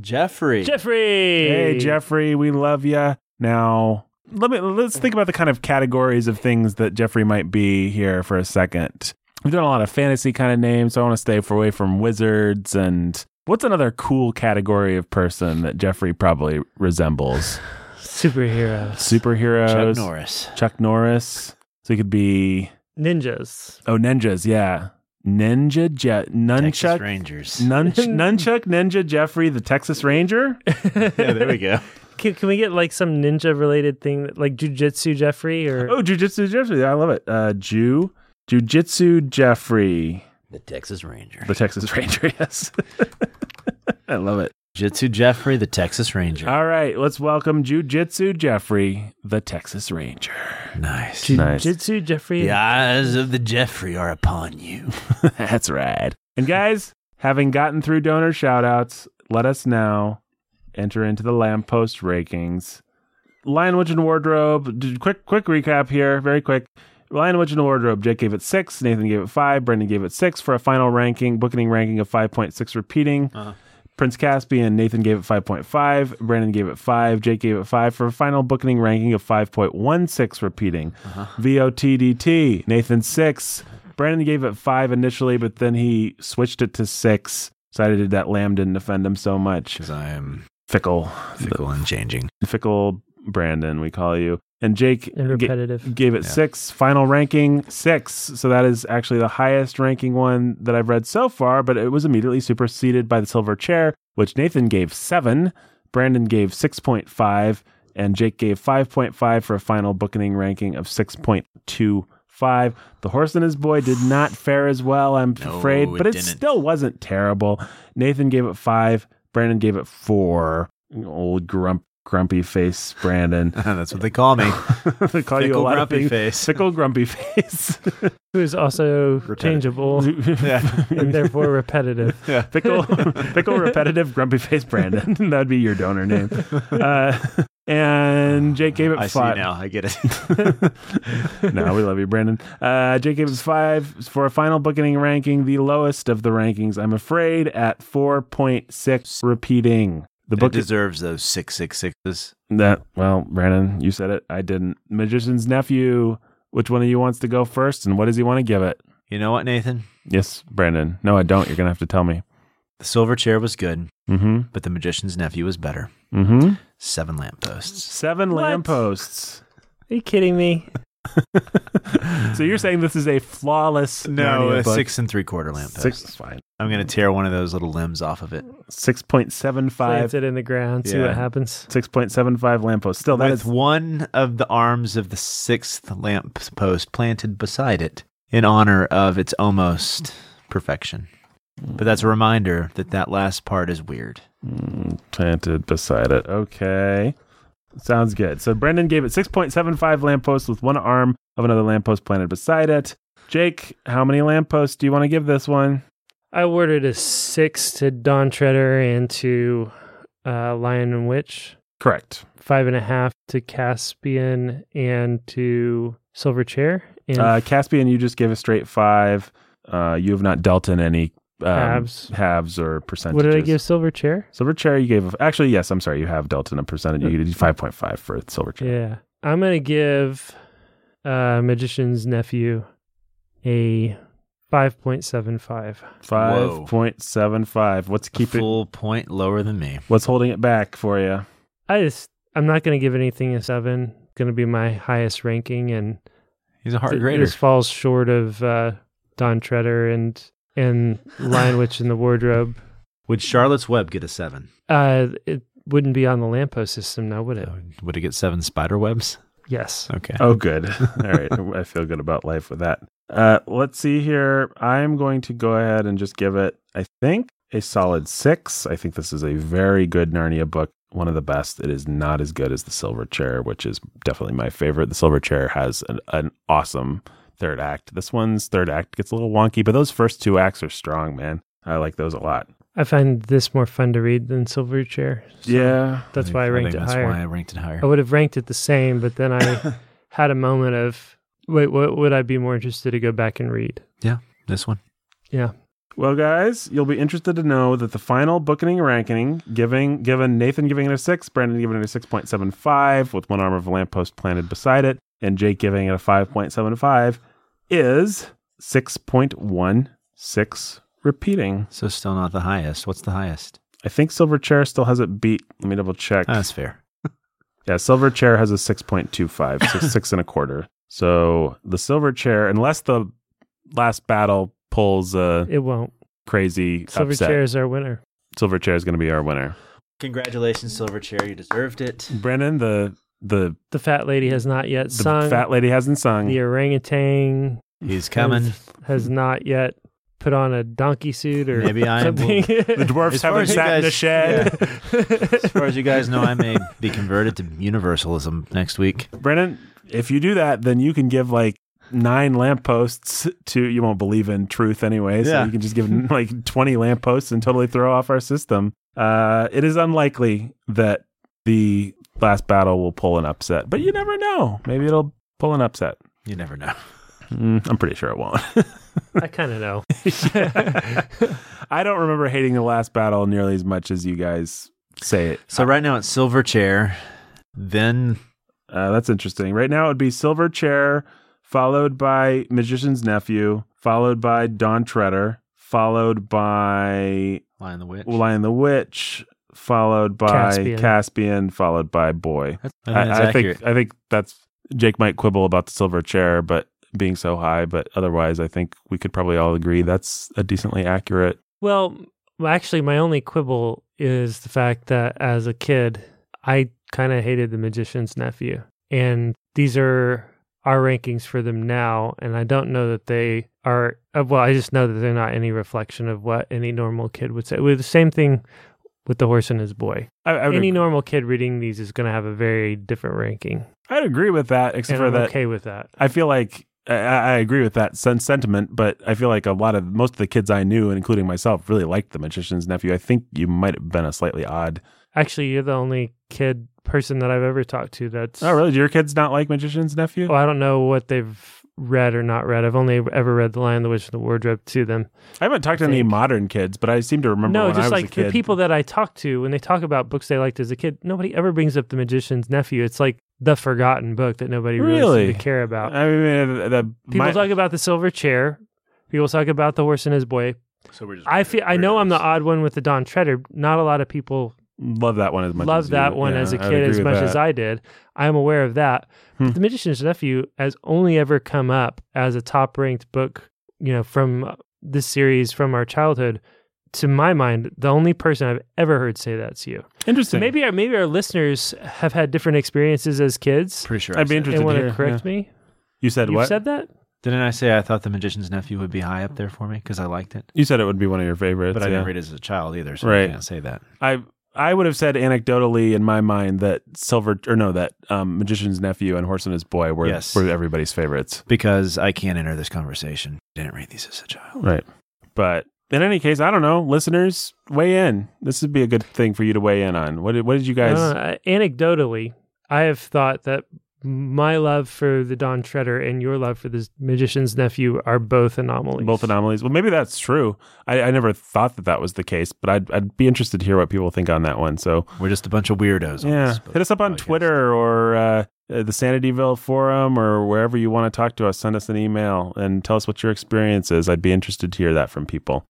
B: Jeffrey.
C: Jeffrey.
A: Hey, Jeffrey, we love you. Now, let me let's think about the kind of categories of things that Jeffrey might be here for a second. We've done a lot of fantasy kind of names, so I want to stay far away from wizards and what's another cool category of person that Jeffrey probably resembles?
C: Superheroes.
A: Superheroes.
B: Chuck Norris.
A: Chuck Norris. So he could be
C: Ninjas.
A: oh ninjas, yeah. Ninja Je-
B: Texas
A: Nunchuck
B: Rangers.
A: Nunch- Nunchuck Ninja Jeffrey the Texas Ranger.
B: *laughs* yeah, there we go.
C: Can, can we get like some ninja related thing, that- like jujitsu Jeffrey or
A: Oh, Jujitsu Jeffrey. I love it. Uh, Jew. Jujitsu Jeffrey,
B: The Texas Ranger.
A: the Texas *laughs* Ranger. Yes. I love it.
B: Jitsu Jeffrey, the Texas Ranger.
A: All right. Let's welcome Jujitsu Jeffrey, the Texas Ranger.
B: nice.
A: Nice.
C: jujitsu Jeffrey?
B: The eyes of the Jeffrey are upon you.
A: *laughs* That's right. And guys, having gotten through donor shout outs, let us now enter into the lamppost rankings. Lion Witch and Wardrobe, d- quick quick recap here, very quick. Lion Witch and Wardrobe, Jake gave it six, Nathan gave it five, Brendan gave it six for a final ranking, bookending ranking of 5.6 repeating.
B: Uh-huh.
A: Prince Caspian, Nathan gave it 5.5, Brandon gave it 5, Jake gave it 5 for a final bookending ranking of 5.16 repeating. VOTDT, Nathan 6. Brandon gave it 5 initially, but then he switched it to 6. Decided that Lamb didn't offend him so much.
B: Because I am
A: Fickle.
B: fickle and changing.
A: Fickle Brandon, we call you. And Jake
C: And
A: ga-
C: repetitive.
A: gave it
B: Yeah.
A: six. Final ranking six. So that is actually the highest ranking one that I've read so far, but it was immediately superseded by the silver chair, which Nathan gave seven, Brandon gave 6.5, and Jake gave 5.5 for a final bookending ranking of 6.25. The horse and his boy did not fare as well, I'm
B: No,
A: afraid,
B: it
A: but it
B: didn't.
A: still wasn't terrible. Nathan gave it five, Brandon gave it four. Old grump, grumpy face Brandon. *laughs*
B: *laughs* That's what they call me.
A: they call you a
B: Fickle
A: lot of
B: grumpy
A: things.
B: face.
A: Fickle grumpy face.
B: *laughs*
C: Who is also changeable and
A: *laughs*
C: therefore repetitive.
B: Yeah.
A: Fickle,
B: *laughs*
A: fickle, repetitive, grumpy face Brandon. *laughs* That'd be your donor name. Uh,
B: *laughs*
A: and Jake gave it
B: I
A: five.
B: see now. I get
A: *laughs*
B: it. *laughs*
A: no, we love you, Brandon. Uh, Jake gave it five for a final bookending ranking, the lowest of the rankings, I'm afraid, at 4.6 repeating. The
B: Book
A: book is
B: deserves those six six sixes.
A: that, well, Brandon, you said it. I didn't. Magician's Nephew, which one of you wants to go first, and what does he want to give it?
B: You know what, Nathan?
A: Yes, Brandon. No, I don't. You're going to have to tell me.
B: The silver chair was good,
A: Mm
B: but the magician's nephew was better.
A: hmm. Mm hmm.
B: Seven lampposts.
A: Seven
C: What?
A: lampposts.
C: Are you kidding me?
A: *laughs* So you're saying this is a flawless Narnia
B: a
A: book.
B: six and three quarter lamppost.
A: Six is fine.
B: I'm gonna tear one of those little limbs off of it.
A: Six point seven
C: Plant
A: five.
C: it in the ground, see
B: Yeah.
C: what happens.
A: Six point seven five lampposts. Still, that
B: with
A: is
B: one of the arms of the sixth lamp post planted beside it in honor of its almost perfection. But that's a reminder that that last part is weird.
A: Mm, planted beside it. Okay, sounds good. So Brendan gave it six point seven five lampposts with one arm of another lamppost planted beside it. Jake, how many lampposts do you want to give this one?
C: I ordered a six to Don Treader and to uh, Lion and Witch,
A: Correct.
C: five and a half to Caspian and to Silver Chair, and
A: Uh, Caspian, you just gave a straight five. Uh, you have not dealt in any um,
C: Halves.
A: halves or percentages.
C: what did I give Silver Chair?
A: Silver chair, you gave. A, actually, yes, I'm sorry. You have dealt in a percentage. You did 5.5 for silver chair.
C: Yeah. I'm going to give uh, Magician's Nephew a 5.75.
A: Five point seven five. What's
B: Keep
A: keeping?
B: full point lower than me.
A: What's holding it back for you?
C: I just, I'm not going to give anything a seven. Going to be my highest ranking, and
B: He's a hard
C: th-
B: grader.
C: this falls short of uh, Don Treader and and Lion Witch in the Wardrobe.
B: Would Charlotte's Web get a seven?
C: Uh, it wouldn't be on the Lampo system now, would it?
B: Would it get seven spider webs?
C: Yes.
B: Uh, Okay.
A: Oh, good. *laughs* All right. I feel good about life with that. Uh, let's see here. I'm going to go ahead and just give it, I think, a solid six. I think this is a very good Narnia book, one of the best. It is not as good as The Silver Chair, which is definitely my favorite. The Silver Chair has an, an awesome third act. This one's third act gets a little wonky, but those first two acts are strong, man. I like those a lot.
C: I find this more fun to read than Silver Chair. so
A: Yeah.
C: That's
B: think-
C: why I
B: think
C: ranked it
B: that's
C: higher. Oh,
B: why I ranked it higher.
C: I would have ranked it the same, but
A: *laughs*
C: then I had a moment of, wait, what would I be more interested to go back and read?
B: This one.
C: Yeah.
A: Well, guys, you'll be interested to know that the final bookening ranking, giving given Nathan giving it a six, Brandon giving it a six point seven five, with one arm of a lamppost planted beside it, and Jake giving it a five point seven five, is six point one six repeating.
B: So still not the highest. What's the highest?
A: I think Silverchair still has it beat. Let me double check.
B: Ah, That's fair.
A: Yeah, silver chair has a 6.25, so six and a quarter. So the silver chair, unless the last battle pulls a
C: It won't.
A: crazy
C: Silver
A: upset,
C: Chair is our winner.
A: silver chair is going to be our winner.
B: Congratulations, Silverchair. You deserved it.
A: Brennan, the the,
C: The fat lady has not yet
A: the
C: sung.
A: fat lady hasn't sung.
C: the orangutan
B: He's coming.
C: has, has not yet put on a donkey suit or
B: Maybe
C: *laughs*
B: I will-
C: something.
A: *laughs* The dwarfs
B: *laughs* As far
A: haven't
B: as you
A: sat in a
B: guys-
A: shed.
B: As far as you guys know, I may be converted to universalism next week.
A: *laughs* Brennan, if you do that, then you can give like nine lampposts to you won't believe in truth anyway, so
B: Yeah.
A: you can just give *laughs* like 20 lampposts and totally throw off our system. Uh, it is unlikely that the last battle will pull an upset, but you never know. Maybe it'll pull an upset.
B: You never know.
A: Mm, I'm pretty sure it
B: *laughs*
A: won't. *laughs*
C: I kind of know. *laughs*
A: I don't remember hating the last battle nearly as much as you guys say it.
B: So right now it's Silverchair. Then
A: Uh, that's interesting. Right now, it would be Silver Chair, followed by Magician's Nephew, followed by Don Treader, followed by
B: Lion the Witch.
A: Lion the Witch, followed by Caspian,
C: Caspian.
A: followed by Boy.
B: That's- I think
A: I,
B: that's
A: I
B: accurate.
A: think I think that's Jake might quibble about the Silver Chair, but being so high, but otherwise, I think we could probably all agree that's a decently accurate.
C: Well, m- actually, my only quibble is the fact that as a kid, I kind of hated the magician's nephew. And these are our rankings for them now. And I don't know that they are, uh, well, I just know that they're not any reflection of what any normal kid would say. With the same thing with the horse and his boy.
A: I, I would
C: Any
A: ag-
C: normal kid reading these is going to have a very different ranking.
A: I'd agree with that, except
C: And
A: for
C: I'm
A: that.
C: okay with that.
A: I feel like I, I agree with that sen- sentiment, but I feel like a lot of most of the kids I knew, including myself, really liked The Magician's Nephew. I think you might have been a slightly odd.
C: Actually, you're the only kid person that I've ever talked to that's
A: Oh, really? Do your kids not like Magician's Nephew?
C: Well, I don't know what they've read or not read. I've only ever read The Lion, the Witch, and the Wardrobe to them.
A: I haven't talked to any
C: think-
A: modern kids, but I seem to remember
C: no,
A: when I was
C: just
A: a
C: like
A: kid.
C: the people that I talk to when they talk about books they liked as a kid, nobody ever brings up The Magician's Nephew. It's like the forgotten book that nobody really,
A: Really?
C: seemed to care about.
A: I mean, the, the,
C: People
A: my-
C: talk about the silver chair. People talk about the horse and his boy.
B: so we're just
C: I feel I know I'm the odd one with the Don Treader. Not a lot of people
A: love that one as much.
C: love
A: as
C: that
A: you.
C: one
A: Yeah,
C: as a
A: I'd
C: kid
A: agree
C: as
A: with
C: much
A: that.
C: as I did. I am aware of that.
A: Hmm.
C: But The Magician's Nephew has only ever come up as a top ranked book, you know, from this series from our childhood. To my mind, the only person I've ever heard say that's you. So
A: Interesting.
C: maybe our maybe our listeners have had different experiences as kids
B: pretty sure.
A: I'd be
B: said-
A: interested-
C: and want
A: here,
C: to correct me.
A: you said
C: You've
A: what?
C: said that?
B: Didn't I say I thought the Magician's Nephew would be high up there for me because I liked it,
A: you said it would be one of your favorites.
B: but I
A: yeah.
B: didn't read it as a child either, so
A: Right.
B: I can't say that.
A: I I would have said anecdotally in my mind that Silver or no that um, Magician's Nephew and Horse and His Boy were
B: Yes.
A: were everybody's favorites.
B: Because I can't enter this conversation. Didn't read these as a child.
A: Right. But in any case, I don't know. Listeners, weigh in. This would be a good thing for you to weigh in on. What did, what did you guys?
C: Uh, anecdotally, I have thought that my love for the Don Treader and your love for the Magician's Nephew are both anomalies.
A: Both anomalies. Well, maybe that's true. I, I never thought that that was the case, but I'd, I'd be interested to hear what people think on that one. So
B: We're just a bunch of weirdos. on
A: yeah,
B: this
A: hit us up on
B: podcast.
A: Twitter or uh, uh, the Sanityville forum or wherever you want to talk to us. Send us an email and tell us what your experience is. I'd be interested to hear that from people.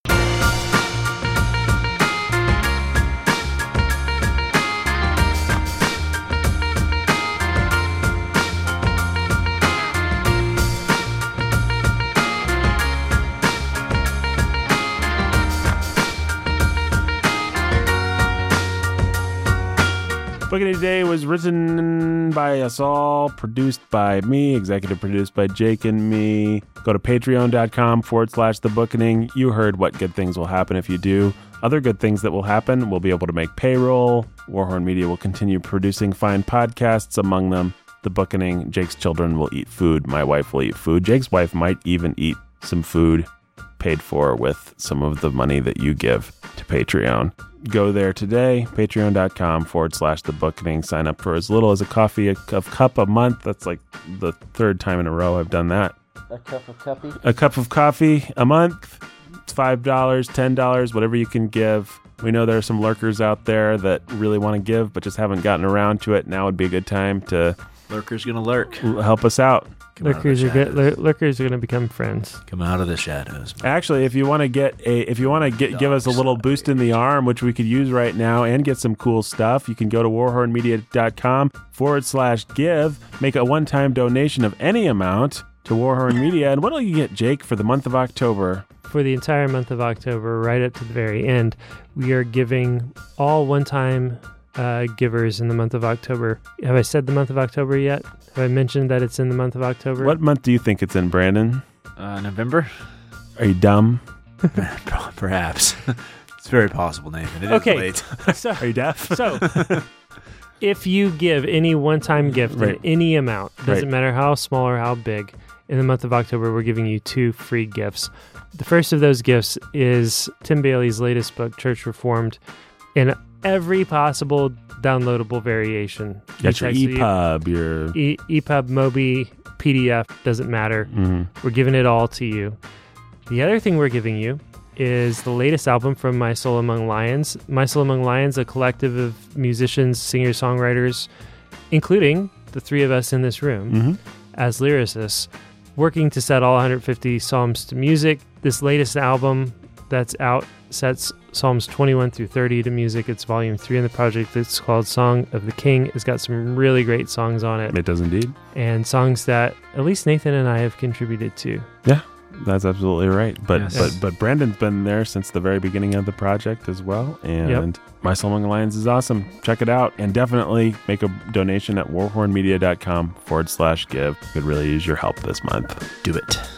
A: Boogity Today was written by us all, produced by me, executive produced by Jake and me. Go to patreon.com forward slash the bookening. You heard what good things will happen if you do. Other good things that will happen, we'll be able to make payroll. Warhorn Media will continue producing fine podcasts, among them The Bookening. Jake's children will eat food. My wife will eat food. Jake's wife might even eat some food paid for with some of the money that you give to Patreon. Go there today, patreon.com forward slash the bookening. Sign up for as little as a coffee a, a cup a month. That's like the third time in a row I've done that. A cup of coffee? A cup of coffee a month. It's $5, $10, whatever you can give. We know there are some lurkers out there that really want to give but just haven't gotten around to it. Now would be a good time to
B: Lurker's going to lurk.
A: l- help us out.
B: Come out of the
C: Lurkers are good.
B: shadows.
C: Lur- lurkers are going to become friends.
B: Come out of the shadows.
A: Actually, if you want to get a, if you want to get, give us a little boost in the arm, which we could use right now, and get some cool stuff, you can go to warhornmedia.com forward slash give, make a one time donation of any amount to Warhorn Media, and what'll you get, Jake, for the month of October?
C: for the entire month of October, right up to the very end, we are giving all one time uh, givers in the month of October. Have I said the month of October yet? Have I mentioned that it's in the month of October?
A: What month do you think it's in, Brandon?
B: Uh, November?
A: Are you dumb?
B: *laughs* Perhaps. it's very possible, Nathan. It is
C: Okay.
B: late.
C: So,
A: Are you
C: *laughs*
A: deaf?
C: so if you give any one time gift
A: Right.
C: in any amount, doesn't
A: Right.
C: matter how small or how big, in the month of October, we're giving you two free gifts. The first of those gifts is Tim Bailey's latest book, Church Reformed, in every possible downloadable variation.
A: You got your E
C: He texted you-
A: EPUB, your.
C: E- EPUB, Mobi, PDF, doesn't matter.
A: Mhm.
C: We're giving it all to you. The other thing we're giving you is the latest album from My Soul Among Lions. My Soul Among Lions, a collective of musicians, singer songwriters, including the three of us in this room
A: Mhm.
C: as lyricists, working to set all 150 Psalms to music. This latest album that's out sets Psalms 21 through 30 to music. It's volume three in the project. It's called Song of the King. It's got some really great songs on it
A: It does indeed.
C: and songs that at least Nathan and I have contributed to.
A: That's absolutely right. But
B: Yes.
A: but but Brandon's been there since the very beginning of the project as well. And My Soul Among Lions is awesome. Check it out and definitely make a donation at warhornmedia.com forward slash give. Could really use your help this month.
B: Do it.